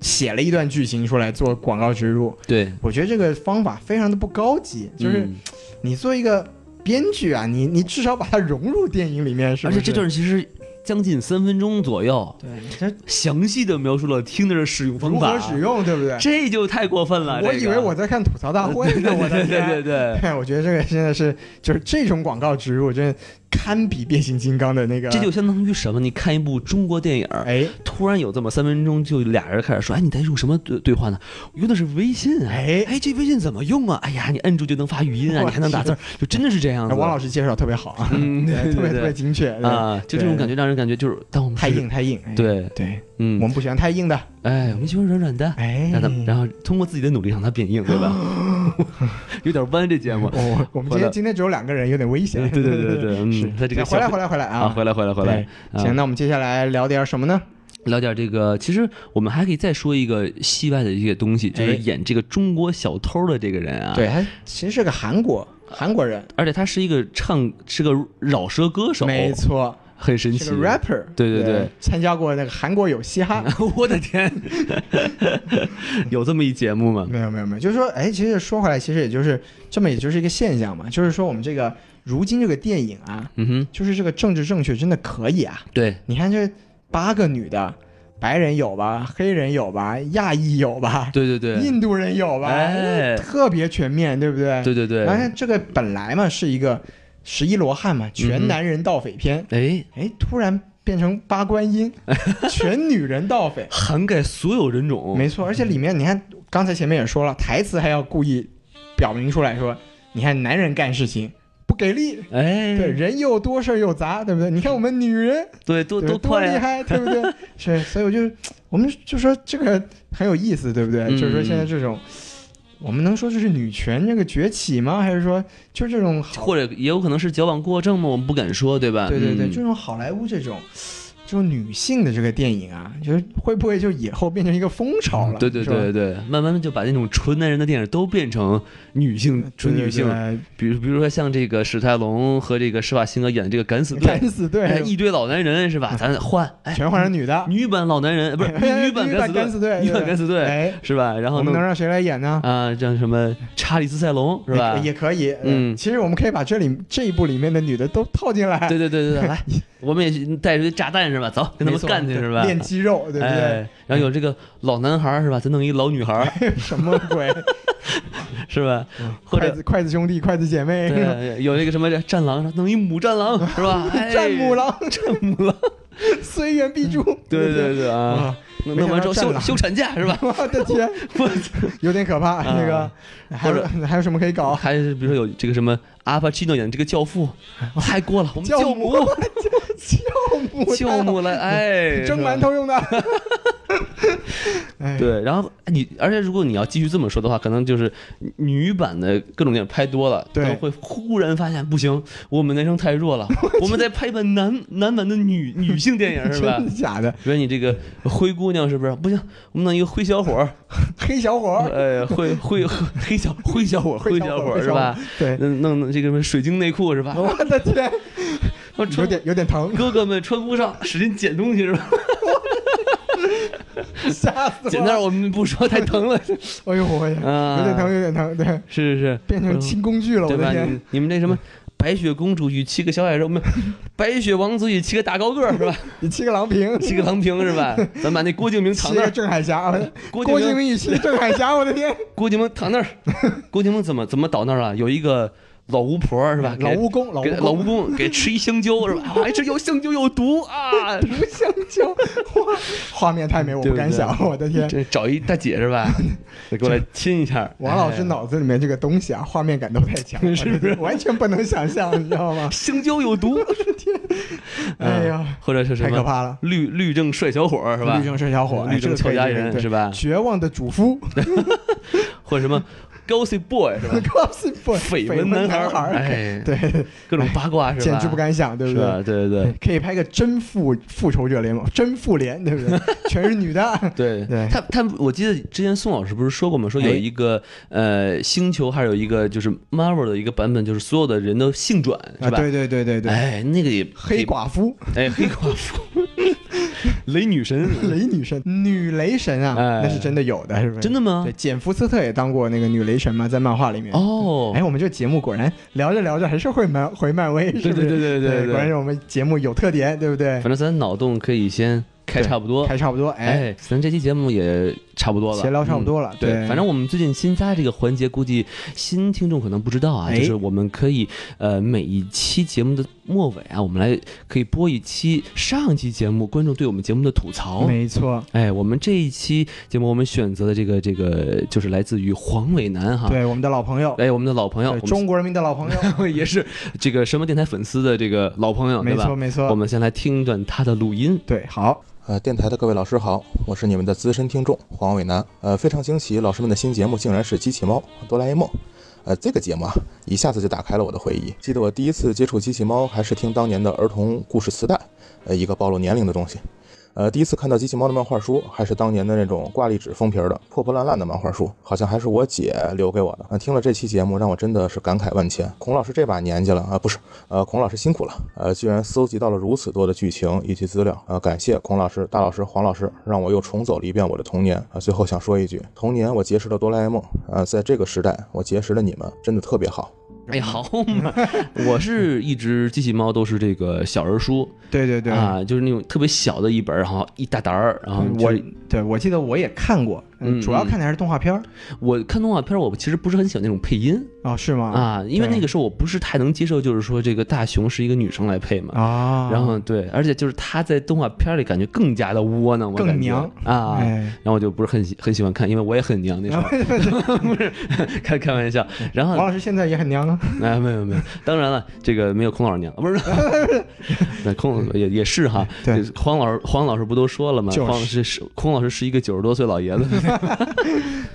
Speaker 2: 写了一段剧情出来做广告植入，
Speaker 3: 对，
Speaker 2: 我觉得这个方法非常的不高级，就是
Speaker 3: 嗯
Speaker 2: 你做一个编剧啊，你你至少把它融入电影里面，是
Speaker 3: 而
Speaker 2: 不是？
Speaker 3: 且这段其实将近三分钟左右，
Speaker 2: 对，这
Speaker 3: 详细的描述了 Tinder 的使用方
Speaker 2: 如
Speaker 3: 法，
Speaker 2: 何使用，对不对？
Speaker 3: 这就太过分了。
Speaker 2: 我
Speaker 3: 啊这个
Speaker 2: 以为我在看吐槽大会
Speaker 3: 对 (laughs)
Speaker 2: 呢，我的
Speaker 3: 对对对
Speaker 2: 天！哎
Speaker 3: 对，
Speaker 2: 我觉得这个真的是，就是这种广告植入，真的堪比变形金刚的那个。
Speaker 3: 这就相当于什么？你看一部中国电影。
Speaker 2: 哎
Speaker 3: 突然有这么三分钟，就俩人开始说：“哎，你在用什么对对话呢？我用的是微信啊！
Speaker 2: 哎，
Speaker 3: 哎，这微信怎么用啊？哎呀，你摁住就能发语音
Speaker 2: 我
Speaker 3: 啊，
Speaker 2: 哎
Speaker 3: 你还能打字儿，就真的是这样子。”
Speaker 2: 王老师介绍特别好啊，
Speaker 3: (laughs) 嗯，对
Speaker 2: 特别特别
Speaker 3: 对
Speaker 2: 精确，
Speaker 3: 对
Speaker 2: 对
Speaker 3: 啊，就这种感觉让人感觉就是，当我们
Speaker 2: 太
Speaker 3: 是
Speaker 2: 硬太硬。哎
Speaker 3: 对，
Speaker 2: 对，
Speaker 3: 嗯
Speaker 2: 我，们不喜欢太硬的。
Speaker 3: 哎，我们喜欢软软的，
Speaker 2: 哎，
Speaker 3: 让他们，然后通过自己的努力让它变硬，对吧？
Speaker 2: (gasps)
Speaker 3: 有点弯这节目，
Speaker 2: 我我们今
Speaker 3: 回来
Speaker 2: 天今天只有两个人，有点危险。
Speaker 3: 对对对对对，
Speaker 2: 是
Speaker 3: 嗯，他这个
Speaker 2: 回来
Speaker 3: 小
Speaker 2: 回来回来
Speaker 3: 啊，回来回来回来，啊
Speaker 2: 行，那我们接下来聊点什么呢？
Speaker 3: 聊点这个，其实我们还可以再说一个戏外的一些东西，就是
Speaker 2: 哎
Speaker 3: 演这个中国小偷的这个人啊，
Speaker 2: 对，，他其实是个韩国韩国人，
Speaker 3: 而且他是一个唱是个饶舌歌手，
Speaker 2: 没错，
Speaker 3: 很神奇
Speaker 2: 是个 rapper。
Speaker 3: 对对对，
Speaker 2: 参加过那个韩国有嘻
Speaker 3: (laughs)
Speaker 2: 哈。
Speaker 3: 我
Speaker 2: (laughs)
Speaker 3: 的天，有这么一节目吗？
Speaker 2: 没有没有没有，就是说，哎，其实说回来，其实也就是这么，也就是一个现象嘛，就是说我们这个如今这个电影啊，
Speaker 3: 嗯哼，
Speaker 2: 就是这个政治正确真的可以啊，
Speaker 3: 对，
Speaker 2: 你看这八个女的，白人有吧，黑人有吧，亚裔有吧，
Speaker 3: 对对对，
Speaker 2: 印度人有吧，
Speaker 3: 哎
Speaker 2: 特别全面，对不对？
Speaker 3: 对对对，
Speaker 2: 然后这个本来嘛是一个十一罗汉嘛，
Speaker 3: 嗯
Speaker 2: 全男人盗匪片，
Speaker 3: 哎，
Speaker 2: 哎、突然变成八观
Speaker 3: (laughs)
Speaker 2: 音，全女人盗匪，
Speaker 3: 涵盖所有人种，
Speaker 2: 没错。而且里面你看，刚才前面也说了，台词还要故意表明出来说，你看男人干事情不给力。
Speaker 3: 哎，
Speaker 2: 对，人又多事儿又杂，对不对？你看我们女人
Speaker 3: 对，多
Speaker 2: 对
Speaker 3: 多
Speaker 2: 多
Speaker 3: 快
Speaker 2: 厉
Speaker 3: 啊！
Speaker 2: 害，对不
Speaker 3: (laughs)
Speaker 2: 对？是，所以我就我们就说这个很有意思，对不对？
Speaker 3: 嗯
Speaker 2: 就是说现在这种，我们能说这是女权这个崛起吗？还是说就是这种好？
Speaker 3: 或者也有可能是矫枉过正嘛，我们不敢说，对吧？
Speaker 2: 对对对，
Speaker 3: 嗯
Speaker 2: 这种好莱坞这种。这种女性的这个电影啊，就是会不会就以后变成一个风潮了？
Speaker 3: 嗯对对
Speaker 2: 是吧
Speaker 3: 对对，对慢慢就把那种纯男人的电影都变成女性纯女性，
Speaker 2: 对
Speaker 3: 比如比如说像这个史泰龙和这个施瓦辛格演的这个《敢死
Speaker 2: 对
Speaker 3: 队
Speaker 2: 对 (laughs) 敢》，死
Speaker 3: 哎，
Speaker 2: 队嗯
Speaker 3: 一堆老男人是吧？咱换，哎，
Speaker 2: 全换成女的，哎
Speaker 3: 女版老男人，不是女
Speaker 2: (laughs)
Speaker 3: 版
Speaker 2: 女版
Speaker 3: 敢
Speaker 2: 敢
Speaker 3: 死
Speaker 2: 死
Speaker 3: 队，
Speaker 2: 队
Speaker 3: 女版敢死队
Speaker 2: 哎，
Speaker 3: 是吧？然后
Speaker 2: 我们能让谁来演呢？
Speaker 3: 啊，像什么查理斯塞隆是吧
Speaker 2: 也？也可以，
Speaker 3: 嗯
Speaker 2: 其实我们可以把这里这一部里面的女的都套进来，
Speaker 3: 对对对对
Speaker 2: (laughs)
Speaker 3: 对，来，我们也去带着炸弹是吧？走，跟他
Speaker 2: 没
Speaker 3: 们
Speaker 2: 错
Speaker 3: 干去是吧？
Speaker 2: 练肌肉，对不哎对？
Speaker 3: 哎，然后有这个老男孩儿是吧？再弄一老女孩儿
Speaker 2: (laughs) 什么鬼？
Speaker 3: 是吧？ (laughs) 或
Speaker 2: 嗯筷
Speaker 3: 者
Speaker 2: 子筷子兄弟、筷子姐妹，是吧
Speaker 3: 对，有那个什么战狼，弄一母战狼是吧？
Speaker 2: (laughs)
Speaker 3: 哎
Speaker 2: 战母，狼，
Speaker 3: (laughs) 战母
Speaker 2: (laughs)
Speaker 3: 狼，
Speaker 2: 虽远必诛。
Speaker 3: 哎对
Speaker 2: 对 (laughs)
Speaker 3: 对对啊，
Speaker 2: 啊！
Speaker 3: 弄
Speaker 2: 没
Speaker 3: 弄完之后
Speaker 2: 想到战
Speaker 3: 休
Speaker 2: 狼
Speaker 3: 休产假是吧？
Speaker 2: (laughs) 我的天，有点可怕。
Speaker 3: 啊
Speaker 2: 那个还
Speaker 3: 或
Speaker 2: 有
Speaker 3: 者
Speaker 2: 还有什么可以搞？
Speaker 3: (laughs) 还是比如说有这个什么阿帕奇诺演这个教父，太过了，我们
Speaker 2: 哎教
Speaker 3: 教母
Speaker 2: 舅母，(laughs)
Speaker 3: (laughs) 舅母了，哎，
Speaker 2: 蒸馒
Speaker 3: (laughs) 是吧。
Speaker 2: 头用的。哎，
Speaker 3: 对，然后你，而且如果你要继续这么说的话，可能就是女版的各种电影拍多了，
Speaker 2: 对
Speaker 3: 可能会忽然发现不行，我们男生
Speaker 2: (laughs)
Speaker 3: 太弱了，我们再拍一本男男版的女女性电影是
Speaker 2: 真 (laughs)
Speaker 3: 吧？
Speaker 2: 的假的？
Speaker 3: 比如你这个灰姑娘是不是不行？我们弄一个灰小伙
Speaker 2: (laughs)
Speaker 3: 儿，
Speaker 2: 黑小伙儿，
Speaker 3: 呃，灰灰灰黑
Speaker 2: (laughs)
Speaker 3: 小灰小伙儿，
Speaker 2: 灰
Speaker 3: 灰
Speaker 2: 小
Speaker 3: 小
Speaker 2: 伙
Speaker 3: 伙
Speaker 2: 儿
Speaker 3: 儿是吧？
Speaker 2: 对，
Speaker 3: 弄弄弄这个什么水晶内裤是吧？
Speaker 2: 我的天，
Speaker 3: (laughs) 我
Speaker 2: 有
Speaker 3: 穿
Speaker 2: 点有点疼，
Speaker 3: 哥哥们穿不上，使劲捡东西
Speaker 2: (laughs)
Speaker 3: 是吧？
Speaker 2: 吓死我！
Speaker 3: 捡那儿，我们不说，太疼了。
Speaker 2: 哎呦我也
Speaker 3: 啊
Speaker 2: (laughs) 有点疼，有点疼，对，
Speaker 3: 是是是，嗯
Speaker 2: 变成轻工具 (laughs) 了，我
Speaker 3: 对
Speaker 2: 的
Speaker 3: 吧？
Speaker 2: 天
Speaker 3: 你！你们这什么白雪公主与七个小矮人，我们白雪王子与七个大高个儿
Speaker 2: (laughs)
Speaker 3: 是吧？
Speaker 2: 你七个郎平，
Speaker 3: 七个郎平是吧？咱把那郭敬明
Speaker 2: 七
Speaker 3: 躺
Speaker 2: (laughs)
Speaker 3: 那
Speaker 2: 个
Speaker 3: 儿，
Speaker 2: 郑海霞，啊
Speaker 3: 郭
Speaker 2: 郭
Speaker 3: 敬
Speaker 2: 敬
Speaker 3: 明
Speaker 2: 明与七
Speaker 3: (laughs)
Speaker 2: 个郑海霞，我的天，
Speaker 3: 郭敬明
Speaker 2: (laughs)
Speaker 3: 躺那儿，郭敬明怎么怎么倒那儿了？有一个老巫婆儿是吧？
Speaker 2: 老
Speaker 3: 给
Speaker 2: 蜈蚣，老
Speaker 3: 给
Speaker 2: 蜈
Speaker 3: 老
Speaker 2: 蚣，
Speaker 3: 蜈蚣给吃一香蕉是吧？啊，这有香蕉有
Speaker 2: (laughs)
Speaker 3: 毒啊！
Speaker 2: 毒香蕉，哇，画面太美，我
Speaker 3: 对
Speaker 2: 不
Speaker 3: 不
Speaker 2: 敢
Speaker 3: 对
Speaker 2: 想，我的天！
Speaker 3: 这找一大姐是吧？得过来亲一下。
Speaker 2: (laughs) 王老师
Speaker 3: 哎
Speaker 2: 脑子里面这个东西啊，画面感都太强了，
Speaker 3: (laughs) 是不是
Speaker 2: 我的天完全不能想象，你知道吗？
Speaker 3: 香
Speaker 2: (laughs)
Speaker 3: 蕉有毒， (laughs) 嗯
Speaker 2: 哎呀，
Speaker 3: 或者是什
Speaker 2: 太可
Speaker 3: 么
Speaker 2: 怕了！
Speaker 3: 律律政帅小伙儿是吧？
Speaker 2: 绿正帅小伙，哎
Speaker 3: 律
Speaker 2: 这
Speaker 3: 政
Speaker 2: 个
Speaker 3: 俏
Speaker 2: 可以
Speaker 3: 佳
Speaker 2: 这个
Speaker 3: 人
Speaker 2: 对
Speaker 3: 是吧？
Speaker 2: 绝望的主
Speaker 3: (laughs)
Speaker 2: 夫
Speaker 3: 或者
Speaker 2: (laughs)
Speaker 3: 什么 gossip boy 是吧？
Speaker 2: 哎，Gossip Boy，
Speaker 3: 绯
Speaker 2: 闻
Speaker 3: 闻男
Speaker 2: 孩
Speaker 3: 孩儿，
Speaker 2: 儿，
Speaker 3: 哎，
Speaker 2: 对，
Speaker 3: 各种八卦是吧？
Speaker 2: 简直不敢想，对
Speaker 3: 是
Speaker 2: 不对？
Speaker 3: 吧？对对
Speaker 2: 可以拍个真复复仇者联盟，真复联，对不
Speaker 3: (laughs)
Speaker 2: 对？全是女的，
Speaker 3: 对
Speaker 2: 对
Speaker 3: 对。他他，我记得之前宋老师不是说过吗？说有
Speaker 2: 哎
Speaker 3: 一个呃星球，还有一个就是 Marvel 的一个版本，就是所有的人都性转
Speaker 2: 啊，
Speaker 3: 是吧？
Speaker 2: 对对对对对，
Speaker 3: 哎，那个也
Speaker 2: 黑寡
Speaker 3: (laughs)
Speaker 2: 妇、
Speaker 3: 哎黑寡妇，
Speaker 2: (laughs)
Speaker 3: 雷女神，
Speaker 2: 雷女神、女雷神啊，
Speaker 3: 哎
Speaker 2: 那是真的有的，是不是？
Speaker 3: 真的吗
Speaker 2: 对，？简福斯特也当过那个女雷神嘛，在漫画里面。
Speaker 3: 哦
Speaker 2: 哎，，我们这节目果然聊着聊着还是会漫回漫威，是
Speaker 3: 对
Speaker 2: 不
Speaker 3: 对
Speaker 2: 是？
Speaker 3: 对对对
Speaker 2: 果然是我们节目有特点，对不对
Speaker 3: 反？正咱脑洞可以先开
Speaker 2: 对
Speaker 3: 差不多，
Speaker 2: 还差不多，哎，
Speaker 3: 哎，咱这期节目也差不多了，
Speaker 2: 闲聊差不多了
Speaker 3: 嗯。对，反正我们最近新加这个环节，估计新听众可能不知道啊，
Speaker 2: 哎
Speaker 3: 就是我们可以呃每一期节目的末尾啊，我们来可以播一期上一期节目观众对我们节目的吐槽。
Speaker 2: 没错，
Speaker 3: 哎，我们这一期节目我们选择的这个这个就是来自于黄伟南哈，
Speaker 2: 对我们的老朋友，
Speaker 3: 哎，我们的老朋友，
Speaker 2: 对
Speaker 3: 啊我
Speaker 2: 中
Speaker 3: 们
Speaker 2: 国人民的老
Speaker 3: (laughs)
Speaker 2: 朋友，
Speaker 3: 也是这个什么电台粉丝的这个老朋友，
Speaker 2: 没
Speaker 3: 对
Speaker 2: 错
Speaker 3: 吧？
Speaker 2: 没
Speaker 3: 我
Speaker 2: 错，
Speaker 3: 们先来听一段他的录音。
Speaker 2: 对，好，
Speaker 4: 呃，电台的各位老师好，我是你们的资深听众黄伟南。呃，非常惊喜，老师们的新节目竟然是机器猫哆啦 A 梦。呃，这个节目啊，一下子就打开了我的回忆。记得我第一次接触机器猫，还是听当年的儿童故事磁带，呃，一个暴露年龄的东西。呃，第一次看到机器猫的漫画书，还是当年的那种挂历纸封皮儿的破破烂烂的漫画书，好像还是我姐留给我的。呃，听了这期节目，让我真的是感慨万千。孔老师这把年纪了啊、不是，呃，孔老师辛苦了，呃，居然搜集到了如此多的剧情以及资料，呃，感谢孔老师、大老师、黄老师，让我又重走了一遍我的童年。啊、最后想说一句，童年我结识了哆啦 A 梦，呃，在这个时代，我结识了你们，真的特别好。
Speaker 3: 哎，好
Speaker 2: (laughs)
Speaker 3: 嘛！我是一只机器猫，都是这个小人书
Speaker 2: 对对对，
Speaker 3: 啊，就是那种特别小的一本儿，然后一大沓儿，然后
Speaker 2: 嗯
Speaker 3: 就
Speaker 2: 我
Speaker 3: 是
Speaker 2: 对我记得我也看过，嗯
Speaker 3: 嗯
Speaker 2: 主要看的还是动画片儿
Speaker 3: 我看动画片儿，我其实不是很喜欢那种配音
Speaker 2: 哦，是吗？
Speaker 3: 啊，因为
Speaker 2: 对
Speaker 3: 那个时候我不是太能接受，就是说这个大雄是一个女生来配嘛。
Speaker 2: 啊，
Speaker 3: 然后对，而且就是她在动画片儿里感觉更加的窝囊，我
Speaker 2: 更
Speaker 3: 感觉
Speaker 2: 娘
Speaker 3: 啊。
Speaker 2: 哎，啊
Speaker 3: 然后我就不是很喜很喜欢看，因为我也很娘那时
Speaker 2: 然后
Speaker 3: 候，不是开开玩笑。然
Speaker 2: (laughs)
Speaker 3: 后
Speaker 2: 王老师现在也很娘
Speaker 3: (laughs)
Speaker 2: 啊，
Speaker 3: 哎，没有没有，当然了，这个没有孔老师娘，不是， (laughs) 那孔也也是哈。
Speaker 2: 对
Speaker 3: 这黄老师黄老师不都说了吗？
Speaker 2: 就是
Speaker 3: 黄老师是孔老师是一个九十多岁老爷
Speaker 2: (laughs)
Speaker 3: 子，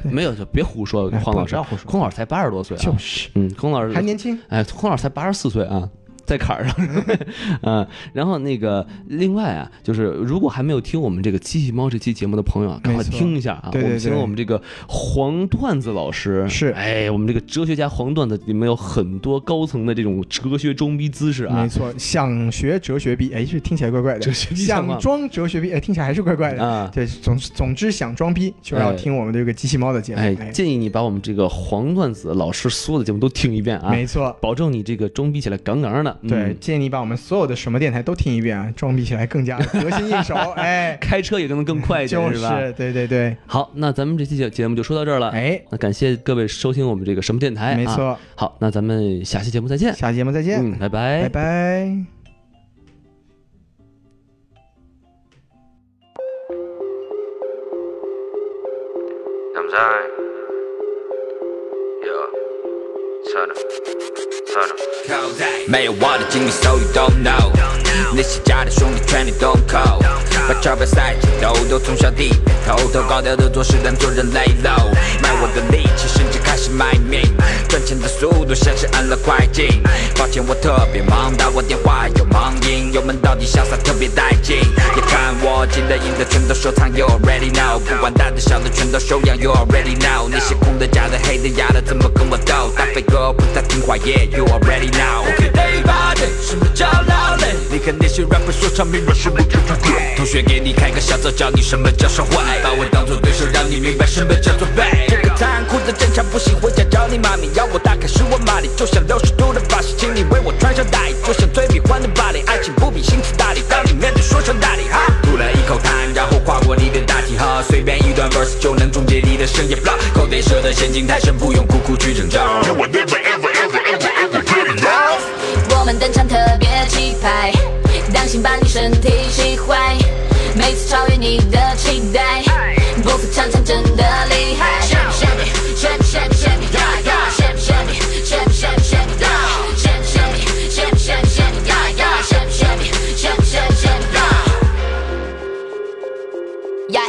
Speaker 3: 没有就别胡说，
Speaker 2: 哎
Speaker 3: 黄老
Speaker 2: 不
Speaker 3: 师
Speaker 2: 要胡，说
Speaker 3: 孔老师才八十多岁、啊，
Speaker 2: 就是
Speaker 3: 嗯，孔老师
Speaker 2: 还年轻，
Speaker 3: 哎，孔老师才八十四岁啊，在坎儿上。 (laughs) 嗯，然后那个另外啊，就是如果还没有听我们这个机器猫这期节目的朋友啊，赶快
Speaker 2: 没错
Speaker 3: 听一下啊。
Speaker 2: 对对
Speaker 3: 我们请
Speaker 2: 对
Speaker 3: 了我们这个黄段子老师，
Speaker 2: 是
Speaker 3: 哎，我们这个哲学家黄段子里面有很多高层的这种哲学装逼姿势
Speaker 2: 没
Speaker 3: 啊。
Speaker 2: 错，想学哲学逼，哎，这听起来怪怪的，
Speaker 3: 哲学逼像
Speaker 2: 想
Speaker 3: 话
Speaker 2: 装哲学逼，哎，听起来还是怪怪的。
Speaker 3: 啊，
Speaker 2: 对，总总之想装逼就要
Speaker 3: 哎
Speaker 2: 听我们这个机器猫的节目，
Speaker 3: 哎，
Speaker 2: 哎，
Speaker 3: 建议你把我们这个黄段子老师所有的节目都听一遍啊，
Speaker 2: 没错。
Speaker 3: 保证你这个装逼起来杠杠的。嗯
Speaker 2: 对，，建议你把我们所有的什么电台都听一遍啊，装逼起来更加得心
Speaker 3: (laughs)
Speaker 2: 应手。哎，
Speaker 3: 开车也能更快一点，
Speaker 2: 就是
Speaker 3: 吧？
Speaker 2: 是，对对对，
Speaker 3: 好，那咱们这期节节目就说到这儿了。
Speaker 2: 哎，
Speaker 3: 那感谢各位收听我们这个什么电台、啊，
Speaker 2: 没。错。
Speaker 3: 好，那咱们下期节目再见。
Speaker 2: 下期节目再见，
Speaker 3: 嗯，拜拜
Speaker 2: 拜拜。
Speaker 5: 남자이 야 사람 사람
Speaker 6: 매일 원해 진기 so you don't know 내 시절에 숭기 20 don't call 把钞票塞进头，都从小低头，头高调的做事，但做人累 low。卖我的力气，甚至开始卖命，赚钱的速度像是按了快进。抱歉，我特别忙，打我电话有忙音，油门到底潇洒特别带劲。也看我进的赢的全都收藏，You already know，不管大的小的全都收养，You already know。那些空的、假的、黑的、哑的，怎么跟我斗？大飞哥不太听话，Yeah，You already know。Everyday body，什么叫劳累？你看那些 rapper 说唱明白什么叫做贵。同学给你开个小灶，教你什么叫社会，把我当做对手，让你明白什么叫做背。这个残酷的战场不行，回家找你妈咪，要我打开十万马力，就像六十度的法式，请你为我穿上大衣，就像最迷幻的芭蕾，爱情不比心情大理，当你面对说唱大理哈。吐了一口痰，然后跨过你的大体哈，随便一段 verse 就能终结你的深夜 block，口袋蛇的陷阱太深，不用苦苦去挣扎。
Speaker 7: 我们登场特别气派，当心把你身体洗坏，每次超越你的期待，不服常常真的厉害。Yeah,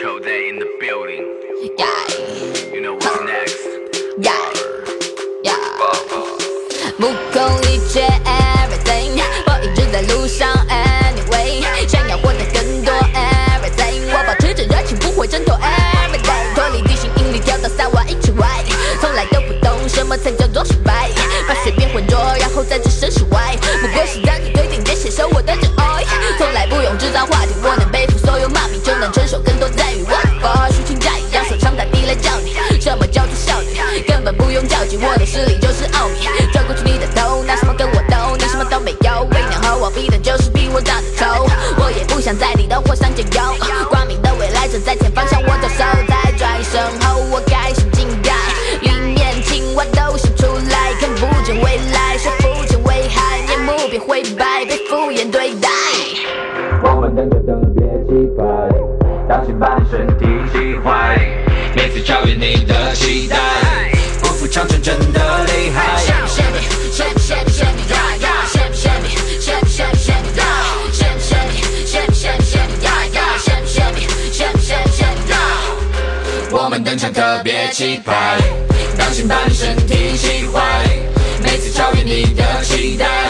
Speaker 5: Kodak in the building.
Speaker 7: yeah,
Speaker 5: You know what's next.
Speaker 7: yeah, yeah. 不够理解 everything，我一直在路上 anyway，想要获得更多 everything，我保持着热情不会挣脱 everything，脱离地心引力跳到三万英尺外，从来都不懂什么才叫做失败，把水变浑浊，然后再置身事外，不过是让你对顶尖写收我的真爱，从来不用制造话题，我能背负所有骂名，就能承受更多赞誉，我我虚情假意，让手长大地来教你什么叫做效率，根本不用较劲，我的实力就是奥秘。转过去你的头，拿什么跟我斗？你什么都没有，为能和我比的就是比我长得丑。我也不想在你的火上加油，光明的未来正在前方向我招手。在转身后，我开始惊呆，里面青蛙都想出来，看不见未来，说不见危害，面目变灰白，被敷衍对待。
Speaker 6: 我们等着特别气派，当心把你身体击坏，每次超越你的期待，不服长城真的厉害。我们登场特别气派，当心把你身体击坏，每次超越你的期待，